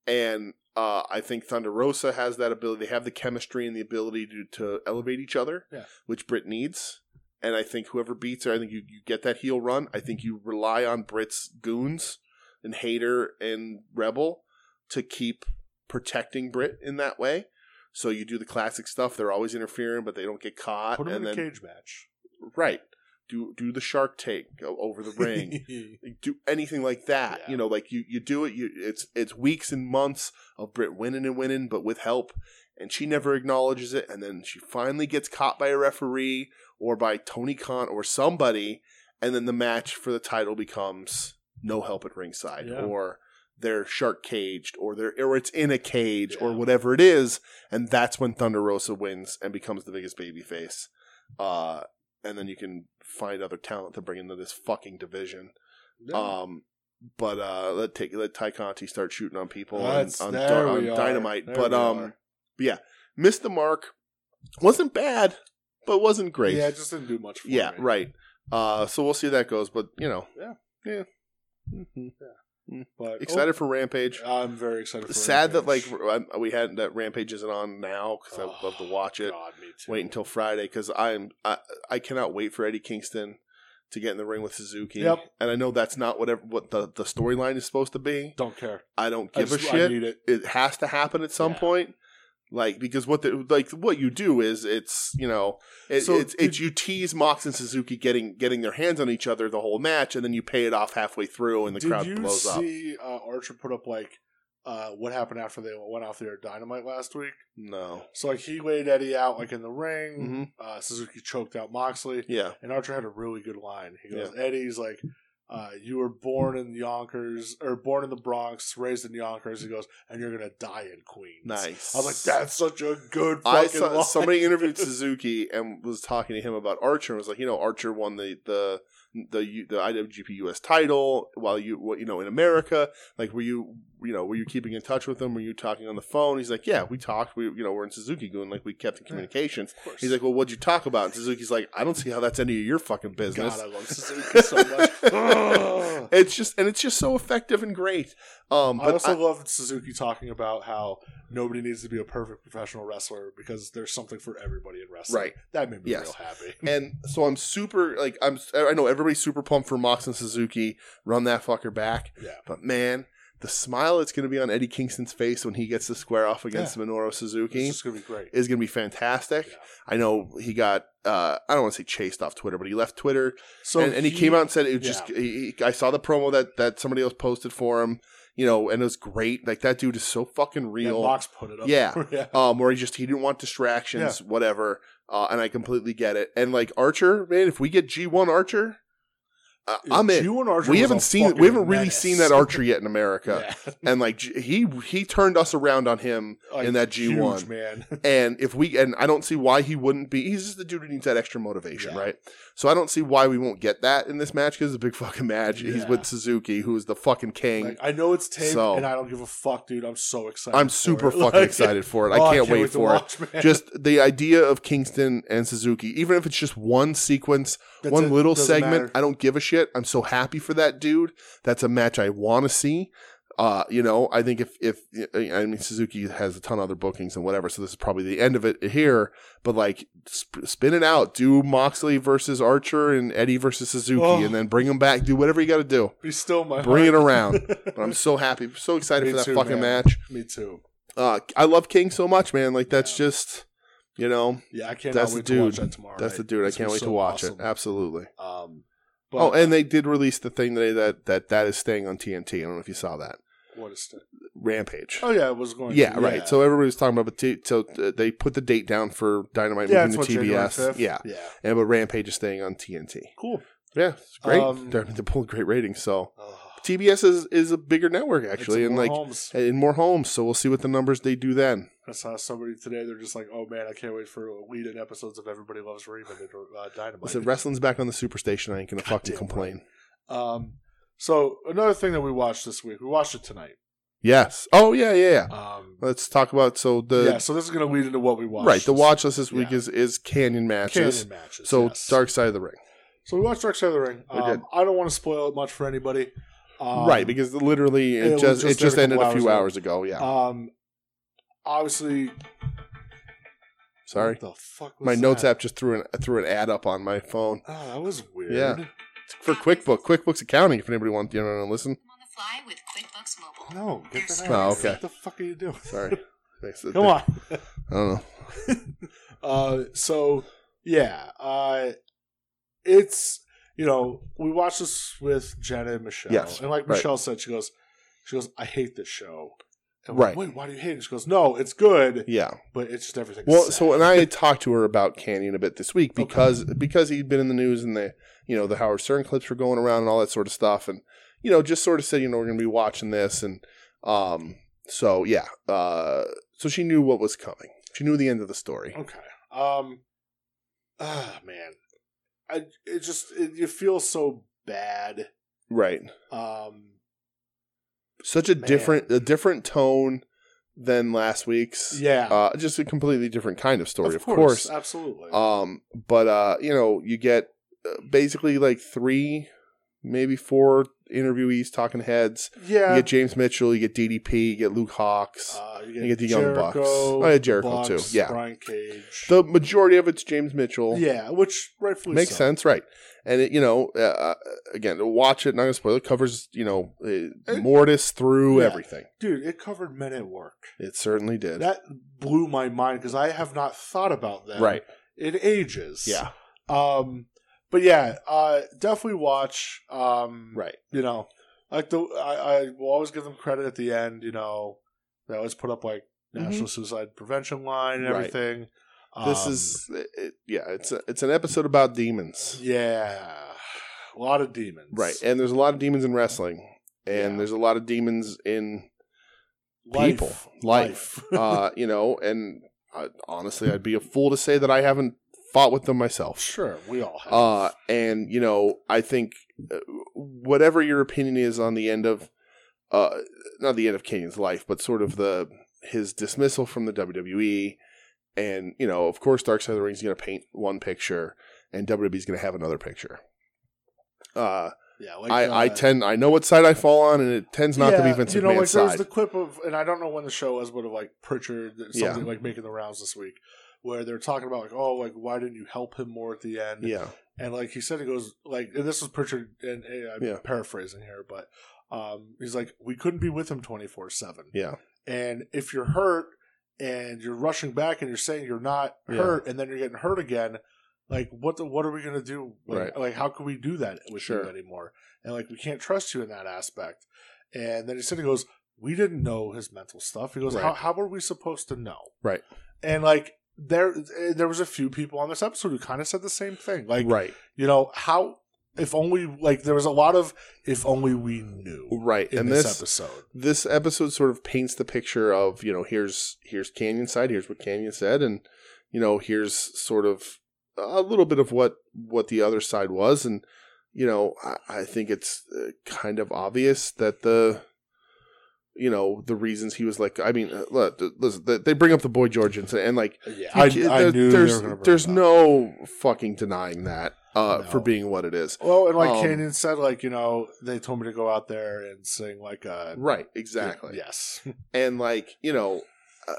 Speaker 1: and uh, I think Thunder Rosa has that ability. They have the chemistry and the ability to to elevate each other,
Speaker 2: Yeah.
Speaker 1: which Britt needs. And I think whoever beats her, I think you, you get that heel run. I think you rely on Britt's goons and hater and rebel to keep protecting Brit in that way. So you do the classic stuff. They're always interfering, but they don't get caught.
Speaker 2: Put him
Speaker 1: and
Speaker 2: in a
Speaker 1: then
Speaker 2: cage match.
Speaker 1: right, do do the shark take go over the ring. do anything like that.
Speaker 2: Yeah.
Speaker 1: You know, like you you do it. You it's it's weeks and months of Brit winning and winning, but with help, and she never acknowledges it. And then she finally gets caught by a referee or by Tony Khan or somebody, and then the match for the title becomes no help at ringside
Speaker 2: Yeah.
Speaker 1: or they're shark caged or they're or it's in a cage or
Speaker 2: Yeah.
Speaker 1: whatever it is and that's when thunder rosa wins and becomes the biggest baby face uh and then you can find other talent to bring into this fucking division
Speaker 2: Yeah.
Speaker 1: um, but uh, let take let Ty Conti start shooting on people on,
Speaker 2: That's-
Speaker 1: on,
Speaker 2: there
Speaker 1: on
Speaker 2: we are.
Speaker 1: dynamite.
Speaker 2: There
Speaker 1: but
Speaker 2: we
Speaker 1: um,
Speaker 2: are.
Speaker 1: missed the mark. Wasn't bad, but wasn't great.
Speaker 2: yeah, it just didn't do much. For
Speaker 1: Yeah,
Speaker 2: me.
Speaker 1: right. Uh, so we'll see how that goes. But you know,
Speaker 2: Yeah.
Speaker 1: yeah.
Speaker 2: But
Speaker 1: Excited for Rampage.
Speaker 2: Oh, I'm very excited. Oh. for
Speaker 1: Sad that like
Speaker 2: Rampage. Oh,
Speaker 1: I'm- we had that Rampage isn't on now because I would love to watch it.
Speaker 2: God, me too.
Speaker 1: Wait until Friday because I'm I, I cannot wait for Eddie Kingston to get in the ring with Suzuki.
Speaker 2: Yep.
Speaker 1: And I know that's not whatever what the the storyline is supposed to be.
Speaker 2: Don't care.
Speaker 1: I don't
Speaker 2: I
Speaker 1: give
Speaker 2: just-
Speaker 1: a
Speaker 2: I
Speaker 1: shit.
Speaker 2: need it.
Speaker 1: it has to happen at some
Speaker 2: Yeah.
Speaker 1: point. Like because what the like what you do is it's you know it,
Speaker 2: So
Speaker 1: it's, it's you tease Mox and Suzuki getting getting their hands on each other the whole match and then you pay it off halfway through and the
Speaker 2: Did
Speaker 1: crowd
Speaker 2: you
Speaker 1: blows up.
Speaker 2: see uh, Archer put up like uh, what happened after they went off their dynamite last week?
Speaker 1: No,
Speaker 2: So like he laid Eddie out like in the ring.
Speaker 1: Mhm.
Speaker 2: Uh, Suzuki choked out Moxley.
Speaker 1: yeah,
Speaker 2: And Archer had a really good line. He goes, Eddie's like, uh, you were born in Yonkers, or born in the Bronx, raised in Yonkers. He goes, and you're going to die in Queens.
Speaker 1: nice.
Speaker 2: I was like, that's such a good fucking
Speaker 1: I saw
Speaker 2: line.
Speaker 1: somebody interviewed Suzuki and was talking to him about Archer and was like, you know, Archer won the the the U- the IWGP US title while you what you know in America. Like, were you you know were you keeping in touch with him? Were you talking on the phone? He's like, yeah, we talked. We you know we're in Suzuki Goon, like we kept in communication.
Speaker 2: Of course.
Speaker 1: He's like, well, what'd you talk about? And Suzuki's like, I don't see how that's any of your fucking business.
Speaker 2: God, I love Suzuki so much. Ugh.
Speaker 1: it's just and it's just so effective and great. Um,
Speaker 2: I
Speaker 1: but
Speaker 2: also
Speaker 1: I-
Speaker 2: love Suzuki talking about how nobody needs to be a perfect professional wrestler because there's something for everybody in wrestling.
Speaker 1: Right.
Speaker 2: That made me
Speaker 1: Yes.
Speaker 2: real happy.
Speaker 1: and so I'm super like I'm I know everybody's super pumped for Mox and Suzuki. Run that fucker back.
Speaker 2: Yeah.
Speaker 1: But man, the smile that's going to be on Eddie Kingston's face when he gets to square off against Minoru Suzuki
Speaker 2: It's just going to be great.
Speaker 1: is going to be fantastic.
Speaker 2: Yeah.
Speaker 1: I know he got uh, I don't want to say chased off Twitter, but he left Twitter
Speaker 2: So
Speaker 1: and, and he, came out and said it was just.
Speaker 2: yeah.
Speaker 1: He, he- I saw the promo that that somebody else posted for him, you know, and it was great. Like that dude is so fucking
Speaker 2: yeah,
Speaker 1: real.
Speaker 2: Mox put it up.
Speaker 1: Yeah.
Speaker 2: yeah.
Speaker 1: um, where he just he didn't want distractions, whatever. Uh, and I completely get it. And like Archer, man, if we get G one Archer, uh, I'm in.
Speaker 2: You and Archer
Speaker 1: We
Speaker 2: was
Speaker 1: haven't
Speaker 2: a
Speaker 1: seen
Speaker 2: fucking
Speaker 1: we haven't really
Speaker 2: menace.
Speaker 1: seen that Archer yet in America.
Speaker 2: Yeah.
Speaker 1: And like G- he he turned us around on him,
Speaker 2: Like,
Speaker 1: in that G1.
Speaker 2: huge, man.
Speaker 1: and if we and I don't see why he wouldn't be. He's just the dude who needs that extra motivation,
Speaker 2: Yeah.
Speaker 1: right? So I don't see why we won't get that in this match because it's a big fucking match. He's
Speaker 2: Yeah.
Speaker 1: with Suzuki, who is the fucking king.
Speaker 2: Like, I know it's taped,
Speaker 1: So-
Speaker 2: and I don't give a fuck, dude. I'm so excited.
Speaker 1: I'm
Speaker 2: for
Speaker 1: super
Speaker 2: it.
Speaker 1: fucking
Speaker 2: Like,
Speaker 1: excited for it.
Speaker 2: oh,
Speaker 1: I can't, wait,
Speaker 2: to
Speaker 1: for it.
Speaker 2: watch, man.
Speaker 1: Just the idea of Kingston and Suzuki, even if it's just one sequence,
Speaker 2: That's
Speaker 1: one
Speaker 2: it.
Speaker 1: little
Speaker 2: Doesn't
Speaker 1: segment,
Speaker 2: matter.
Speaker 1: I don't give a shit. I'm so happy for that dude. That's a match I want to see. Uh, you know, I think if if I mean Suzuki has a ton of other bookings and whatever, so this is probably the end of it here. But like, sp- spin it out, do Moxley versus Archer and Eddie versus Suzuki,
Speaker 2: Oh.
Speaker 1: and then bring them back. Do whatever you got to do.
Speaker 2: Be still my
Speaker 1: Bring it
Speaker 2: heart.
Speaker 1: around. But I'm so happy, so excited
Speaker 2: Me
Speaker 1: for that
Speaker 2: too,
Speaker 1: fucking
Speaker 2: man.
Speaker 1: match
Speaker 2: Me too.
Speaker 1: uh, I love King so much, man. Like that's just, you know,
Speaker 2: Yeah, I can't
Speaker 1: That's the
Speaker 2: wait
Speaker 1: dude.
Speaker 2: to watch that tomorrow.
Speaker 1: that's
Speaker 2: night.
Speaker 1: the dude. I
Speaker 2: It's
Speaker 1: can't
Speaker 2: gonna be
Speaker 1: wait
Speaker 2: so
Speaker 1: to watch
Speaker 2: awesome.
Speaker 1: it. Absolutely.
Speaker 2: Um, but
Speaker 1: Oh, and they did release the thing today that that that is staying on TNT. I don't know if you saw that
Speaker 2: what is it?
Speaker 1: Rampage.
Speaker 2: Oh yeah, it was going.
Speaker 1: yeah,
Speaker 2: to,
Speaker 1: right. So everybody was talking about, but t- so uh, they put the date down for Dynamite
Speaker 2: yeah, it's
Speaker 1: moving
Speaker 2: what
Speaker 1: to
Speaker 2: January
Speaker 1: TBS.
Speaker 2: 5th?
Speaker 1: Yeah,
Speaker 2: yeah,
Speaker 1: and but Rampage is staying on TNT.
Speaker 2: cool.
Speaker 1: Yeah, it's great.
Speaker 2: Um,
Speaker 1: they're, they're pulling great ratings. So
Speaker 2: Oh,
Speaker 1: TBS is is a bigger network
Speaker 2: It's
Speaker 1: actually, and
Speaker 2: more
Speaker 1: like
Speaker 2: homes.
Speaker 1: in more homes. So we'll see what the numbers they do then.
Speaker 2: I saw somebody today. They're just like, "Oh man, I can't wait for lead-in episodes of Everybody Loves Raymond and uh, Dynamite."
Speaker 1: Listen, wrestling's back on the superstation. I ain't gonna fucking
Speaker 2: Goddamn
Speaker 1: complain.
Speaker 2: Um, so another thing that we watched this week, we watched it tonight.
Speaker 1: Yes. Oh yeah, yeah. yeah.
Speaker 2: Um,
Speaker 1: Let's talk about so Uh, the
Speaker 2: yeah, so this is going to lead into what we watched.
Speaker 1: right the watch list this week
Speaker 2: Yeah.
Speaker 1: is is Canyon
Speaker 2: Canyon
Speaker 1: matches.
Speaker 2: matches.
Speaker 1: so
Speaker 2: yes.
Speaker 1: Dark Side of the Ring.
Speaker 2: So we watched Dark Side of the Ring.
Speaker 1: We
Speaker 2: Um,
Speaker 1: did.
Speaker 2: I don't want to spoil it much for anybody. Um,
Speaker 1: right, because literally
Speaker 2: it
Speaker 1: it,
Speaker 2: was
Speaker 1: just it
Speaker 2: just
Speaker 1: just
Speaker 2: there a
Speaker 1: ended a
Speaker 2: couple
Speaker 1: few
Speaker 2: hours
Speaker 1: hours ago. Yeah.
Speaker 2: um, obviously,
Speaker 1: Sorry.
Speaker 2: What the fuck? Was
Speaker 1: My
Speaker 2: that?
Speaker 1: notes app just threw an threw an ad up on my phone
Speaker 2: Oh, that was weird.
Speaker 1: Yeah. for QuickBook. QuickBooks accounting. If anybody wants to listen.
Speaker 3: on the fly with QuickBooks Mobile.
Speaker 2: No, get that
Speaker 3: There's-
Speaker 2: out.
Speaker 1: Oh, okay.
Speaker 2: What the fuck are you doing?
Speaker 1: Sorry. Thanks.
Speaker 2: Come on.
Speaker 1: I don't know.
Speaker 2: Uh, so yeah, uh, it's you know we watched this with Jenna and Michelle,
Speaker 1: Yes,
Speaker 2: and like
Speaker 1: right.
Speaker 2: Michelle said, she goes, she goes, I hate this show. And
Speaker 1: Right.
Speaker 2: right? Wait, why do you hate it? She goes, No, it's good,
Speaker 1: Yeah.
Speaker 2: but it's just everything.
Speaker 1: Well, so and I had talked to her about Canyon a bit this week
Speaker 2: Okay.
Speaker 1: because because he'd been in the news and the you know the Howard Stern clips were going around and all that sort of stuff and you know just sort of said you know we're going to be watching this and um so yeah uh so she knew what was coming she knew the end of the story
Speaker 2: okay, um, ah, man, I it just it, you feel so bad,
Speaker 1: right
Speaker 2: um,
Speaker 1: such a
Speaker 2: Man.
Speaker 1: different a different tone than last week's
Speaker 2: yeah,
Speaker 1: uh just a completely different kind of story of, course.
Speaker 2: absolutely,
Speaker 1: Um, but uh, you know, you get uh, basically like three, maybe four interviewees talking heads. You
Speaker 2: yeah.
Speaker 1: get James Mitchell, you get DDP, you get Luke Hawks,
Speaker 2: uh,
Speaker 1: you get the Young Bucks. Oh, yeah, Jericho too. Yeah.
Speaker 2: Brian Cage.
Speaker 1: the majority of it's James Mitchell.
Speaker 2: Yeah, which rightfully
Speaker 1: makes
Speaker 2: so.
Speaker 1: sense, right? And it, you know, uh, uh, again, to watch it. Not gonna spoil it. Covers you know uh,
Speaker 2: It-
Speaker 1: Mortis through
Speaker 2: Eh. Yeah.
Speaker 1: everything.
Speaker 2: dude. It covered men at work.
Speaker 1: It certainly did.
Speaker 2: That blew my mind because I have not thought about that
Speaker 1: right?
Speaker 2: in ages.
Speaker 1: Yeah.
Speaker 2: Um, but yeah, uh, definitely watch. Um,
Speaker 1: Right.
Speaker 2: You know, like the I, I will always give them credit at the end. You know, they always put up like National Suicide Prevention Line and
Speaker 1: Mm-hmm. Right.
Speaker 2: everything.
Speaker 1: This
Speaker 2: Um,
Speaker 1: is it, it- yeah. It's a, it's an episode about demons.
Speaker 2: yeah, a lot of demons.
Speaker 1: Right. And there's a lot of demons in wrestling. And
Speaker 2: Yeah.
Speaker 1: there's a lot of demons in
Speaker 2: Life.
Speaker 1: people. Life. uh, you know, and uh, honestly, I'd be a fool to say that I haven't fought with them myself.
Speaker 2: Sure, we all have.
Speaker 1: Uh, and, you know, I think uh, whatever your opinion is on the end of, uh, not the end of Canyon's life, but sort of the his dismissal from the WWE. And, you know, of course, Dark Side of the Ring is going to paint one picture and WWE's going to have another picture. Uh,
Speaker 2: yeah, like,
Speaker 1: I, I
Speaker 2: uh,
Speaker 1: tend I know what side I fall on, and it tends not to be
Speaker 2: Yeah,
Speaker 1: Vince
Speaker 2: You know,
Speaker 1: McMahon's
Speaker 2: like there's
Speaker 1: side.
Speaker 2: the clip of, and I don't know when the show was, but of like Pritchard, something
Speaker 1: Yeah.
Speaker 2: like making the rounds this week, where they're talking about like, oh, like why didn't you help him more at the end?
Speaker 1: yeah,
Speaker 2: And like he said, he goes like, and this was Pritchard, and, and I'm
Speaker 1: Yeah.
Speaker 2: paraphrasing here, but um, he's like, we couldn't be with him 24 seven.
Speaker 1: yeah,
Speaker 2: And if you're hurt and you're rushing back and you're saying you're not
Speaker 1: Yeah.
Speaker 2: hurt, and then you're getting hurt again. Like what? The, what are we gonna do? Like,
Speaker 1: Right.
Speaker 2: like how can we do that with
Speaker 1: Sure.
Speaker 2: you anymore? And like we can't trust you in that aspect. And then he said, he goes, we didn't know his mental stuff. He goes, how,
Speaker 1: Right.
Speaker 2: how were we supposed to know?
Speaker 1: Right.
Speaker 2: And like there, eh, there was a few people on this episode who kind of said the same thing. Like
Speaker 1: right,
Speaker 2: you know how if only like there was a lot of if only we knew
Speaker 1: right.
Speaker 2: in
Speaker 1: and
Speaker 2: this,
Speaker 1: this
Speaker 2: episode.
Speaker 1: this episode sort of paints the picture of you know here's here's Canyon side, here's what Canyon said, and you know here's sort of a little bit of what what the other side was, and you know I, I think it's uh, kind of obvious that the you know the reasons he was like I mean uh, look, th- listen th- they bring up the boy George and, and like
Speaker 2: Yeah,
Speaker 1: I, knew
Speaker 2: they
Speaker 1: there's
Speaker 2: were gonna bring
Speaker 1: there's
Speaker 2: it up.
Speaker 1: no fucking denying that uh,
Speaker 2: No.
Speaker 1: for being what it is.
Speaker 2: Well, and like
Speaker 1: Um,
Speaker 2: Canyon said, like you know, they told me to go out there and sing like a
Speaker 1: Right, exactly.
Speaker 2: yes,
Speaker 1: And like you know, uh,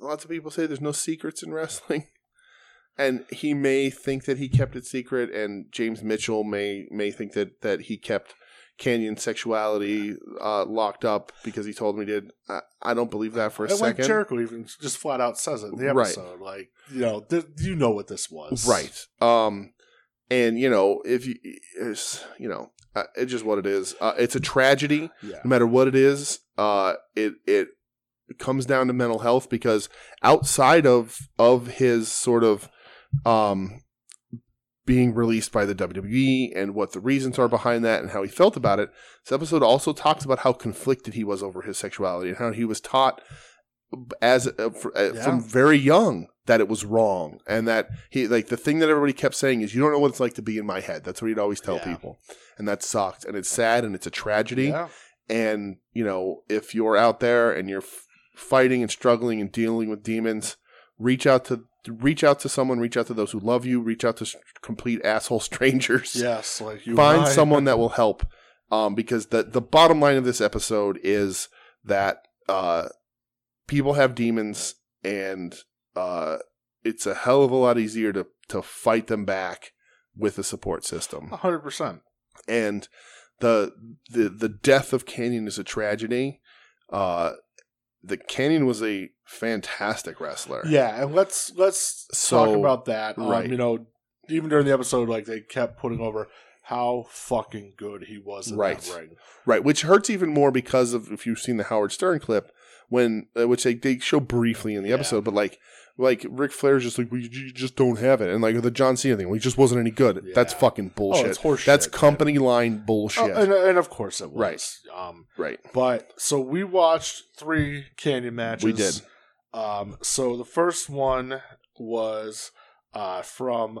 Speaker 1: lots of people say there's no secrets in wrestling, and he may think that he kept it secret, and James Mitchell may may think that that he kept Canyon's sexuality uh, locked up because he told me he did. I, I don't believe that for a
Speaker 2: and like
Speaker 1: second.
Speaker 2: Jericho even just flat out says it in the
Speaker 1: Right.
Speaker 2: episode, like you know, th- you know what this was,
Speaker 1: right um and you know if you it's, you know uh, it's just what it is uh, it's a tragedy
Speaker 2: Yeah,
Speaker 1: no matter what it is uh it it comes down to mental health because outside of of his sort of um being released by the WWE and what the reasons are behind that and how he felt about it. This episode also talks about how conflicted he was over his sexuality and how he was taught as uh, fr- uh,
Speaker 2: Yeah.
Speaker 1: from very young that it was wrong and that he like the thing that everybody kept saying is you don't know what it's like to be in my head. That's what he'd always tell
Speaker 2: Yeah.
Speaker 1: people. And that sucked and it's sad and it's a tragedy
Speaker 2: Yeah.
Speaker 1: and you know if you're out there and you're f- fighting and struggling and dealing with demons reach out to reach out to someone reach out to those who love you reach out to s complete asshole strangers
Speaker 2: Yes, like you
Speaker 1: find
Speaker 2: and I-
Speaker 1: someone that will help um, because the the bottom line of this episode is that uh, people have demons and uh, it's a hell of a lot easier to to fight them back with a support system
Speaker 2: A hundred percent.
Speaker 1: and the the the death of Canyon is a tragedy. Uh, the Canyon was a fantastic wrestler.
Speaker 2: Yeah, and let's let's talk
Speaker 1: So,
Speaker 2: about that. Um,
Speaker 1: right.
Speaker 2: You know, even during the episode, like they kept putting over how fucking good he was in
Speaker 1: Right.
Speaker 2: that ring.
Speaker 1: right. Which hurts even more because of if you've seen the Howard Stern clip when uh, which they they show briefly in the
Speaker 2: Yeah.
Speaker 1: episode, but like like Ric Flair's just like we you just don't have it, and like the John Cena thing, we just wasn't any good. That's
Speaker 2: Yeah. Oh,
Speaker 1: fucking bullshit.
Speaker 2: it's horseshit,
Speaker 1: That's
Speaker 2: man.
Speaker 1: company line bullshit.
Speaker 2: Oh, and, and of course it was. Um,
Speaker 1: right.
Speaker 2: but so we watched three Canyon matches.
Speaker 1: We did.
Speaker 2: Um, so the first one was uh, from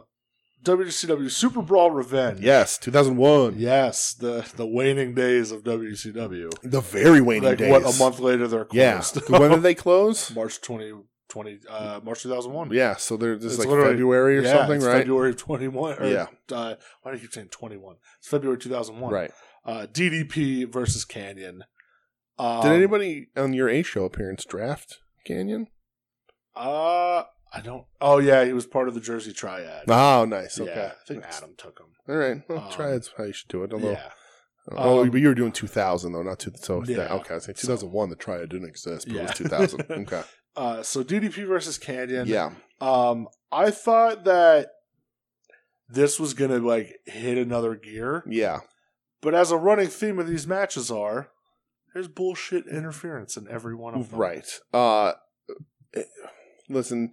Speaker 2: WCW Super Brawl Revenge.
Speaker 1: Yes, 2001.
Speaker 2: Yes, the the waning days of WCW.
Speaker 1: The very waning
Speaker 2: like
Speaker 1: days.
Speaker 2: what a month later they're
Speaker 1: Yeah.
Speaker 2: closed.
Speaker 1: when did they close?
Speaker 2: March twenty twenty uh, March two thousand one.
Speaker 1: Yeah, so they're just
Speaker 2: It's
Speaker 1: like
Speaker 2: literally-
Speaker 1: February or something, right?
Speaker 2: February of twenty one.
Speaker 1: Yeah.
Speaker 2: Yeah. Uh, why do you keep saying twenty one? It's February two thousand one.
Speaker 1: Right.
Speaker 2: Uh, DDP versus Canyon. Um,
Speaker 1: Did anybody on your A show appearance draft Canyon?
Speaker 2: Uh, I don't. Oh yeah, he was part of the Jersey Triad.
Speaker 1: Oh, nice.
Speaker 2: yeah,
Speaker 1: Okay.
Speaker 2: I think Adam took him.
Speaker 1: All right. Well,
Speaker 2: Um,
Speaker 1: try it's how you should do it. Although,
Speaker 2: Yeah,
Speaker 1: oh,
Speaker 2: Um,
Speaker 1: but you were doing 2000 though, not two. So
Speaker 2: Yeah.
Speaker 1: that- okay, I was saying 2001. The triad didn't exist, but it was
Speaker 2: Yeah.
Speaker 1: 2000. Okay.
Speaker 2: Uh, so DDP versus Canyon.
Speaker 1: yeah.
Speaker 2: Um, I thought that this was gonna like hit another gear,
Speaker 1: Yeah.
Speaker 2: but as a running theme of these matches are, there's bullshit interference in every one of them.
Speaker 1: Right. Uh, eh, listen,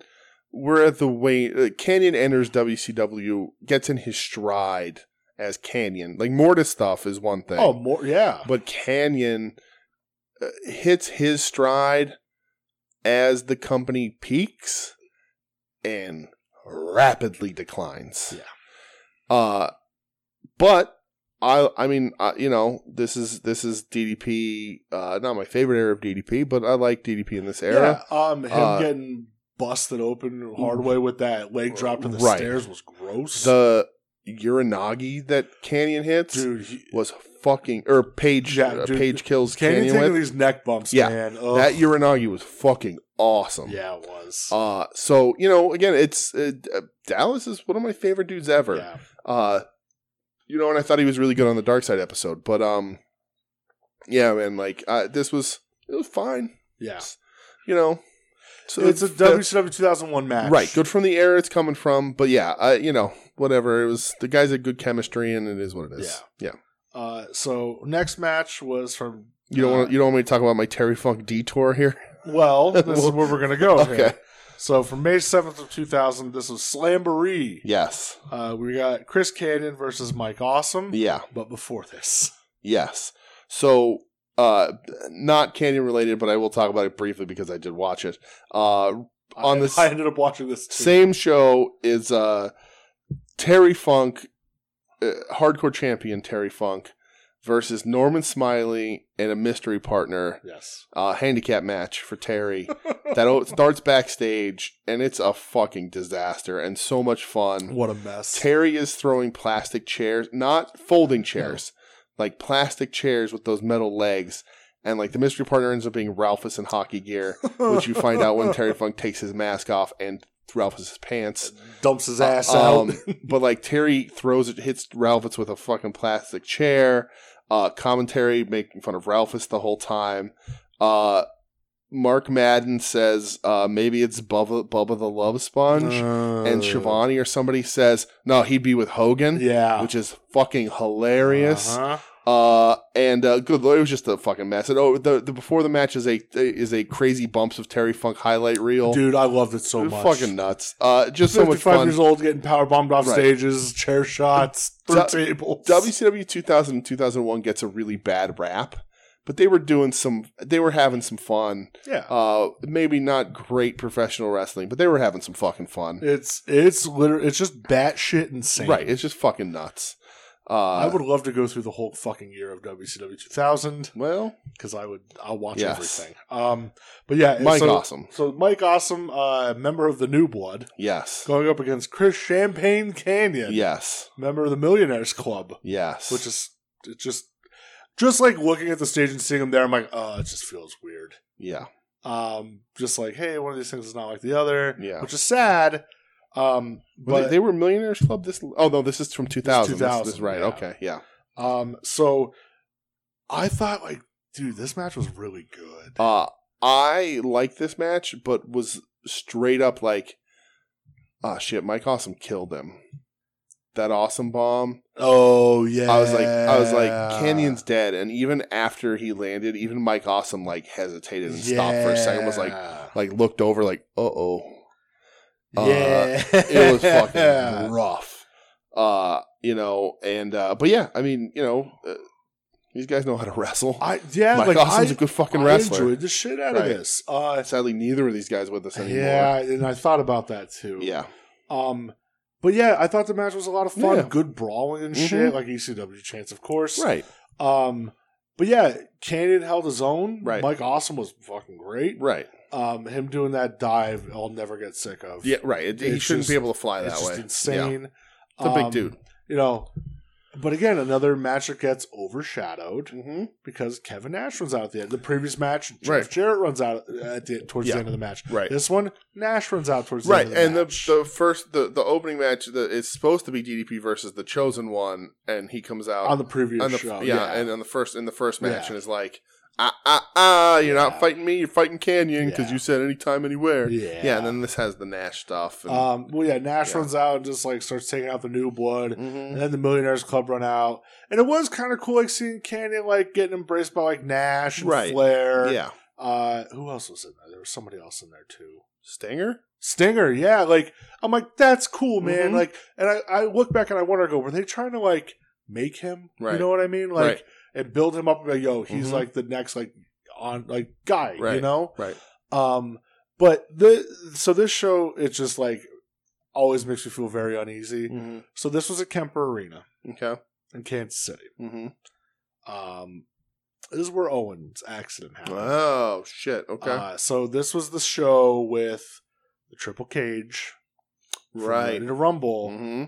Speaker 1: we're at the way uh, Canyon enters WCW, gets in his stride as Canyon. Like Mortis stuff is one thing.
Speaker 2: Oh, more. Yeah.
Speaker 1: but Canyon uh, hits his stride as the company peaks and rapidly declines. Yeah. Uh, but I, I mean, I, you know, this is this is DDP. Uh, not my favorite era of DDP, but I like DDP in this era.
Speaker 2: Yeah. Um, him
Speaker 1: Uh,
Speaker 2: getting busted open hard way with that leg drop to the
Speaker 1: Right.
Speaker 2: stairs was gross.
Speaker 1: The Uranagi that Canyon hits
Speaker 2: Dude, he,
Speaker 1: was fucking or Page
Speaker 2: Yeah,
Speaker 1: uh,
Speaker 2: dude,
Speaker 1: Page kills
Speaker 2: Canyon
Speaker 1: Canyon,
Speaker 2: taking
Speaker 1: with
Speaker 2: these neck bumps,
Speaker 1: Yeah.
Speaker 2: man. Ugh.
Speaker 1: that Uranagi was fucking awesome.
Speaker 2: yeah, it was.
Speaker 1: Uh, so you know, again, it's uh, uh, Dallas is one of my favorite dudes ever.
Speaker 2: Yeah.
Speaker 1: Uh, you know, and I thought he was really good on the Dark Side episode, but um, yeah, man, like uh, this was it was fine,
Speaker 2: Yeah.
Speaker 1: you know. So
Speaker 2: it's a
Speaker 1: that-
Speaker 2: WCW 2001 match.
Speaker 1: right, good from the air it's coming from, but yeah, uh, you know, whatever. It was the guys had good chemistry, and it is what it is. Yeah,
Speaker 2: Uh, so next match was from
Speaker 1: You don't
Speaker 2: uh,
Speaker 1: want you don't want me to talk about my Terry Funk detour here.
Speaker 2: Well, this is where we're gonna go.
Speaker 1: Okay.
Speaker 2: Here. So from May seventh of two thousand, this was Slamboree.
Speaker 1: Yes.
Speaker 2: Uh, we got Chris Canyon versus Mike Awesome.
Speaker 1: Yeah.
Speaker 2: But before this,
Speaker 1: Yes. So, uh, not canyon related, but I will talk about it briefly because I did watch it. Uh, On
Speaker 2: I,
Speaker 1: this-
Speaker 2: I ended up watching this. Too.
Speaker 1: same show is uh, Terry Funk, uh, hardcore champion Terry Funk, versus Norman Smiley and a mystery partner
Speaker 2: Yes.
Speaker 1: uh, handicap match for Terry that o- starts backstage, and it's a fucking disaster and so much fun.
Speaker 2: What a mess.
Speaker 1: Terry is throwing plastic chairs, not folding chairs, like plastic chairs with those metal legs. And like the mystery partner ends up being Ralphus in hockey gear, which you find out when Terry Funk takes his mask off and Ralphus' pants.
Speaker 2: dumps his ass out.
Speaker 1: Um, but like Terry throws it, hits Ralphus with a fucking plastic chair. Uh, commentary making fun of Ralphus the whole time. Uh, Mark Madden says uh, maybe it's Bubba, Bubba the Love Sponge
Speaker 2: Uh,
Speaker 1: and Shivani or somebody says, no, he'd be with Hogan,
Speaker 2: Oh, Yeah.
Speaker 1: which is fucking hilarious.
Speaker 2: Uh-huh.
Speaker 1: Uh, and uh, good lord, it was just a fucking mess. And oh, the, the before the match is a is a crazy bumps of Terry Funk highlight reel.
Speaker 2: Dude, I loved it
Speaker 1: It
Speaker 2: so
Speaker 1: was
Speaker 2: much.
Speaker 1: fucking nuts. Uh, just so much
Speaker 2: 55
Speaker 1: fun.
Speaker 2: years old, getting power bombed off
Speaker 1: Right.
Speaker 2: stages, chair shots, through
Speaker 1: Du-
Speaker 2: tables.
Speaker 1: WCW 2000 and 2001 gets a really bad rap, but they were doing some. They were having some fun.
Speaker 2: yeah,
Speaker 1: Uh, maybe not great professional wrestling, but they were having some fucking fun.
Speaker 2: it's it's literally it's just batshit insane.
Speaker 1: Right? It's just fucking nuts. Uh,
Speaker 2: I would love to go through the whole fucking year of WCW 2000
Speaker 1: well,
Speaker 2: because I would I'll watch
Speaker 1: Yes.
Speaker 2: everything. Um, but yeah, and
Speaker 1: Mike
Speaker 2: so,
Speaker 1: Awesome.
Speaker 2: So Mike Awesome, uh, member of the New Blood,
Speaker 1: Yes.
Speaker 2: going up against Chris Champagne Canyon,
Speaker 1: Yes.
Speaker 2: member of the Millionaires Club,
Speaker 1: Yes.
Speaker 2: which is it just just like looking at the stage and seeing him there. I'm like, oh, it just feels weird.
Speaker 1: yeah.
Speaker 2: Um, just like, hey, one of these things is not like the other,
Speaker 1: Yeah.
Speaker 2: which is sad. Um,
Speaker 1: But
Speaker 2: but
Speaker 1: they, were Millionaires Club. This oh no, this is from two thousand. This, this is
Speaker 2: 2000,
Speaker 1: right.
Speaker 2: yeah.
Speaker 1: Okay, yeah.
Speaker 2: Um, so I thought like, dude, this match was really good.
Speaker 1: Uh, I like this match, but was straight up like, ah, shit, Mike Awesome killed him. That awesome bomb.
Speaker 2: oh yeah,
Speaker 1: I was like, I was like, Canyon's dead. And even after he landed, even Mike Awesome like hesitated and stopped for a second. Was like,
Speaker 2: Yeah.
Speaker 1: like looked over, like, uh oh, uh,
Speaker 2: yeah,
Speaker 1: it was fucking rough. Uh, you know, and uh, but yeah, I mean, you know, uh, these guys know how to wrestle.
Speaker 2: I yeah,
Speaker 1: Mike
Speaker 2: like
Speaker 1: Awesome's
Speaker 2: I,
Speaker 1: a good fucking
Speaker 2: I
Speaker 1: wrestler.
Speaker 2: enjoyed the shit out
Speaker 1: Right.
Speaker 2: of this. Uh,
Speaker 1: Sadly, neither of these guys with us anymore.
Speaker 2: yeah, and I thought about that too.
Speaker 1: yeah,
Speaker 2: Um, but yeah, I thought the match was a lot of fun.
Speaker 1: Yeah.
Speaker 2: Good brawling and
Speaker 1: Mhm.
Speaker 2: shit, like E ECW chance, of course.
Speaker 1: right,
Speaker 2: Um, but yeah, Canyon held his own.
Speaker 1: Right.
Speaker 2: Mike Awesome was fucking great.
Speaker 1: right,
Speaker 2: Um, him doing that dive, I'll never get sick of.
Speaker 1: yeah, right. It, he
Speaker 2: It's
Speaker 1: shouldn't
Speaker 2: just-
Speaker 1: be able to fly that
Speaker 2: it's
Speaker 1: way.
Speaker 2: just insane.
Speaker 1: Yeah. The big
Speaker 2: Um,
Speaker 1: dude.
Speaker 2: you know. But again, another match that gets overshadowed
Speaker 1: Mm-hmm.
Speaker 2: because Kevin Nash runs out at the end. The previous match, Jeff
Speaker 1: Right.
Speaker 2: Jarrett runs out at the towards
Speaker 1: Yeah.
Speaker 2: the end of the match.
Speaker 1: Right,
Speaker 2: This one, Nash runs out towards the
Speaker 1: right.
Speaker 2: end of the
Speaker 1: and the,
Speaker 2: match.
Speaker 1: the first the the opening match the, it's supposed to be DDP versus the chosen one, and he comes out
Speaker 2: on the previous
Speaker 1: on the-
Speaker 2: show,
Speaker 1: yeah, and on the first in the first match,
Speaker 2: Yeah.
Speaker 1: and is like. Ah, ah, ah, you're
Speaker 2: Yeah.
Speaker 1: not fighting me, you're fighting Canyon because
Speaker 2: Yeah.
Speaker 1: you said anytime, anywhere.
Speaker 2: yeah,
Speaker 1: Yeah, and then this has the Nash stuff. And,
Speaker 2: Um, well, yeah, Nash
Speaker 1: Yeah.
Speaker 2: runs out and just like starts taking out the new blood,
Speaker 1: Mhm.
Speaker 2: and then the Millionaires Club run out, and it was kind of cool, like seeing Canyon like getting embraced by like Nash and
Speaker 1: Right.
Speaker 2: Flair.
Speaker 1: Yeah.
Speaker 2: Uh, who else was in there? There was somebody else in there too.
Speaker 1: Stinger?
Speaker 2: Stinger, yeah. Like I'm like, that's cool, man.
Speaker 1: Mhm.
Speaker 2: Like, and I, I look back and I wonder, I go, were they trying to like make him? You
Speaker 1: Right.
Speaker 2: know what I mean? Like,
Speaker 1: Right.
Speaker 2: and build him up. and be Like, yo, he's
Speaker 1: Mhm.
Speaker 2: like the next like on like guy. You
Speaker 1: Right.
Speaker 2: know?
Speaker 1: Right.
Speaker 2: Um, but the so this show it just like always makes me feel very uneasy.
Speaker 1: Mm-hmm.
Speaker 2: So this was at Kemper Arena
Speaker 1: Okay.
Speaker 2: in Kansas City.
Speaker 1: Mm-hmm.
Speaker 2: Um, this is where Owen's accident happened.
Speaker 1: Oh, shit. Okay.
Speaker 2: Uh, so this was the show with the Triple Cage, from
Speaker 1: right.
Speaker 2: Ready to Rumble,
Speaker 1: Mm-hmm.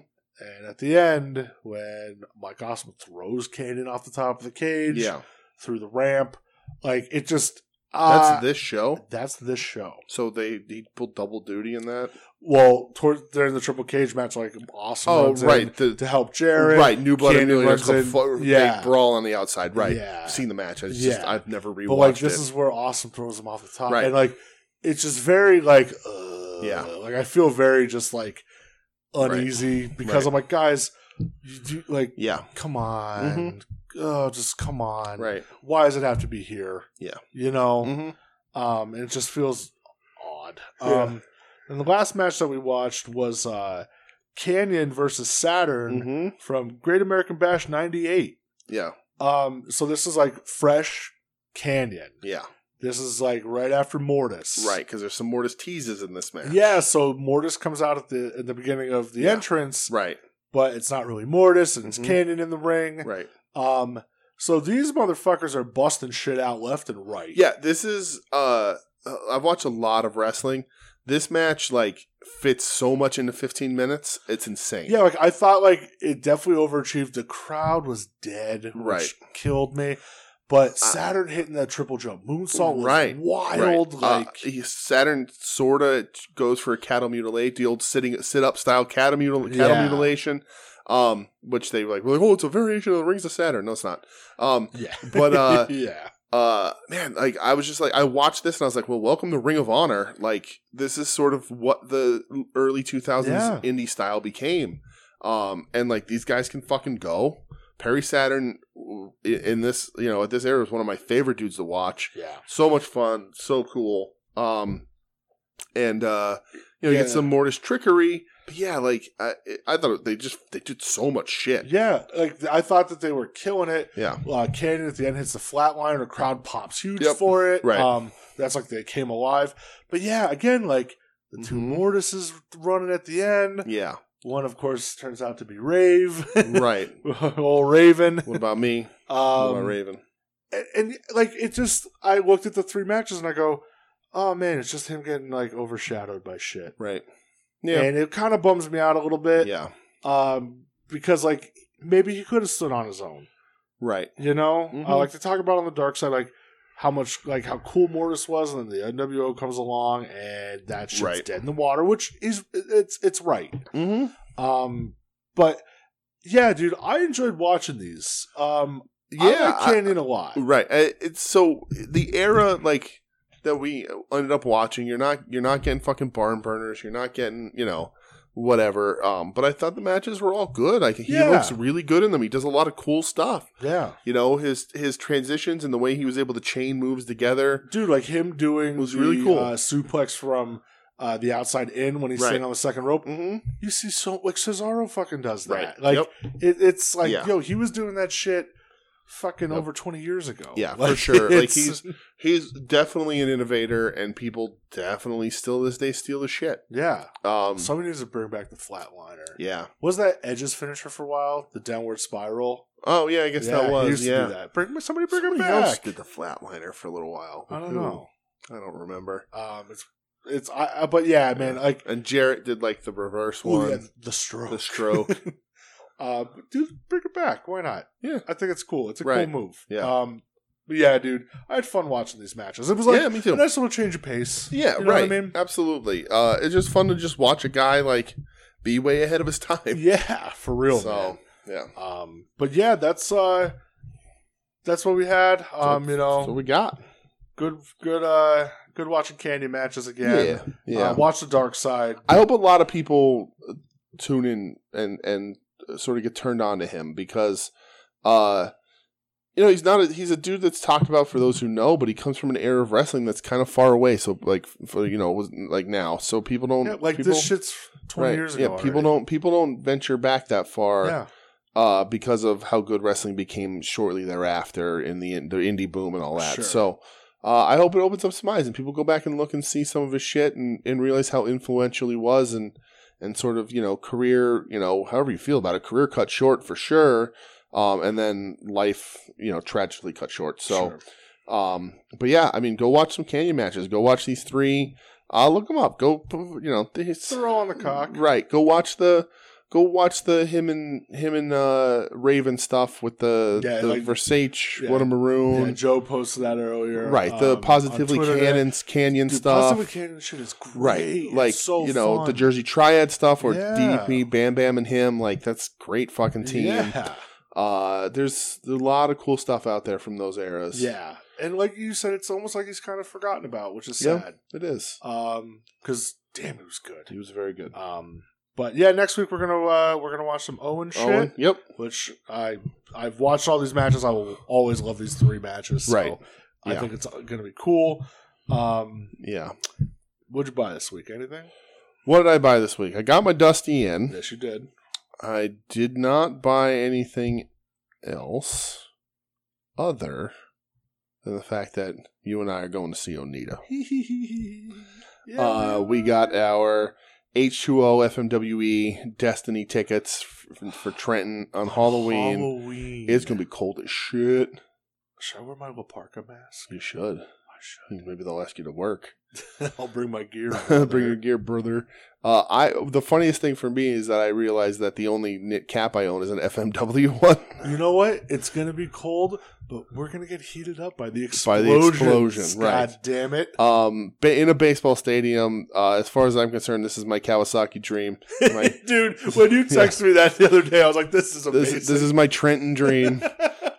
Speaker 2: and at the end when Mike Awesome throws Kanan off the top of the cage
Speaker 1: Yeah.
Speaker 2: through the ramp, like it just
Speaker 1: That's
Speaker 2: uh,
Speaker 1: this show.
Speaker 2: that's this show.
Speaker 1: So they he pulled double duty in that.
Speaker 2: Well, towards during the triple cage match, like awesome.
Speaker 1: Oh,
Speaker 2: runs in
Speaker 1: right. The,
Speaker 2: to help Jared.
Speaker 1: right. New blood
Speaker 2: Canyon
Speaker 1: and millionaires
Speaker 2: runs
Speaker 1: Club
Speaker 2: in.
Speaker 1: fo-
Speaker 2: Yeah.
Speaker 1: They brawl on the outside. Right.
Speaker 2: Yeah.
Speaker 1: I've seen the match. It's just
Speaker 2: Yeah.
Speaker 1: I've never rewatched
Speaker 2: but like this
Speaker 1: it.
Speaker 2: is where awesome throws him off the top,
Speaker 1: Right.
Speaker 2: and like it's just very like uh,
Speaker 1: Yeah.
Speaker 2: Like I feel very just like
Speaker 1: Right.
Speaker 2: uneasy because
Speaker 1: Right.
Speaker 2: I'm like, guys, you do like
Speaker 1: yeah.
Speaker 2: come on, oh, just come on.
Speaker 1: Mm-hmm. Right.
Speaker 2: Why does it have to be here?
Speaker 1: Yeah.
Speaker 2: you know.
Speaker 1: Mm-hmm.
Speaker 2: Um, and it just feels odd.
Speaker 1: Yeah.
Speaker 2: Um, and the last match that we watched was uh Canyon versus Saturn.
Speaker 1: Mm-hmm.
Speaker 2: from Great American Bash 98.
Speaker 1: Yeah.
Speaker 2: Um, so this is like fresh Canyon.
Speaker 1: Yeah.
Speaker 2: This is like right after Mortis.
Speaker 1: Right. Because there's some Mortis teases in this match.
Speaker 2: Yeah, so Mortis comes out at the at the beginning of the
Speaker 1: Yeah.
Speaker 2: entrance,
Speaker 1: Right.
Speaker 2: but it's not really Mortis and it's
Speaker 1: Mhm.
Speaker 2: Canyon in the ring.
Speaker 1: Right.
Speaker 2: Um so these motherfuckers are busting shit out left and right.
Speaker 1: Yeah, this is uh I've watched a lot of wrestling. This match like fits so much into 15 minutes. It's insane.
Speaker 2: Yeah, like I thought like it definitely overachieved. The crowd was dead,
Speaker 1: Right. Uh,
Speaker 2: which killed me. But Saturn hitting that triple jump moonsault was
Speaker 1: Right,
Speaker 2: wild.
Speaker 1: Right.
Speaker 2: Like
Speaker 1: Uh, he- Saturn sorta goes for a cattle mutilate, the old sitting sit up style cattle, mutil- cattle
Speaker 2: Yeah.
Speaker 1: mutilation. Um, which they were like, were like, oh, it's a variation of the rings of Saturn. No, it's not. Um,
Speaker 2: yeah,
Speaker 1: but uh,
Speaker 2: yeah,
Speaker 1: uh, man, like I was just like, I watched this and I was like, well, welcome to Ring of Honor. Like this is sort of what the early 2000s
Speaker 2: Yeah.
Speaker 1: indie style became. Um, and like these guys can fucking go. Perry Saturn i- in this you know at this era was one of my favorite dudes to watch.
Speaker 2: Yeah.
Speaker 1: So much fun, so cool. Um, and uh, you know you
Speaker 2: Yeah.
Speaker 1: get some Mortis trickery, but yeah, like I I thought they just they did so much shit.
Speaker 2: Yeah, like I thought that they were killing it.
Speaker 1: Yeah.
Speaker 2: Uh, Canyon at the end hits the flatline, her crowd pops huge
Speaker 1: Yep.
Speaker 2: for it.
Speaker 1: Right.
Speaker 2: Um, that's like they came alive. But yeah, again, like the 2
Speaker 1: Mhm.
Speaker 2: mortises running at the end.
Speaker 1: Yeah,
Speaker 2: One, of course, turns out to be Rave,
Speaker 1: right.
Speaker 2: old Raven.
Speaker 1: What about me? what about
Speaker 2: Um,
Speaker 1: Raven?
Speaker 2: and, and like it just, I looked at the three matches and I go, oh man, it's just him getting like overshadowed by shit.
Speaker 1: Right. Yeah.
Speaker 2: And it kind of bums me out a little bit.
Speaker 1: yeah.
Speaker 2: Um, because like maybe he could have stood on his own.
Speaker 1: Right.
Speaker 2: You know,
Speaker 1: Mhm.
Speaker 2: I like to talk about on the dark side, like how much, like how cool Mortis was, and then the NWO comes along, and that shit's
Speaker 1: Right.
Speaker 2: dead in the water, which is it's it's right.
Speaker 1: Mm-hmm.
Speaker 2: Um, but yeah, dude, I enjoyed watching these. Um,
Speaker 1: Yeah.
Speaker 2: yeah, I like
Speaker 1: I-
Speaker 2: Canyon a lot.
Speaker 1: right Uh, it's so the era like that we ended up watching you're not you're not getting fucking barn burners you're not getting you know whatever um but i thought the matches were all good like he
Speaker 2: Yeah.
Speaker 1: looks really good in them he does a lot of cool stuff
Speaker 2: Yeah,
Speaker 1: you know his his transitions and the way he was able to chain moves together
Speaker 2: dude, like him doing
Speaker 1: It was
Speaker 2: the,
Speaker 1: really cool.
Speaker 2: uh, suplex from. Uh, the outside in when he's
Speaker 1: Right.
Speaker 2: sitting on the second rope,
Speaker 1: mm-hmm.
Speaker 2: you see so like Cesaro fucking does that.
Speaker 1: Right.
Speaker 2: Like
Speaker 1: Yep.
Speaker 2: it, it's like
Speaker 1: Yeah.
Speaker 2: yo, he was doing that shit fucking
Speaker 1: Yep.
Speaker 2: over twenty years ago.
Speaker 1: Yeah, for
Speaker 2: Like,
Speaker 1: sure. Like
Speaker 2: it's-
Speaker 1: he's he's definitely an innovator, and people definitely still this day steal his shit.
Speaker 2: yeah.
Speaker 1: Um,
Speaker 2: Somebody needs to bring back the flatliner.
Speaker 1: yeah.
Speaker 2: Was that Edge's finisher for a while? The downward spiral.
Speaker 1: Oh yeah, I guess
Speaker 2: Yeah,
Speaker 1: that
Speaker 2: he
Speaker 1: was
Speaker 2: used to
Speaker 1: yeah.
Speaker 2: do that. Bring somebody bring
Speaker 1: Somebody
Speaker 2: him
Speaker 1: else
Speaker 2: back.
Speaker 1: did the flatliner for a little while.
Speaker 2: I don't
Speaker 1: Who?
Speaker 2: know.
Speaker 1: I don't remember.
Speaker 2: Um, it's it's I, I but yeah, man.
Speaker 1: Yeah.
Speaker 2: Like
Speaker 1: And Jarrett did like the reverse
Speaker 2: ooh,
Speaker 1: one.
Speaker 2: yeah, the stroke.
Speaker 1: The stroke.
Speaker 2: uh, but dude, bring it back. Why not?
Speaker 1: Yeah.
Speaker 2: I think it's cool. It's a
Speaker 1: Right.
Speaker 2: cool move.
Speaker 1: Yeah.
Speaker 2: Um, but yeah, dude, I had fun watching these matches. It was like
Speaker 1: yeah, me too.
Speaker 2: a nice little change of pace.
Speaker 1: yeah,
Speaker 2: you know
Speaker 1: right.
Speaker 2: what I mean?
Speaker 1: Absolutely. Uh, it's just fun to just watch a guy like be way ahead of his time.
Speaker 2: Yeah, for real.
Speaker 1: so yeah,
Speaker 2: man. Um, but yeah, that's uh, that's what we had. Um, you know,
Speaker 1: that's what we got.
Speaker 2: good, good, uh, good watching candy matches again.
Speaker 1: yeah.
Speaker 2: Uh, watch the dark side.
Speaker 1: I hope a lot of people uh, tune in and and uh, sort of get turned on to him because, uh, you know, he's not a, he's a dude that's talked about for those who know, but he comes from an era of wrestling that's kind of far away. So like for you know was like now, so people don't
Speaker 2: Yeah, like
Speaker 1: people,
Speaker 2: this shit's twenty
Speaker 1: right,
Speaker 2: years ago.
Speaker 1: Yeah, people
Speaker 2: already.
Speaker 1: don't people don't venture back that far
Speaker 2: Yeah,
Speaker 1: uh, because of how good wrestling became shortly thereafter in the the indie boom and all that.
Speaker 2: Sure.
Speaker 1: So uh, I hope it opens up some eyes and people go back and look and see some of his shit and, and realize how influential he was and and sort of you know career you know however you feel about it career cut short for sure. Um, and then life, you know, tragically cut short. So,
Speaker 2: Sure.
Speaker 1: um, but yeah, I mean, go watch some Canyon matches. Go watch these three. Uh, look them up. Go, you know, it's,
Speaker 2: throw on the cock.
Speaker 1: Right. Go watch the go watch the him and him and uh Raven stuff with the
Speaker 2: Yeah,
Speaker 1: the
Speaker 2: like-
Speaker 1: Versace,
Speaker 2: yeah.
Speaker 1: what a
Speaker 2: Yeah,
Speaker 1: maroon.
Speaker 2: Joe posted that earlier.
Speaker 1: right. The
Speaker 2: um,
Speaker 1: positively
Speaker 2: on Twitter.
Speaker 1: cannons canyon
Speaker 2: Dude,
Speaker 1: stuff.
Speaker 2: Positively Canyon shit is great.
Speaker 1: Right,
Speaker 2: It's
Speaker 1: like
Speaker 2: so
Speaker 1: you know the
Speaker 2: fun.
Speaker 1: Jersey Triad stuff, or
Speaker 2: Yeah.
Speaker 1: DDP, Bam Bam, and him. Like that's great fucking team.
Speaker 2: Yeah.
Speaker 1: Uh, there's a lot of cool stuff out there from those eras.
Speaker 2: Yeah. And like you said, it's almost like he's kind of forgotten about, which is
Speaker 1: Yeah.
Speaker 2: sad.
Speaker 1: it is.
Speaker 2: Um, because damn, it was good.
Speaker 1: He was very good.
Speaker 2: Um, but yeah, next week we're gonna uh, we're gonna watch some Owen shit,
Speaker 1: Owen, yep,
Speaker 2: which I I've watched all these matches. I will always love these three matches. So
Speaker 1: Right.
Speaker 2: I
Speaker 1: Yeah.
Speaker 2: think it's gonna be cool. Um,
Speaker 1: yeah.
Speaker 2: what'd you buy this week? Anything?
Speaker 1: What did I buy this week? I got my Dusty in.
Speaker 2: Yes, you did.
Speaker 1: I did not buy anything else other than the fact that you and I are going to see Onita.
Speaker 2: yeah,
Speaker 1: Uh, we got our H2O FMWE E Destiny tickets for, for Trenton on Halloween.
Speaker 2: Halloween.
Speaker 1: It's going to be cold as shit.
Speaker 2: Should I wear my Laparca mask?
Speaker 1: You should.
Speaker 2: I
Speaker 1: Maybe they'll ask you to work.
Speaker 2: should. I'll bring my gear.
Speaker 1: Bring your gear, brother. Uh, I the funniest thing for me is that I realized that the only knit cap I own is an FMW one.
Speaker 2: You know what? It's gonna be cold, but we're gonna get heated up by the
Speaker 1: By
Speaker 2: explosion.
Speaker 1: the explosion,
Speaker 2: God
Speaker 1: right.
Speaker 2: damn it!
Speaker 1: Um, ba- in a baseball stadium, uh, as far as I'm concerned, this is my Kawasaki dream. My,
Speaker 2: Dude, when you texted me that the other day, I was like, "This is
Speaker 1: this,
Speaker 2: amazing."
Speaker 1: this is my Trenton dream.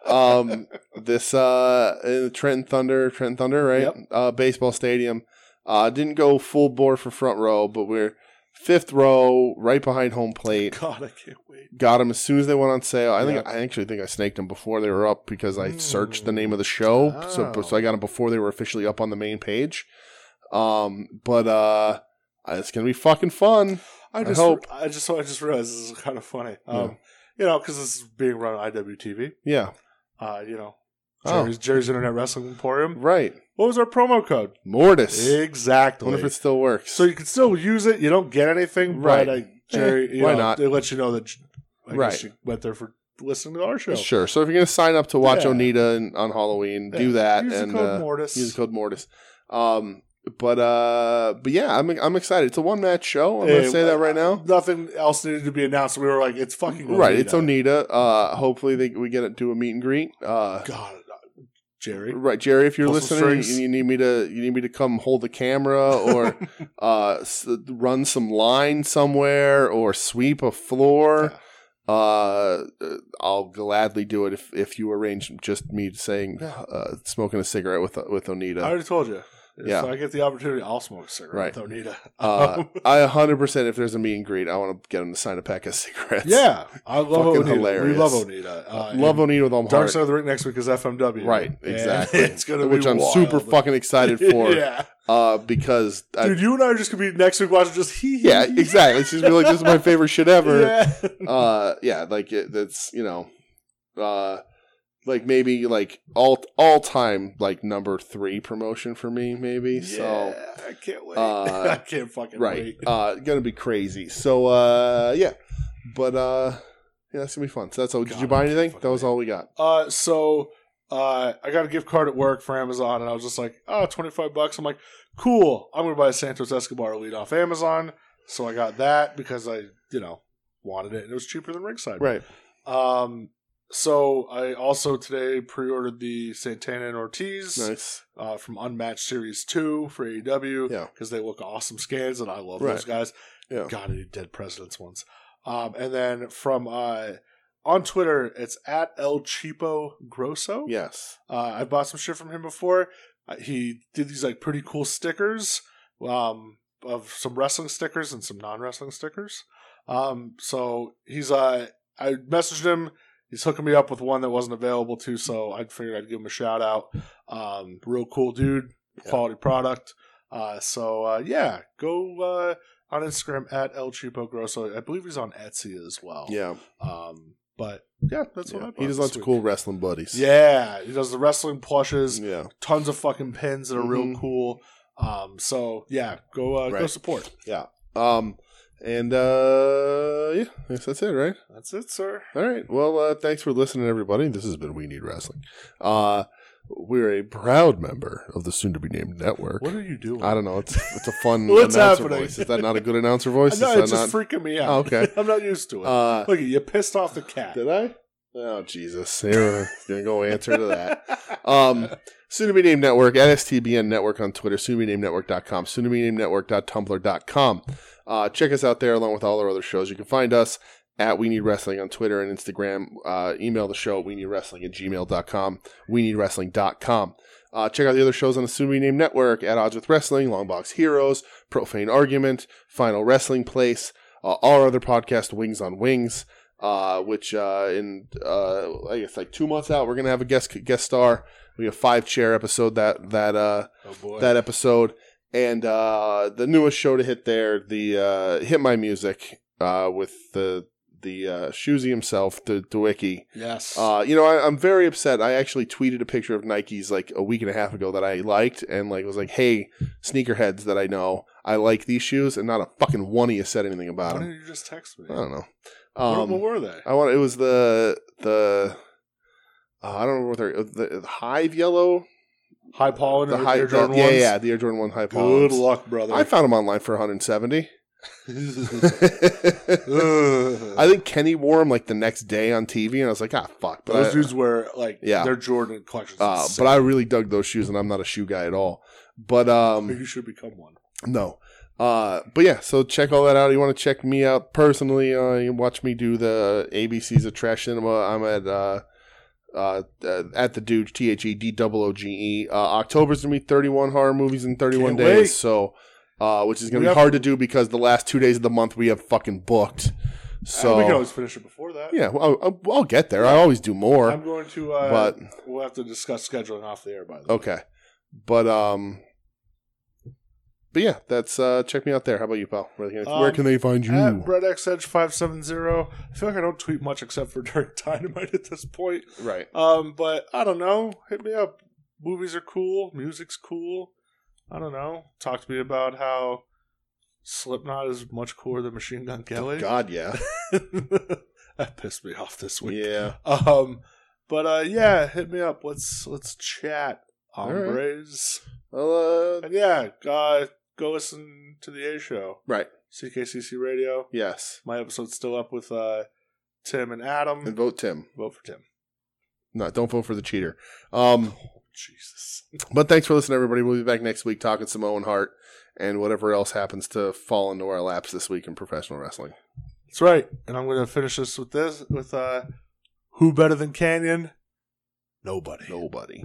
Speaker 1: Um, this uh, uh, Trenton Thunder, Trenton Thunder, right?
Speaker 2: Yep.
Speaker 1: Uh, baseball stadium. Uh, didn't go full bore for front row, but we're fifth row, right behind home plate.
Speaker 2: God, I can't wait.
Speaker 1: Got them as soon as they went on sale. I think
Speaker 2: Yeah.
Speaker 1: I actually think I snaked them before they were up because I searched the
Speaker 2: Mm.
Speaker 1: name of the show, so
Speaker 2: Oh.
Speaker 1: so I got them before they were officially up on the main page. Um, but uh, it's gonna be fucking fun.
Speaker 2: I
Speaker 1: I
Speaker 2: just,
Speaker 1: hope.
Speaker 2: I just, I just realized this is kind of funny. Um, You know, because this is being run on IWTV.
Speaker 1: Yeah,
Speaker 2: Uh, you know,
Speaker 1: Oh.
Speaker 2: Jerry's, Jerry's Internet Wrestling Emporium.
Speaker 1: right.
Speaker 2: What was our promo code?
Speaker 1: Mortis. I
Speaker 2: Exactly.
Speaker 1: wonder if it still works.
Speaker 2: So you can still use it. You don't get anything,
Speaker 1: Right.
Speaker 2: but uh, Jerry,
Speaker 1: Eh,
Speaker 2: you
Speaker 1: why
Speaker 2: know,
Speaker 1: not?
Speaker 2: They let you know that. I
Speaker 1: Right.
Speaker 2: guess you went there for listening to our show.
Speaker 1: Sure. So if you're gonna sign up to watch
Speaker 2: Yeah.
Speaker 1: Onita and, on Halloween,
Speaker 2: Yeah.
Speaker 1: do that
Speaker 2: Use
Speaker 1: and
Speaker 2: the code
Speaker 1: uh,
Speaker 2: Mortis.
Speaker 1: use the code Mortis. Um, but uh, but yeah, I'm I'm excited. It's a one match show. I'm
Speaker 2: Hey,
Speaker 1: gonna say that right now.
Speaker 2: Eh, uh, Nothing else needed to be announced. We were like, it's fucking
Speaker 1: Right, it's Onita.
Speaker 2: Onita.
Speaker 1: Uh, hopefully they, we get to do a meet and greet. Uh,
Speaker 2: God, uh, Jerry.
Speaker 1: right, Jerry, if you're
Speaker 2: Pull some
Speaker 1: listening, you,
Speaker 2: strings.
Speaker 1: you need me to you need me to come hold the camera or uh, s- run some line somewhere or sweep a floor. Uh, I'll gladly do it if, if you arrange just me saying
Speaker 2: Yeah.
Speaker 1: uh, smoking a cigarette with with Onita.
Speaker 2: I already told you. If
Speaker 1: Yeah.
Speaker 2: I get the opportunity, I'll smoke a cigarette
Speaker 1: Right.
Speaker 2: with Onita.
Speaker 1: Uh,
Speaker 2: Um,
Speaker 1: I 100% if there's a meet and greet, I want to get him to sign a pack of cigarettes.
Speaker 2: yeah, I love
Speaker 1: Fucking
Speaker 2: Onita.
Speaker 1: hilarious.
Speaker 2: We love Onita. Uh,
Speaker 1: Love
Speaker 2: and
Speaker 1: Onita with all my
Speaker 2: Dark
Speaker 1: heart.
Speaker 2: Side of the Ring next week is FMW.
Speaker 1: Right,
Speaker 2: And
Speaker 1: exactly.
Speaker 2: it's gonna
Speaker 1: which
Speaker 2: be
Speaker 1: I'm
Speaker 2: wild.
Speaker 1: super fucking excited for
Speaker 2: yeah,
Speaker 1: uh, because I,
Speaker 2: dude, you and I are just gonna be next week watching just he.
Speaker 1: yeah, exactly. She's gonna be like, "This is my favorite shit ever."
Speaker 2: Yeah.
Speaker 1: Uh, yeah, like it, that's you know, uh, like maybe like all all time like number three promotion for me, maybe. So
Speaker 2: Yeah, I can't wait.
Speaker 1: uh,
Speaker 2: I can't fucking
Speaker 1: right,
Speaker 2: wait.
Speaker 1: uh, gonna be crazy. So uh, yeah, but uh, yeah, that's gonna be fun. So that's all. Did
Speaker 2: God,
Speaker 1: you buy
Speaker 2: I can't
Speaker 1: anything?
Speaker 2: fucking
Speaker 1: That was
Speaker 2: wait.
Speaker 1: all we got.
Speaker 2: Uh, so uh, I got a gift card at work for Amazon, and I was just like, oh, 25 bucks. I'm like, cool. I'm gonna buy a Santos Escobar lead off Amazon. So I got that because I, you know, wanted it, and it was cheaper than Ringside.
Speaker 1: Right.
Speaker 2: Um, so I also today pre-ordered the Santana and Ortiz
Speaker 1: Nice.
Speaker 2: uh, from Unmatched Series Two for AEW
Speaker 1: Yeah.
Speaker 2: because they look awesome scans, and I love
Speaker 1: Right.
Speaker 2: those guys.
Speaker 1: Yeah.
Speaker 2: God, I need dead presidents once. Um, and then from uh, on Twitter, it's at El Cheapo Grosso.
Speaker 1: Yes.
Speaker 2: Uh, I bought some shit from him before. Uh, he did these like pretty cool stickers um, of some wrestling stickers and some non wrestling stickers. Um, so he's uh, I messaged him. He's hooking me up with one that wasn't available to, so I figured I'd give him a shout out. Um, real cool dude,
Speaker 1: Yeah.
Speaker 2: quality product. Uh, so uh, yeah, go uh, on Instagram at El Cheapo Grosso. I believe he's on Etsy as well.
Speaker 1: Yeah.
Speaker 2: Um, but yeah, Oh, that's what
Speaker 1: yeah.
Speaker 2: I bought
Speaker 1: He does
Speaker 2: this
Speaker 1: lots of
Speaker 2: week.
Speaker 1: cool wrestling buddies.
Speaker 2: Yeah, he does the wrestling plushes
Speaker 1: Yeah.
Speaker 2: tons of fucking pins that are real
Speaker 1: Mhm.
Speaker 2: cool. Um, so yeah, go uh, go
Speaker 1: Right.
Speaker 2: support.
Speaker 1: Um. And uh, yeah, I guess that's it, right?
Speaker 2: That's it, sir.
Speaker 1: All right. Well, uh, thanks for listening, everybody. This has been We Need Wrestling. Uh, we're a proud member of the soon to be named network.
Speaker 2: What are you doing?
Speaker 1: I don't know. It's it's a fun
Speaker 2: What's
Speaker 1: announcer
Speaker 2: happening?
Speaker 1: voice. Is that not a good announcer voice? Is
Speaker 2: no,
Speaker 1: that
Speaker 2: it's just freaking me out.
Speaker 1: Oh, okay.
Speaker 2: I'm not used to it.
Speaker 1: uh,
Speaker 2: Look, you pissed off the cat.
Speaker 1: did I? Oh Jesus! You're gonna go answer to that. Um, soon to be named network at STBN network on Twitter, soon to be named network.com, soon to be named network.tumblr.com. Uh, check us out there along with all our other shows. You can find us at We Need Wrestling on Twitter and Instagram. Uh, email the show at We Need Wrestling at gmail.com, We Need Wrestling.com. Uh, check out the other shows on the Soon to Be Named Network at Odds with Wrestling, Long Box Heroes, Profane Argument, Final Wrestling Place, uh, all our other podcast, Wings on Wings, uh, which uh, in uh, I guess like two months out, we're gonna have a guest guest star. We have five chair episode that that uh,
Speaker 2: oh boy.
Speaker 1: that episode, and uh, the newest show to hit there, the uh, hit my music uh, with the the uh, Shuzy himself, the Dewicki.
Speaker 2: yes.
Speaker 1: Uh, you know, I, I'm very upset. I actually tweeted a picture of Nikes like a week and a half ago that I liked, and like was like, "Hey, sneakerheads that I know, I like these shoes," and not a fucking one of you said anything
Speaker 2: Why
Speaker 1: about them.
Speaker 2: didn't you just text me?
Speaker 1: um, I don't know.
Speaker 2: What-
Speaker 1: Um,
Speaker 2: what were they?
Speaker 1: I want it was the the uh, I don't know what they're the, the Hive Yellow,
Speaker 2: High pollen.
Speaker 1: the
Speaker 2: The high
Speaker 1: Hive
Speaker 2: Jordan
Speaker 1: yeah
Speaker 2: ones?
Speaker 1: yeah the Air Jordan One High
Speaker 2: Good
Speaker 1: Pollens.
Speaker 2: luck, brother.
Speaker 1: I found them online for 170. I
Speaker 2: Ugh.
Speaker 1: think Kenny wore them like the next day on TV, and I was like, ah fuck. But
Speaker 2: Those
Speaker 1: I,
Speaker 2: dudes wear like
Speaker 1: Yeah.
Speaker 2: their Jordan collections.
Speaker 1: uh, but I really dug those shoes, and I'm not a shoe guy at all. But um,
Speaker 2: you should become one.
Speaker 1: No. Uh, but yeah, so check all that out. You want to check me out personally? Uh, you can watch me do the ABCs of Trash Cinema. I'm at uh, uh, uh, at the Dude T H E D O O G E. Uh, October's gonna be 31 horror movies in 31
Speaker 2: Can't
Speaker 1: days.
Speaker 2: wait.
Speaker 1: So uh, which is going
Speaker 2: We
Speaker 1: to be
Speaker 2: have-
Speaker 1: hard to do because the last two days of the month we have fucking booked. So
Speaker 2: So we can always finish it before that.
Speaker 1: yeah, well, I'll, I'll get there. I always do more.
Speaker 2: I'm going to. Uh,
Speaker 1: but
Speaker 2: we'll have to discuss scheduling off the air. By the way,
Speaker 1: okay, but um, but yeah, that's uh, check me out there. How about you, pal? Where can, where
Speaker 2: Um,
Speaker 1: can they find you?
Speaker 2: at BreadXEdge five seven zero. I feel like I don't tweet much except for during dynamite at this point.
Speaker 1: right.
Speaker 2: Um, but I don't know. Hit me up. Movies are cool. Music's cool. I don't know. Talk to me about how Slipknot is much cooler than Machine Gun Kelly.
Speaker 1: God, yeah,
Speaker 2: that pissed me off this week.
Speaker 1: yeah.
Speaker 2: Um, but uh, yeah, hit me up. Let's let's chat,
Speaker 1: All right.
Speaker 2: hombres.
Speaker 1: Well, uh,
Speaker 2: And yeah, uh, go listen to the A Show,
Speaker 1: right.
Speaker 2: CKCC Radio.
Speaker 1: Yes,
Speaker 2: My episode's still up with uh, Tim and Adam.
Speaker 1: and vote Tim.
Speaker 2: Vote for Tim.
Speaker 1: No, don't vote for the cheater. Um,
Speaker 2: Oh, Jesus.
Speaker 1: but thanks for listening, everybody. We'll be back next week talking some Owen Hart and whatever else happens to fall into our laps this week in professional wrestling.
Speaker 2: That's right. And I'm gonna finish this with this with uh Who Better Than Canyon? Nobody.
Speaker 1: Nobody.